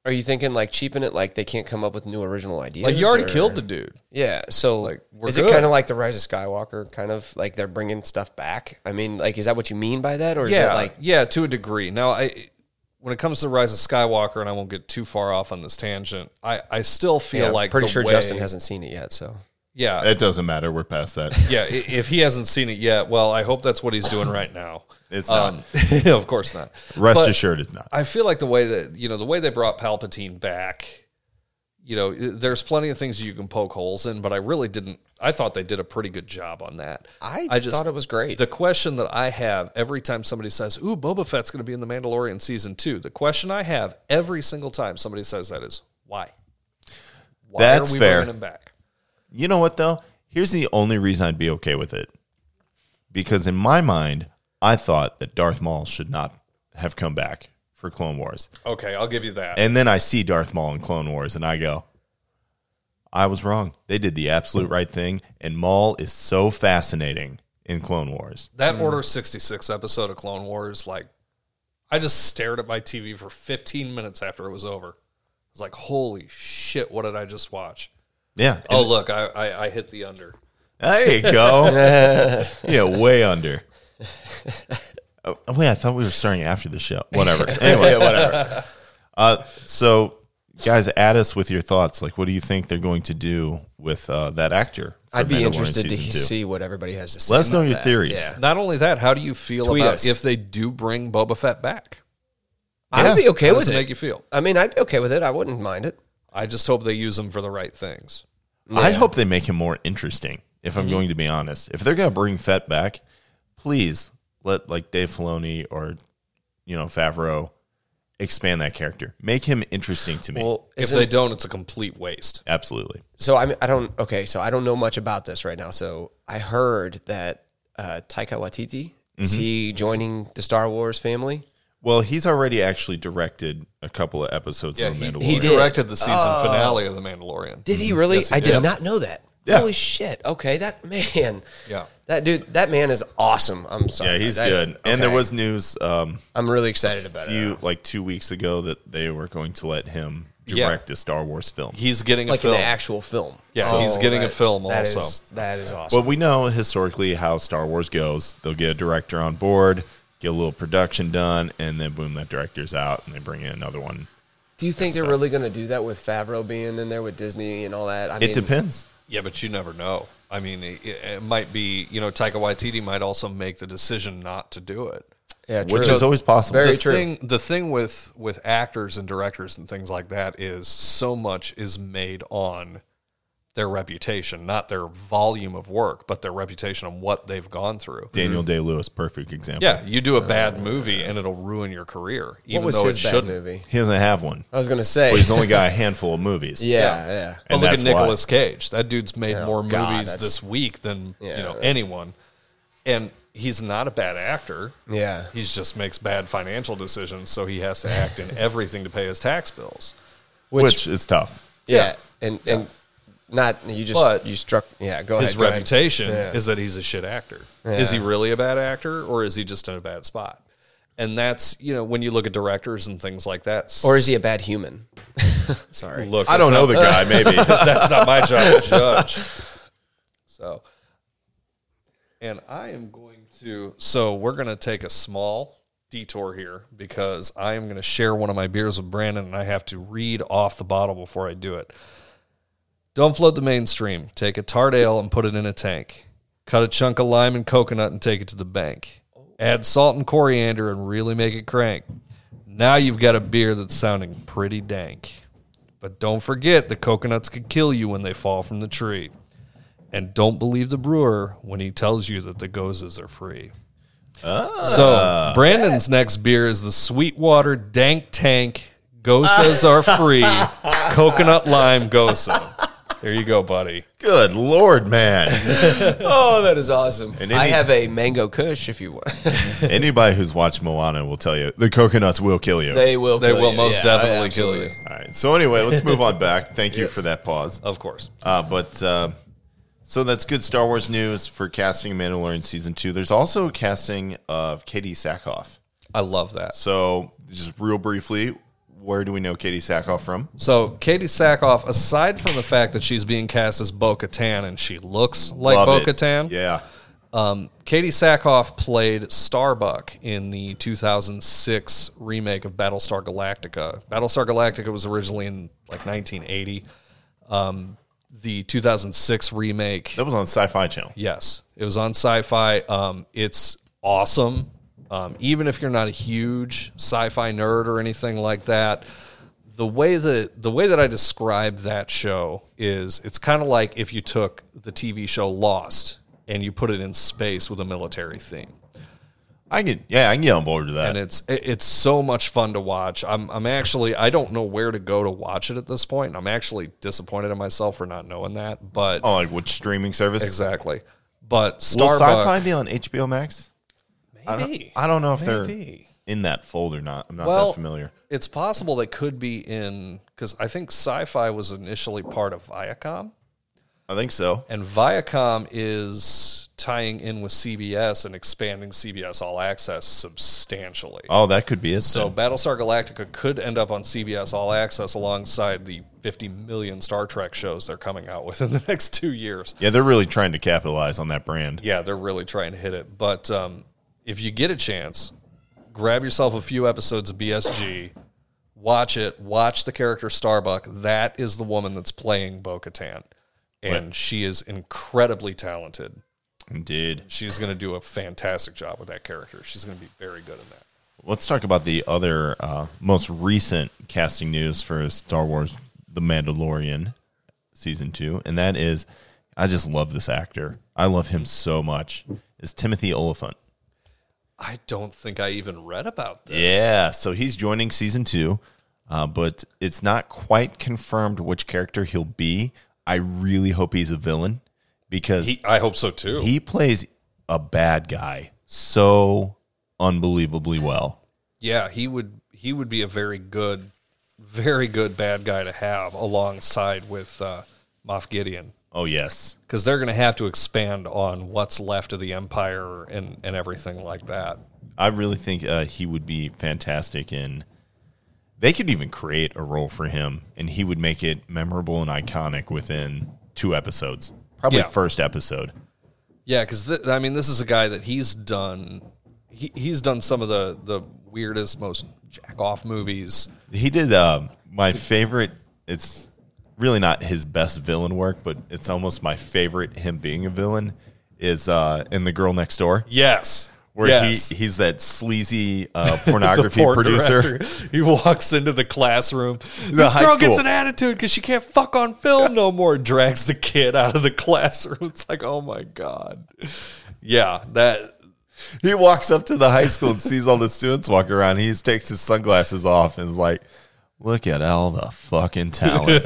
Speaker 6: Are you thinking like cheapen it? Like they can't come up with new original ideas?
Speaker 7: like you already
Speaker 6: or-
Speaker 7: killed the dude.
Speaker 6: Yeah. So like,
Speaker 7: we're
Speaker 6: is
Speaker 7: good.
Speaker 6: it kind of like the Rise of Skywalker? Kind of like they're bringing stuff back. I mean, like, is that what you mean by that, or is
Speaker 7: yeah,
Speaker 6: it like
Speaker 7: yeah, to a degree. Now, I when it comes to Rise of Skywalker, and I won't get too far off on this tangent. I I still feel
Speaker 6: Yeah,
Speaker 7: like
Speaker 6: pretty
Speaker 7: the
Speaker 6: sure
Speaker 7: way-
Speaker 6: Justin hasn't seen it yet. So
Speaker 7: Yeah,
Speaker 1: It doesn't matter. We're past
Speaker 7: <laughs>
Speaker 1: that.
Speaker 7: yeah. i- If he hasn't seen it yet, well, I hope that's what he's doing right now.
Speaker 1: It's
Speaker 7: Um, <laughs> of course not.
Speaker 1: Rest
Speaker 7: But-
Speaker 1: assured, it's not.
Speaker 7: I feel like the way that you know the way they brought Palpatine back, you know, there's plenty of things you can poke holes in, but I really didn't. I thought they did a pretty good job on that.
Speaker 6: I thought it was great.
Speaker 7: The question that I have every time somebody says, "Ooh, Boba Fett's going to be in the Mandalorian season 2." The question I have every single time somebody says that is, "Why?" Why
Speaker 1: That's fair.
Speaker 7: bringing him back?
Speaker 1: You know what though? Here's the only reason I'd be okay with it, because in my mind, I thought that Darth Maul should not have come back for Clone Wars,
Speaker 7: Okay, I'll give you that.
Speaker 1: and then I see Darth Maul in Clone Wars, and I go, I was wrong. They did the
Speaker 7: Mm.
Speaker 1: absolute right thing, and Maul is so fascinating in Clone Wars.
Speaker 6: Mm.
Speaker 7: that Order 66 episode of Clone Wars, like, I just stared at my TV for 15 minutes after it was over. I was like, holy shit, what did I just watch?
Speaker 1: Yeah.
Speaker 7: Oh, look, I, I, I hit the under.
Speaker 1: There you go.
Speaker 6: <laughs>
Speaker 1: yeah, way under. Oh, wait, I thought we were starting after the show.
Speaker 6: <laughs>
Speaker 1: Whatever. Anyway, whatever. Uh, so, guys, add us with your thoughts. Like, what do you think they're going to do with uh, that actor? for
Speaker 6: I'd be
Speaker 1: Mandalorian
Speaker 6: interested to
Speaker 1: season two?
Speaker 6: see what everybody has to say.
Speaker 1: Let us know
Speaker 6: about
Speaker 1: your
Speaker 6: that.
Speaker 1: theories.
Speaker 6: Yeah.
Speaker 7: Not only that, how do you feel
Speaker 6: Tweet
Speaker 7: about
Speaker 6: us.
Speaker 7: if they do bring Boba Fett back?
Speaker 1: Yeah.
Speaker 6: I'd be okay
Speaker 7: How
Speaker 6: with
Speaker 7: does it
Speaker 6: it.
Speaker 7: make you feel?
Speaker 6: I mean, I'd be okay with it. I wouldn't mind it.
Speaker 7: I just hope they use him for the right things.
Speaker 1: I hope they make him more interesting. If
Speaker 6: Mm-hmm.
Speaker 1: I'm going to be honest, if they're going to bring Fett back, please let like Dave Filoni or you know Favreau expand that character. Make him interesting to me.
Speaker 7: Well, if
Speaker 6: isn't-
Speaker 7: they don't, it's a complete waste.
Speaker 1: Absolutely.
Speaker 6: So I mean, I don't. Okay, so I don't know much about this right now. So I heard that uh, Taika Waititi is he joining the Star Wars family?
Speaker 1: Well, he's already actually directed a couple of episodes of The Mandalorian.
Speaker 6: he did. Uh,
Speaker 7: directed the season finale of The Mandalorian.
Speaker 6: Did he really?
Speaker 7: Yes, he
Speaker 6: I
Speaker 7: did.
Speaker 6: did not know that.
Speaker 1: Yeah.
Speaker 6: Holy shit! Okay, that man.
Speaker 7: Yeah.
Speaker 6: That dude. That man is awesome. I'm sorry.
Speaker 1: Yeah, he's
Speaker 6: That-
Speaker 1: good. And there
Speaker 6: okay.
Speaker 1: was news um,
Speaker 6: I'm really excited about it.
Speaker 1: few like two weeks ago that they were going to let him
Speaker 7: Yeah.
Speaker 1: direct a Star Wars film.
Speaker 7: He's getting a
Speaker 6: Like
Speaker 7: film.
Speaker 6: an actual film.
Speaker 7: Yeah, he's getting a film
Speaker 6: that
Speaker 7: also.
Speaker 6: is- that is awesome.
Speaker 1: Well, we know historically how Star Wars goes. They'll get a director on board, get a little production done, and then boom, that director's out, and they bring in another one.
Speaker 6: do you think they're really going to do that with Favreau being in there with Disney and all that? I
Speaker 1: It
Speaker 6: mean,
Speaker 1: depends.
Speaker 7: Yeah, but you never know. I mean, it, it might be you know Taika Waititi might also make the decision not to do it.
Speaker 6: Yeah, true.
Speaker 1: Which is always possible.
Speaker 6: Very
Speaker 7: the
Speaker 6: true.
Speaker 7: thing the thing with with actors and directors and things like that is so much is made on their reputation, not their volume of work, but their reputation on what they've gone through.
Speaker 1: Daniel Day Lewis, perfect example.
Speaker 7: Yeah, you do a bad movie and it'll ruin your career,
Speaker 6: Uh,
Speaker 7: even
Speaker 6: What was
Speaker 7: though
Speaker 6: his
Speaker 7: it
Speaker 6: bad
Speaker 7: shouldn't.
Speaker 6: movie?
Speaker 1: He doesn't have one.
Speaker 6: I was going to say.
Speaker 1: But he's only got a handful of movies.
Speaker 6: <laughs> yeah, yeah.
Speaker 7: But
Speaker 1: And
Speaker 7: look
Speaker 1: that's
Speaker 7: at
Speaker 1: why.
Speaker 7: Nicolas Cage. That dude's made more
Speaker 6: Oh, God,
Speaker 7: movies
Speaker 6: that's-
Speaker 7: this week than you
Speaker 6: Yeah.
Speaker 7: know anyone, and he's not a bad actor.
Speaker 6: Yeah.
Speaker 7: he just makes bad financial decisions, so he has to act in everything to pay his tax bills.
Speaker 1: Which is tough.
Speaker 6: Yeah, and and not you just
Speaker 7: But-
Speaker 6: you struck. Yeah, go
Speaker 7: His
Speaker 6: ahead. go ahead.
Speaker 7: reputation
Speaker 6: Yeah.
Speaker 7: is that he's a shit actor. Is he really a bad actor, or is he just in a bad spot? And that's you know when you look at directors and things like that,
Speaker 6: or is he a bad human? Sorry.
Speaker 7: Look,
Speaker 1: I don't
Speaker 7: that's
Speaker 1: know the guy, maybe.
Speaker 7: <laughs> that's not my job to judge. So, and I am going to. So we're going to take a small detour here because I am going to share one of my beers with Brandon and I have to read off the bottle before I do it. Don't flood the mainstream. Take a tart ale and put it in a tank. Cut a chunk of lime and coconut and take it to the bank. Add salt and coriander and really make it crank. Now you've got a beer that's sounding pretty dank. But don't forget the coconuts could kill you when they fall from the tree. And don't believe the brewer when he tells you that the gozes are free. so Brandon's next beer is the Sweetwater Dank Tank Gosas are free coconut lime gosa. There you go, buddy.
Speaker 1: <laughs> Good lord, man!
Speaker 6: Oh, that is awesome.
Speaker 1: And
Speaker 6: I
Speaker 1: any-
Speaker 6: have a mango kush if you
Speaker 7: <laughs>
Speaker 6: want.
Speaker 1: Anybody who's watched Moana will tell you the coconuts will kill you.
Speaker 6: they will.
Speaker 7: They
Speaker 6: kill
Speaker 7: will
Speaker 6: you.
Speaker 7: most
Speaker 6: Yeah,
Speaker 7: definitely kill
Speaker 6: absolutely.
Speaker 7: you.
Speaker 1: All right. So anyway, let's move on
Speaker 7: <laughs>
Speaker 1: back. Thank you for that pause.
Speaker 7: Of course.
Speaker 1: Uh, but uh, so that's good Star Wars news for casting Mandalorian season two. There's also a casting of Katie Sackhoff.
Speaker 7: I love that.
Speaker 1: So just real briefly, where do we know Katie Sackhoff from?
Speaker 7: So Katie Sackhoff, aside from the fact that she's being cast as Bo Katan and she looks like Bo
Speaker 1: Love it.
Speaker 7: Katan,
Speaker 1: Yeah.
Speaker 7: Katie Sackhoff played Starbuck in the 2006 remake of Battlestar Galactica. Battlestar Galactica was originally in like 1980. Um, the 2006 remake,
Speaker 1: That was on Sci-Fi Channel.
Speaker 7: yes, it was on Sci-Fi. Um, it's awesome. Um, even if you're not a huge sci-fi nerd or anything like that, the way that the way that I describe that show is it's kind of like if you took the TV show Lost and you put it in space with a military theme.
Speaker 1: I can yeah, I can get on board with that.
Speaker 7: And it's it- it's so much fun to watch. I'm I'm actually I don't know where to go to watch it at this point. And I'm actually disappointed in myself for not knowing that, but
Speaker 1: oh, like which streaming service?
Speaker 7: exactly. But
Speaker 1: Will
Speaker 7: Starbuck,
Speaker 1: Sci-Fi be on HBO Max? I don't, I don't know if they're in that fold or not. I'm not
Speaker 7: well,
Speaker 1: that familiar.
Speaker 7: It's possible they could be in because I think Sci-Fi was initially part of Viacom,
Speaker 1: I think so.
Speaker 7: and Viacom is tying in with CBS and expanding CBS All Access substantially.
Speaker 1: Oh, that could be it.
Speaker 7: So
Speaker 1: So
Speaker 7: Battlestar Galactica could end up on CBS All Access alongside the 50 million Star Trek shows they're coming out with in the <laughs> next two years.
Speaker 1: yeah, they're really trying to capitalize on that brand.
Speaker 7: Yeah, they're really trying to hit it. But um, if you get a chance, grab yourself a few episodes of BSG, watch it, watch the character Starbuck. That is the woman that's playing Bo Katan. And she is incredibly talented.
Speaker 1: Indeed.
Speaker 7: She's going to do a fantastic job with that character. She's going to be very good in that.
Speaker 1: Let's talk about the other uh, most recent casting news for Star Wars The Mandalorian season two, and that is I just love this actor. I love him so much. Is Timothy Oliphant.
Speaker 7: I don't think I even read about this.
Speaker 1: Yeah, so he's joining season two, uh, but it's not quite confirmed which character he'll be. I really hope he's a villain because
Speaker 7: He,
Speaker 1: he,
Speaker 7: I hope so too.
Speaker 1: plays a bad guy so unbelievably well.
Speaker 7: yeah, he would he would be a very good, very good bad guy to have alongside with uh, Moff Gideon
Speaker 1: Oh yes,
Speaker 7: because they're going to have to expand on what's left of the Empire and and everything like that.
Speaker 1: I really think uh, he would be fantastic in. They could even create a role for him, and he would make it memorable and iconic within two episodes, probably
Speaker 7: Yeah.
Speaker 1: first episode.
Speaker 7: Yeah, because th- I mean, this is a guy that he's done. He, he's done some of the the weirdest, most jack off movies.
Speaker 1: He did um my favorite. It's really not his best villain work, but it's almost my favorite. Him being a villain is uh, in the girl next door,
Speaker 7: Yes.
Speaker 1: where
Speaker 7: yes.
Speaker 1: he he's that sleazy uh,
Speaker 7: <laughs> The
Speaker 1: pornography
Speaker 7: porn
Speaker 1: producer.
Speaker 7: director. <laughs> He walks into the classroom. this
Speaker 1: high
Speaker 7: girl gets
Speaker 1: school.
Speaker 7: an attitude because she can't fuck on film no more. Drags the kid out of the <laughs> classroom. It's like, oh my god. Yeah, that.
Speaker 1: <laughs> He walks up to the high school and sees all the students walk around. He just takes his sunglasses off and is like, "Look at all the fucking
Speaker 7: <laughs>
Speaker 1: talent."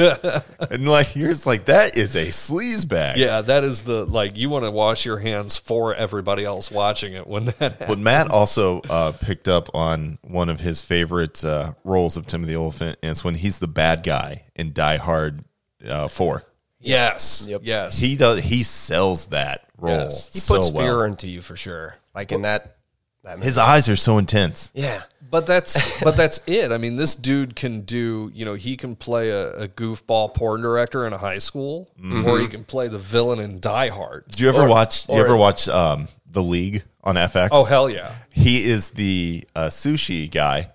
Speaker 1: and like, you're just like, "That is a sleaze bag."
Speaker 7: Yeah, that is the like you want to wash your hands for everybody else watching it when that happens.
Speaker 1: But Matt also uh, picked up on one of his favorite uh, roles of Timothy Oliphant, and it's when he's the bad guy in Die Hard uh, Four.
Speaker 7: Yes. Yes.
Speaker 1: He does. He sells that role.
Speaker 7: Yes.
Speaker 6: He
Speaker 1: so
Speaker 6: puts
Speaker 1: well.
Speaker 6: fear into you for sure. Like in that that
Speaker 1: His eyes are so intense.
Speaker 6: Yeah.
Speaker 7: But that's but that's it. I mean, this dude can do you know he can play a, a goofball porn director in a high school,
Speaker 6: Mm-hmm.
Speaker 7: or he can play the villain in Die Hard.
Speaker 1: Do you ever
Speaker 7: Or-
Speaker 1: watch? You
Speaker 7: or-
Speaker 1: ever watch um, the League on FX?
Speaker 7: Oh hell yeah!
Speaker 1: he is the uh, sushi guy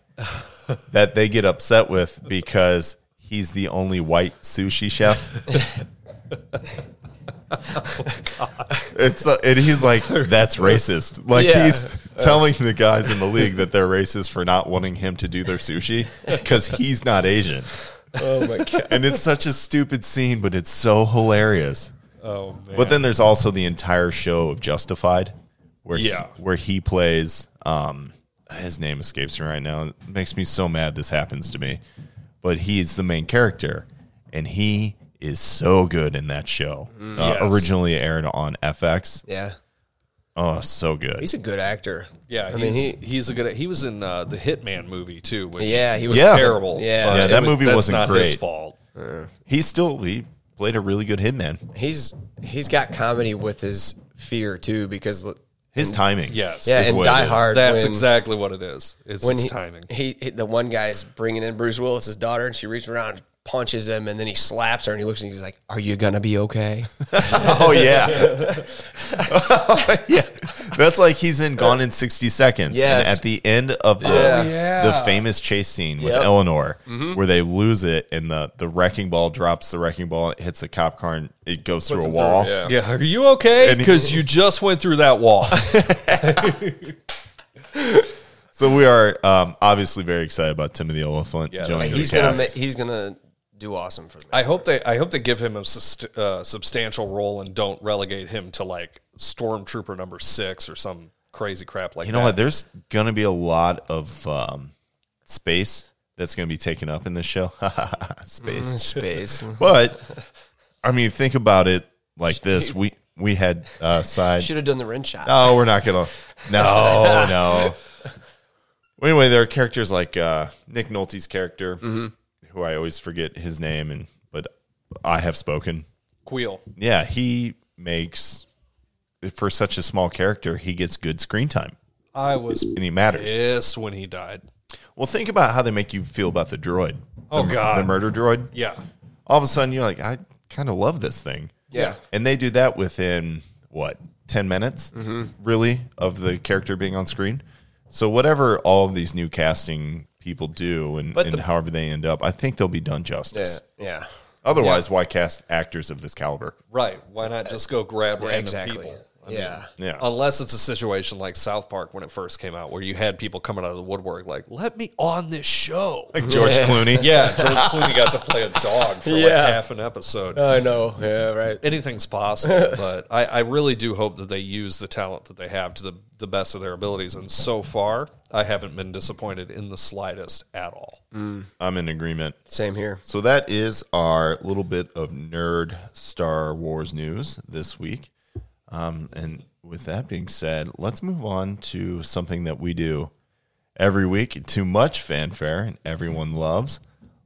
Speaker 1: that they get upset with because he's the only white sushi chef. It's uh, and he's like that's racist. Like
Speaker 6: Yeah.
Speaker 7: Uh,
Speaker 1: he's telling the guys in the league that they're racist for not wanting him to do their sushi because he's not Asian.
Speaker 7: Oh my god!
Speaker 1: <laughs> And it's such a stupid scene, but it's so hilarious.
Speaker 7: Oh man!
Speaker 1: But then there's also the entire show of Justified, where
Speaker 7: Yeah.
Speaker 1: he, where he plays. Um, his name escapes me right now. It makes me so mad this happens to me. But he's the main character, and he is so good in that show. Uh,
Speaker 7: Yes.
Speaker 1: Originally aired on FX.
Speaker 6: Yeah.
Speaker 1: Oh, so good.
Speaker 6: He's a good actor.
Speaker 7: yeah,
Speaker 6: I mean,
Speaker 7: he's,
Speaker 6: he.
Speaker 7: he's a good. He was in uh, the Hitman movie too, which
Speaker 6: Yeah, he was
Speaker 1: Yeah.
Speaker 7: terrible.
Speaker 6: Yeah.
Speaker 7: but
Speaker 1: Yeah,
Speaker 7: it
Speaker 1: that movie
Speaker 7: that's
Speaker 1: wasn't
Speaker 7: not His
Speaker 1: great.
Speaker 7: fault.
Speaker 1: he still he played a really good hitman.
Speaker 6: He's he's got comedy with his fear too because
Speaker 1: His timing,
Speaker 7: Yes.
Speaker 6: yeah,
Speaker 1: is
Speaker 6: and
Speaker 1: what
Speaker 6: Die
Speaker 1: it is.
Speaker 6: Hard
Speaker 7: That's
Speaker 6: when-
Speaker 7: exactly what it is. It's
Speaker 6: when
Speaker 7: his
Speaker 6: he,
Speaker 7: timing.
Speaker 6: He, he- the one guy's bringing in Bruce Willis's daughter, and she reaches around, and punches him, and then he slaps her, and he looks and he's like, "Are you gonna be okay?"
Speaker 1: Oh
Speaker 6: <laughs>
Speaker 1: yeah, <laughs> yeah. That's like he's in Gone in sixty seconds.
Speaker 6: Yes.
Speaker 1: And at the end of the,
Speaker 6: Yeah.
Speaker 7: Oh, Yeah. Mm-hmm.
Speaker 1: the famous chase scene with
Speaker 6: Yep.
Speaker 1: Eleanor, where they lose it and the the wrecking ball drops the wrecking ball and it hits a cop car and it goes through a wall.
Speaker 6: yeah.
Speaker 7: Yeah, are you okay?
Speaker 1: And he-
Speaker 7: Because you just went through
Speaker 6: <laughs>
Speaker 7: that wall.
Speaker 1: So we are um, obviously very excited about Timothy Oliphant
Speaker 7: Yeah,
Speaker 1: joining
Speaker 7: that's-
Speaker 1: the
Speaker 6: he's gonna
Speaker 1: cast.
Speaker 6: ma- he's gonna do awesome for me.
Speaker 7: <laughs> I hope they I hope they give him a sust- uh, substantial role and don't relegate him to like stormtrooper number six or some crazy crap like
Speaker 1: you know
Speaker 7: that.
Speaker 1: what? There's gonna be a lot of um, space that's gonna be taken up in this show. <laughs> space.
Speaker 6: Mm. Space.
Speaker 1: But I mean, think about it like this: we we had uh, side.
Speaker 6: Should have done the wrench shot.
Speaker 1: No, we're not gonna. No, no. Well, anyway, there are characters like uh, Nick Nolte's character, who I always forget his name, and but I have spoken.
Speaker 7: Queel.
Speaker 1: Yeah, he makes for such a small character, he gets good screen time,
Speaker 7: I was
Speaker 1: and he matters.
Speaker 7: pissed when he died.
Speaker 1: Well, think about how they make you feel about the droid.
Speaker 7: Oh,
Speaker 1: The mur-
Speaker 7: God.
Speaker 1: the murder droid.
Speaker 7: Yeah.
Speaker 1: All of a sudden, you're like, I kind of love this thing.
Speaker 7: Yeah.
Speaker 1: And they do that within what ten minutes,
Speaker 7: Mm-hmm.
Speaker 1: really, of the character being on screen. So whatever all of these new casting people do, and,
Speaker 6: But
Speaker 1: and
Speaker 6: the-
Speaker 1: however they end up, I think they'll be done justice.
Speaker 6: yeah.
Speaker 1: Otherwise, why cast actors of this
Speaker 7: <laughs>
Speaker 1: caliber?
Speaker 7: Right. Why not just go grab random
Speaker 6: exactly.
Speaker 7: people?
Speaker 6: Yeah.
Speaker 1: Yeah,
Speaker 7: Unless it's a situation like South Park when it first came out, where you had people coming out of the woodwork like, "Let me on this show."
Speaker 1: like George Clooney.
Speaker 7: Yeah, George Clooney got to play a dog for like
Speaker 6: Yeah.
Speaker 7: half an episode.
Speaker 6: I know. Oh, Yeah. Right.
Speaker 7: anything's possible.
Speaker 1: <laughs>
Speaker 7: but I, I really do hope that they use the talent that they have to the, the best of their abilities. And so far, I haven't been disappointed in the slightest at all.
Speaker 1: Mm. I'm in agreement.
Speaker 6: Same here.
Speaker 1: So that is our little bit of nerd Star Wars news this week. Um, and with that being said, let's move on to something that we do every week. Too much fanfare and everyone loves.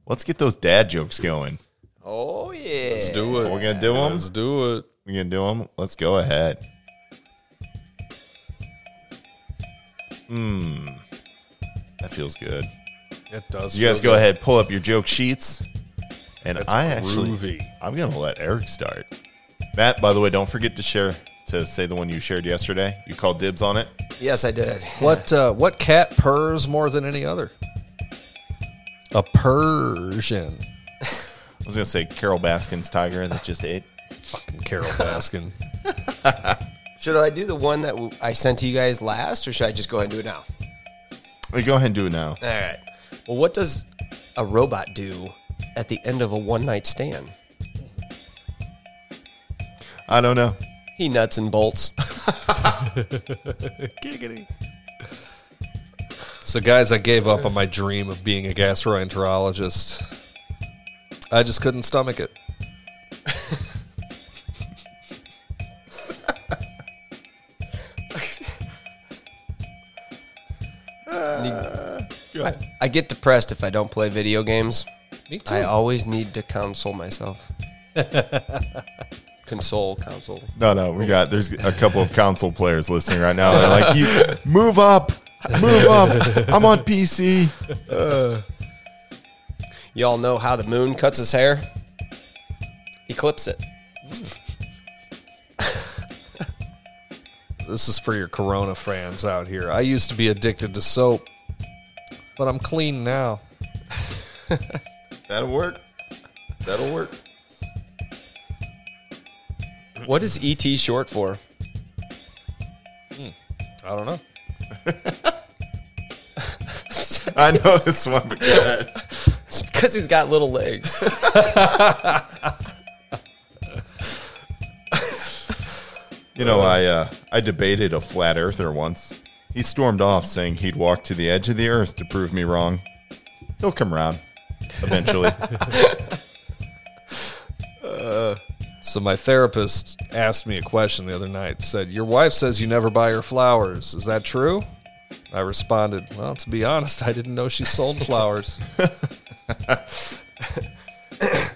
Speaker 1: Let's get those dad jokes going.
Speaker 6: Oh yeah.
Speaker 7: Let's do it.
Speaker 1: We're gonna do them.
Speaker 7: Let's do it.
Speaker 1: We're gonna do them. Let's go ahead. Mmm, Hmm. that feels good.
Speaker 7: It does.
Speaker 1: You guys
Speaker 7: feel
Speaker 1: go
Speaker 7: good.
Speaker 1: ahead, pull up your joke sheets, and I actually
Speaker 7: groovy.
Speaker 1: I'm gonna let Eric start. Matt, by the way, don't forget to share to say the one you shared yesterday. You called dibs on it.
Speaker 6: Yes, I did.
Speaker 7: What uh, what cat purrs more than any other? A Persian.
Speaker 1: I was gonna say Carol Baskin's tiger that just ate.
Speaker 7: Fucking Carol
Speaker 1: <laughs>
Speaker 7: Baskin.
Speaker 6: Should I do the one that w- I sent to you guys last, or should I just go ahead and do it now?
Speaker 1: Hey, go ahead and do it now.
Speaker 6: All right. Well, what does a robot do at the end of a one night stand?
Speaker 1: I don't know.
Speaker 6: He nuts and bolts.
Speaker 7: So, guys, I gave up on my dream of being a gastroenterologist. I just couldn't stomach it.
Speaker 1: Go ahead.
Speaker 6: I get depressed if I don't play video games.
Speaker 7: Me too.
Speaker 6: I always need to <laughs> console myself.
Speaker 7: console, console.
Speaker 1: No, no, we got there's a couple of console players listening right now. They're like, you move up, move up. I'm on PC.
Speaker 6: Y'all know how the moon cuts his hair? He clips it.
Speaker 7: This is for your Corona fans out here. I used to be addicted to soap, but I'm clean now.
Speaker 1: That'll work. That'll work.
Speaker 6: What is ET short for?
Speaker 7: I don't know.
Speaker 1: I know this one. but go ahead.
Speaker 6: It's because he's got little legs. <laughs>
Speaker 1: You know, I uh, I debated a flat earther once. He stormed off saying he'd walk to the edge of the earth to prove me wrong. He'll come around eventually.
Speaker 7: So my therapist asked me a question the other night. Said, "Your wife says you never buy her flowers. Is that true?" I responded, "Well, to be honest, I didn't know she sold flowers."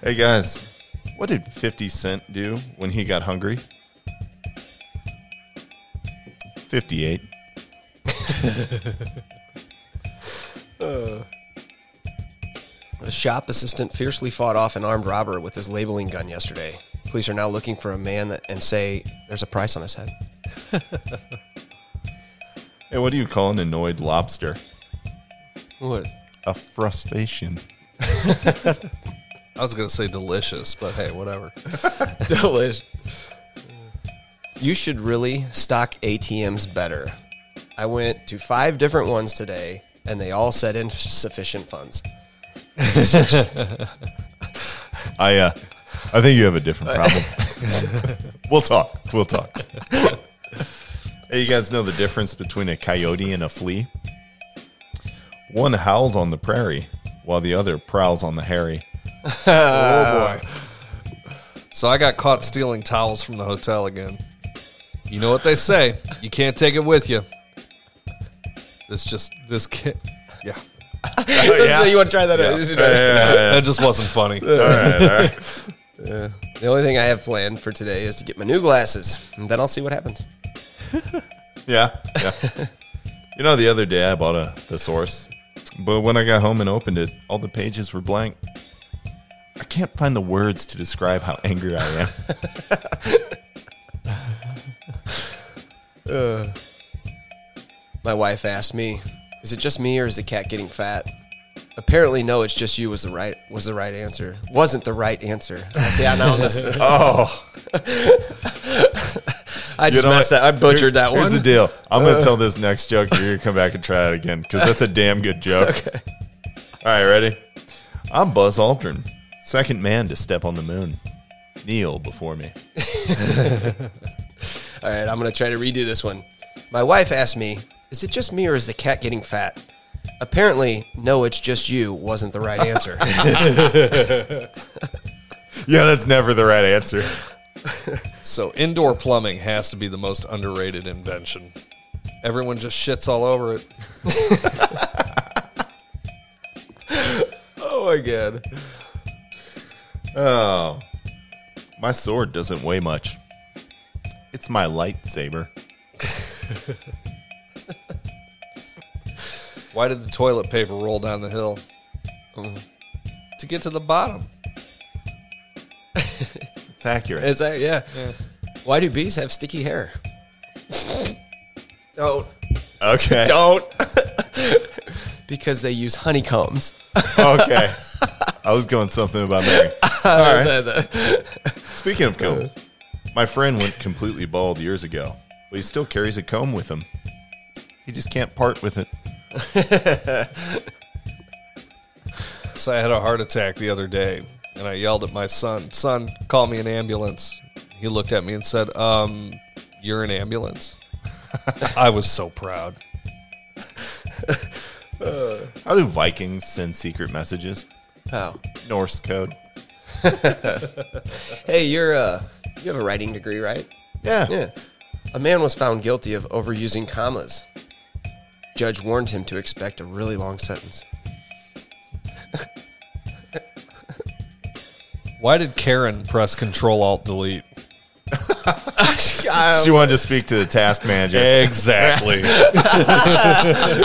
Speaker 1: hey guys, what did 50 Cent do when he got hungry? 58.
Speaker 6: A shop assistant fiercely fought off an armed robber with his labeling gun yesterday. Police are now looking for a man that, and say there's a price on his head.
Speaker 1: Hey, what do you call an annoyed lobster?
Speaker 6: What?
Speaker 1: A frustration.
Speaker 7: <laughs> I was gonna say delicious, but hey, whatever.
Speaker 6: Delish. You should really stock ATMs better. I went to five different ones today, and they all said insufficient funds. <laughs>
Speaker 1: I uh, I think you have a different problem. <laughs> we'll talk. We'll talk. hey, you guys know the difference between a coyote and a flea? One howls on the prairie while the other prowls on the harry.
Speaker 7: Oh, So I got caught stealing towels from the hotel again. You know what they say? You can't take it with you. This just this kid. Yeah,
Speaker 1: Oh,
Speaker 6: So you want to try that? out?
Speaker 7: that just wasn't funny.
Speaker 6: The only thing I have planned for today is to get my new glasses, and then I'll see what happens.
Speaker 1: Yeah, yeah. you know, the other day I bought a thesaurus, but when I got home and opened it, all the pages were blank. I can't find the words to describe how angry I am.
Speaker 6: My wife asked me, "Is it just me, or is the cat getting fat?" Apparently, no. It's just you was the right was the right answer. Wasn't the right answer. I see, I know
Speaker 1: <laughs>
Speaker 6: this. <laughs>
Speaker 1: oh,
Speaker 6: I just messed that. I butchered that one. Uh.
Speaker 1: Here's the deal. I'm going to tell this next joke. You're going to come back and try it again because that's a damn good
Speaker 6: <laughs>
Speaker 1: joke. okay. All right, ready? I'm Buzz Aldrin, second man to step on the moon. Kneel before me.
Speaker 6: All right, I'm going to try to redo this one. My wife asked me, Is it just me or is the cat getting fat? Apparently, no, it's just you wasn't the right answer. <laughs>
Speaker 1: Yeah, that's never the right answer.
Speaker 7: So indoor plumbing has to be the most underrated invention. Everyone just shits all over it.
Speaker 6: <laughs> oh my God.
Speaker 1: Oh. My sword doesn't weigh much. It's my lightsaber.
Speaker 7: Why did the toilet paper roll down the hill? To get to the bottom.
Speaker 1: It's accurate.
Speaker 6: Is that, yeah. Why do bees have sticky hair? don't.
Speaker 1: okay.
Speaker 6: <laughs> Don't. because they use honeycombs.
Speaker 1: okay. I was going something about Mary. <laughs> All right. Speaking of combs, my friend went completely bald years ago, but he still carries a comb with him. He just can't part with it.
Speaker 7: So I had a heart attack the other day, and I yelled at my son, "Son, call me an ambulance." He looked at me and said, "Um, you're an ambulance." I was so proud.
Speaker 1: How do Vikings send secret messages?
Speaker 6: Oh.
Speaker 1: Norse code.
Speaker 6: Hey, you're, uh, you have a writing degree, right?
Speaker 1: Yeah.
Speaker 6: Yeah. A man was found guilty of overusing commas. Judge warned him to expect a really long sentence.
Speaker 7: Why did Karen press Control Alt Delete?
Speaker 1: She wanted to speak to the task manager.
Speaker 7: Exactly.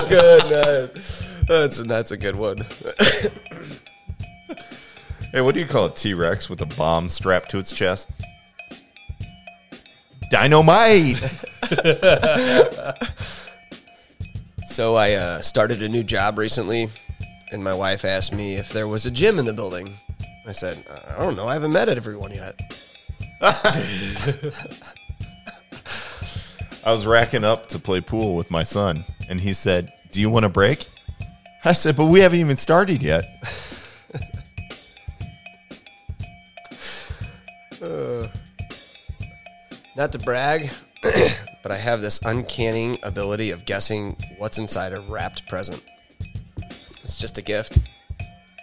Speaker 6: good night. <laughs> That's that's a good one.
Speaker 1: Hey, what do you call a T Rex with a bomb strapped to its chest? Dynamite.
Speaker 6: So I uh, started a new job recently, and my wife asked me if there was a gym in the building. I said, I don't know. I haven't met everyone yet.
Speaker 1: I was racking up to play pool with my son, and he said, Do you want a break? I said, But we haven't even started yet.
Speaker 6: Not to brag, <coughs> but I have this uncanny ability of guessing what's inside a wrapped present. It's just a gift.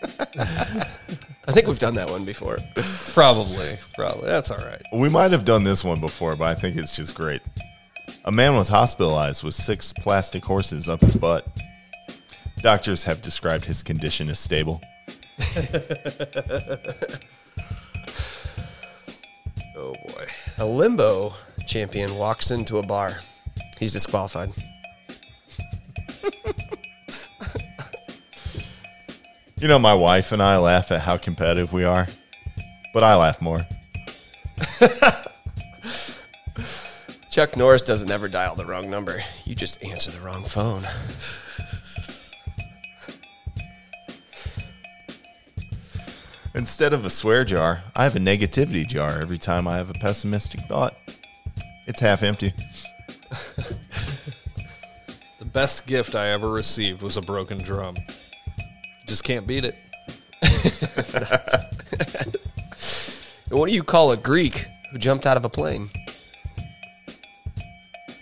Speaker 6: <laughs> I think we've done that one before.
Speaker 7: <laughs> probably. Probably. That's all right.
Speaker 1: We might have done this one before, but I think it's just great. A man was hospitalized with six plastic horses up his butt. Doctors have described his condition as stable.
Speaker 7: Oh boy.
Speaker 6: A limbo champion walks into a bar. He's disqualified.
Speaker 1: You know, my wife and I laugh at how competitive we are, but I laugh more.
Speaker 6: Chuck Norris doesn't ever dial the wrong number. You just answer the wrong phone.
Speaker 1: Instead of a swear jar, I have a negativity jar every time I have a pessimistic thought. It's half empty.
Speaker 7: The best gift I ever received was a broken drum. Just can't beat it.
Speaker 6: And What do you call a Greek who jumped out of a plane?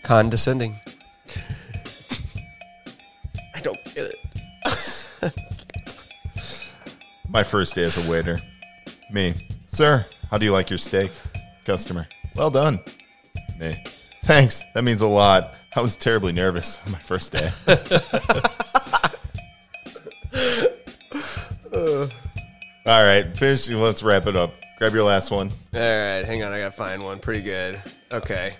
Speaker 6: Condescending. <laughs> I don't get it.
Speaker 1: My first day as a waiter. Me. Sir, how do you like your steak? Customer. Well done. Me. Thanks. That means a lot. I was terribly nervous on my first day. <laughs> All right, finish. Let's wrap it up. Grab your last one.
Speaker 6: All right, hang on. I got to find one. Pretty good. Okay.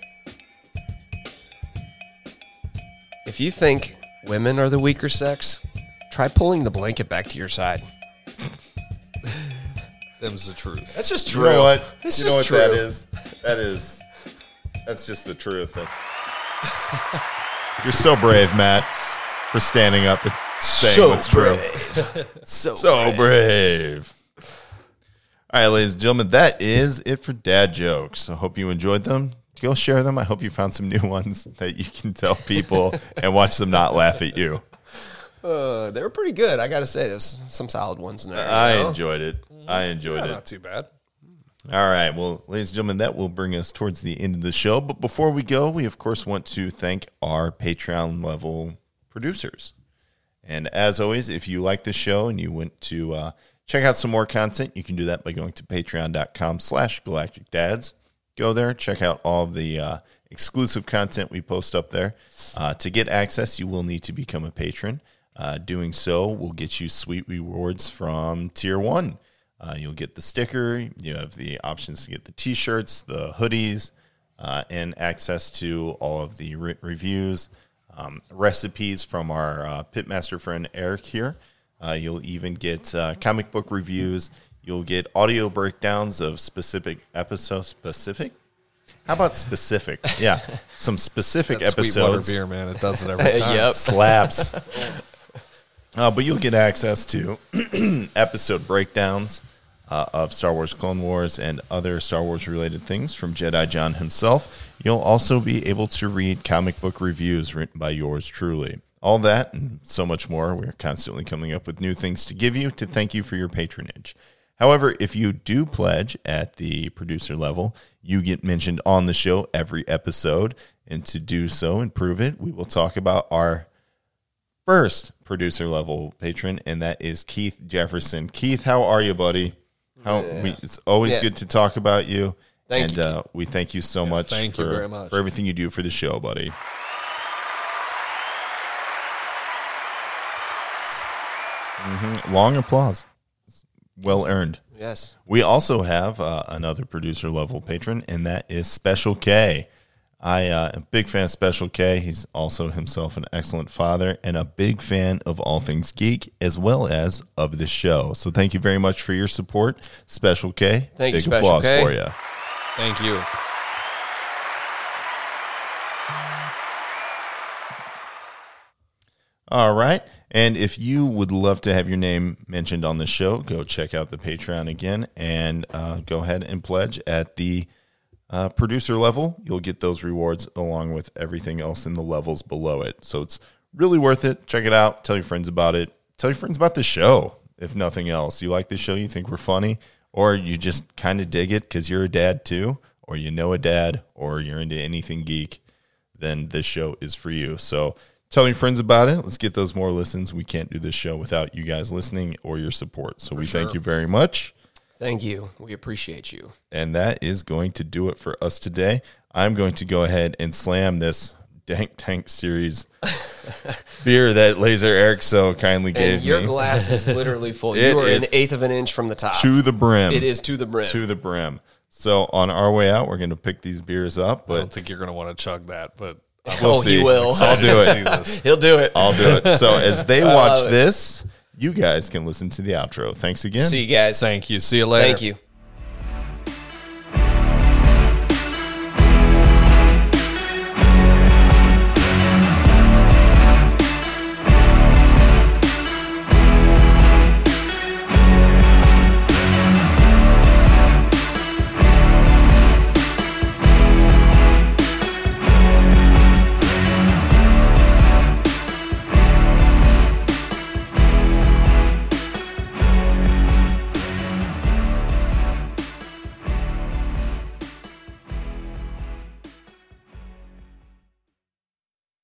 Speaker 6: If you think women are the weaker sex, try pulling the blanket back to your side.
Speaker 7: Them's the truth.
Speaker 6: That's just
Speaker 1: You know what?
Speaker 6: That's
Speaker 1: you
Speaker 6: just
Speaker 1: know what
Speaker 6: true.
Speaker 1: that is? That is. That's just the truth. That's- You're so brave, Matt, for standing up and saying what's true.
Speaker 6: so,
Speaker 1: So brave. All right, ladies and gentlemen, that is it for dad jokes. I hope you enjoyed them. Go share them. I hope you found some <laughs> new ones that you can tell
Speaker 7: <laughs>
Speaker 1: people and watch them not laugh at you.
Speaker 6: uh, they were pretty good. I got to say, there's some solid ones in there.
Speaker 1: I
Speaker 6: you know?
Speaker 1: enjoyed it. I enjoyed it.
Speaker 7: Not too bad.
Speaker 1: All right. Well, ladies and gentlemen, that will bring us towards the end of the show. But before we go, we, of course, want to thank our Patreon level producers. And as always, if you like this show and you want to uh, check out some more content, you can do that by going to patreon.com slash galactic dads. Go there, check out all the uh, exclusive content we post up there. Uh, to get access, you will need to become a patron. Uh, doing so will get you sweet rewards from tier one. Uh, you'll get the sticker, you have the options to get the t shirts, the hoodies, uh, and access to all of the re- reviews, um, recipes from our uh, pitmaster friend Eric here. Uh, you'll even get uh, comic book reviews. You'll get audio breakdowns of specific episodes. Specific? How about
Speaker 7: <laughs>
Speaker 1: specific? Yeah, some specific
Speaker 7: That Sweetwater
Speaker 1: episodes. <laughs>
Speaker 7: beer, man. It does it every time.
Speaker 6: Yep.
Speaker 7: <laughs>
Speaker 1: Slaps. uh, but you'll get access to <clears throat> episode breakdowns uh, of Star Wars Clone Wars and other Star Wars related things from Jedi John himself. You'll also be able to read comic book reviews written by yours truly. All that and so much more. We're constantly coming up with new things to give you to thank you for your patronage. However, if you do pledge at the producer level, you get mentioned on the show every episode. And to do so and prove it, we will talk about our first producer level patron, and that is Keith Jefferson. Keith, how are you, buddy? How we, it's always
Speaker 6: Yeah.
Speaker 1: good to talk about you.
Speaker 6: Thank
Speaker 1: and
Speaker 6: you,
Speaker 1: Uh, we thank you so much.
Speaker 7: thank
Speaker 1: for,
Speaker 7: you very much.
Speaker 1: for everything you do for the show, buddy. Mm-hmm. Mhm. Long applause, well earned.
Speaker 6: Yes.
Speaker 1: We also have uh, another producer level patron, and that is Special K. I uh, am a big fan of Special K. He's also himself an excellent father and a big fan of all things geek as well as of the show. So thank you very much for your support, Special K.
Speaker 6: Thank you,
Speaker 1: big
Speaker 6: Special
Speaker 1: applause
Speaker 6: K.
Speaker 1: for you.
Speaker 7: Thank you.
Speaker 1: All right. And if you would love to have your name mentioned on the show, go check out the Patreon again and uh, go ahead and pledge at the uh, producer level. You'll get those rewards along with everything else in the levels below it. So it's really worth it. Check it out. Tell your friends about it. Tell your friends about the show, if nothing else. You like the show, you think we're funny, or you just kind of dig it because you're a dad too, or you know a dad, or you're into anything geek then this show is for you. So tell your friends about it. Let's get those more listens. We can't do this show without you guys listening or your support. So we thank you very much.
Speaker 6: Thank you. We appreciate you.
Speaker 1: And that is going to do it for us today. I'm going to go ahead and slam this Dank Tank
Speaker 6: <laughs>
Speaker 1: series beer that Laser Eric so kindly
Speaker 6: And
Speaker 1: gave
Speaker 6: your
Speaker 1: me
Speaker 6: glass is
Speaker 1: <laughs>
Speaker 6: literally full.
Speaker 1: It
Speaker 6: you are
Speaker 1: is
Speaker 6: an eighth of an inch from the top.
Speaker 1: to the brim.
Speaker 6: it is to the brim.
Speaker 1: to the brim. So on our way out, we're going to pick these beers up,
Speaker 7: I don't
Speaker 1: but
Speaker 7: think you're going to want to chug that, but I'm
Speaker 1: we'll
Speaker 6: oh,
Speaker 1: see.
Speaker 6: he will.
Speaker 1: I'll
Speaker 6: <laughs>
Speaker 1: do it.
Speaker 7: see this.
Speaker 6: He'll do it.
Speaker 1: I'll do it. So as they watch this, you guys can listen to the outro. Thanks again.
Speaker 6: See you guys.
Speaker 7: Thank you. See you later.
Speaker 6: Thank you.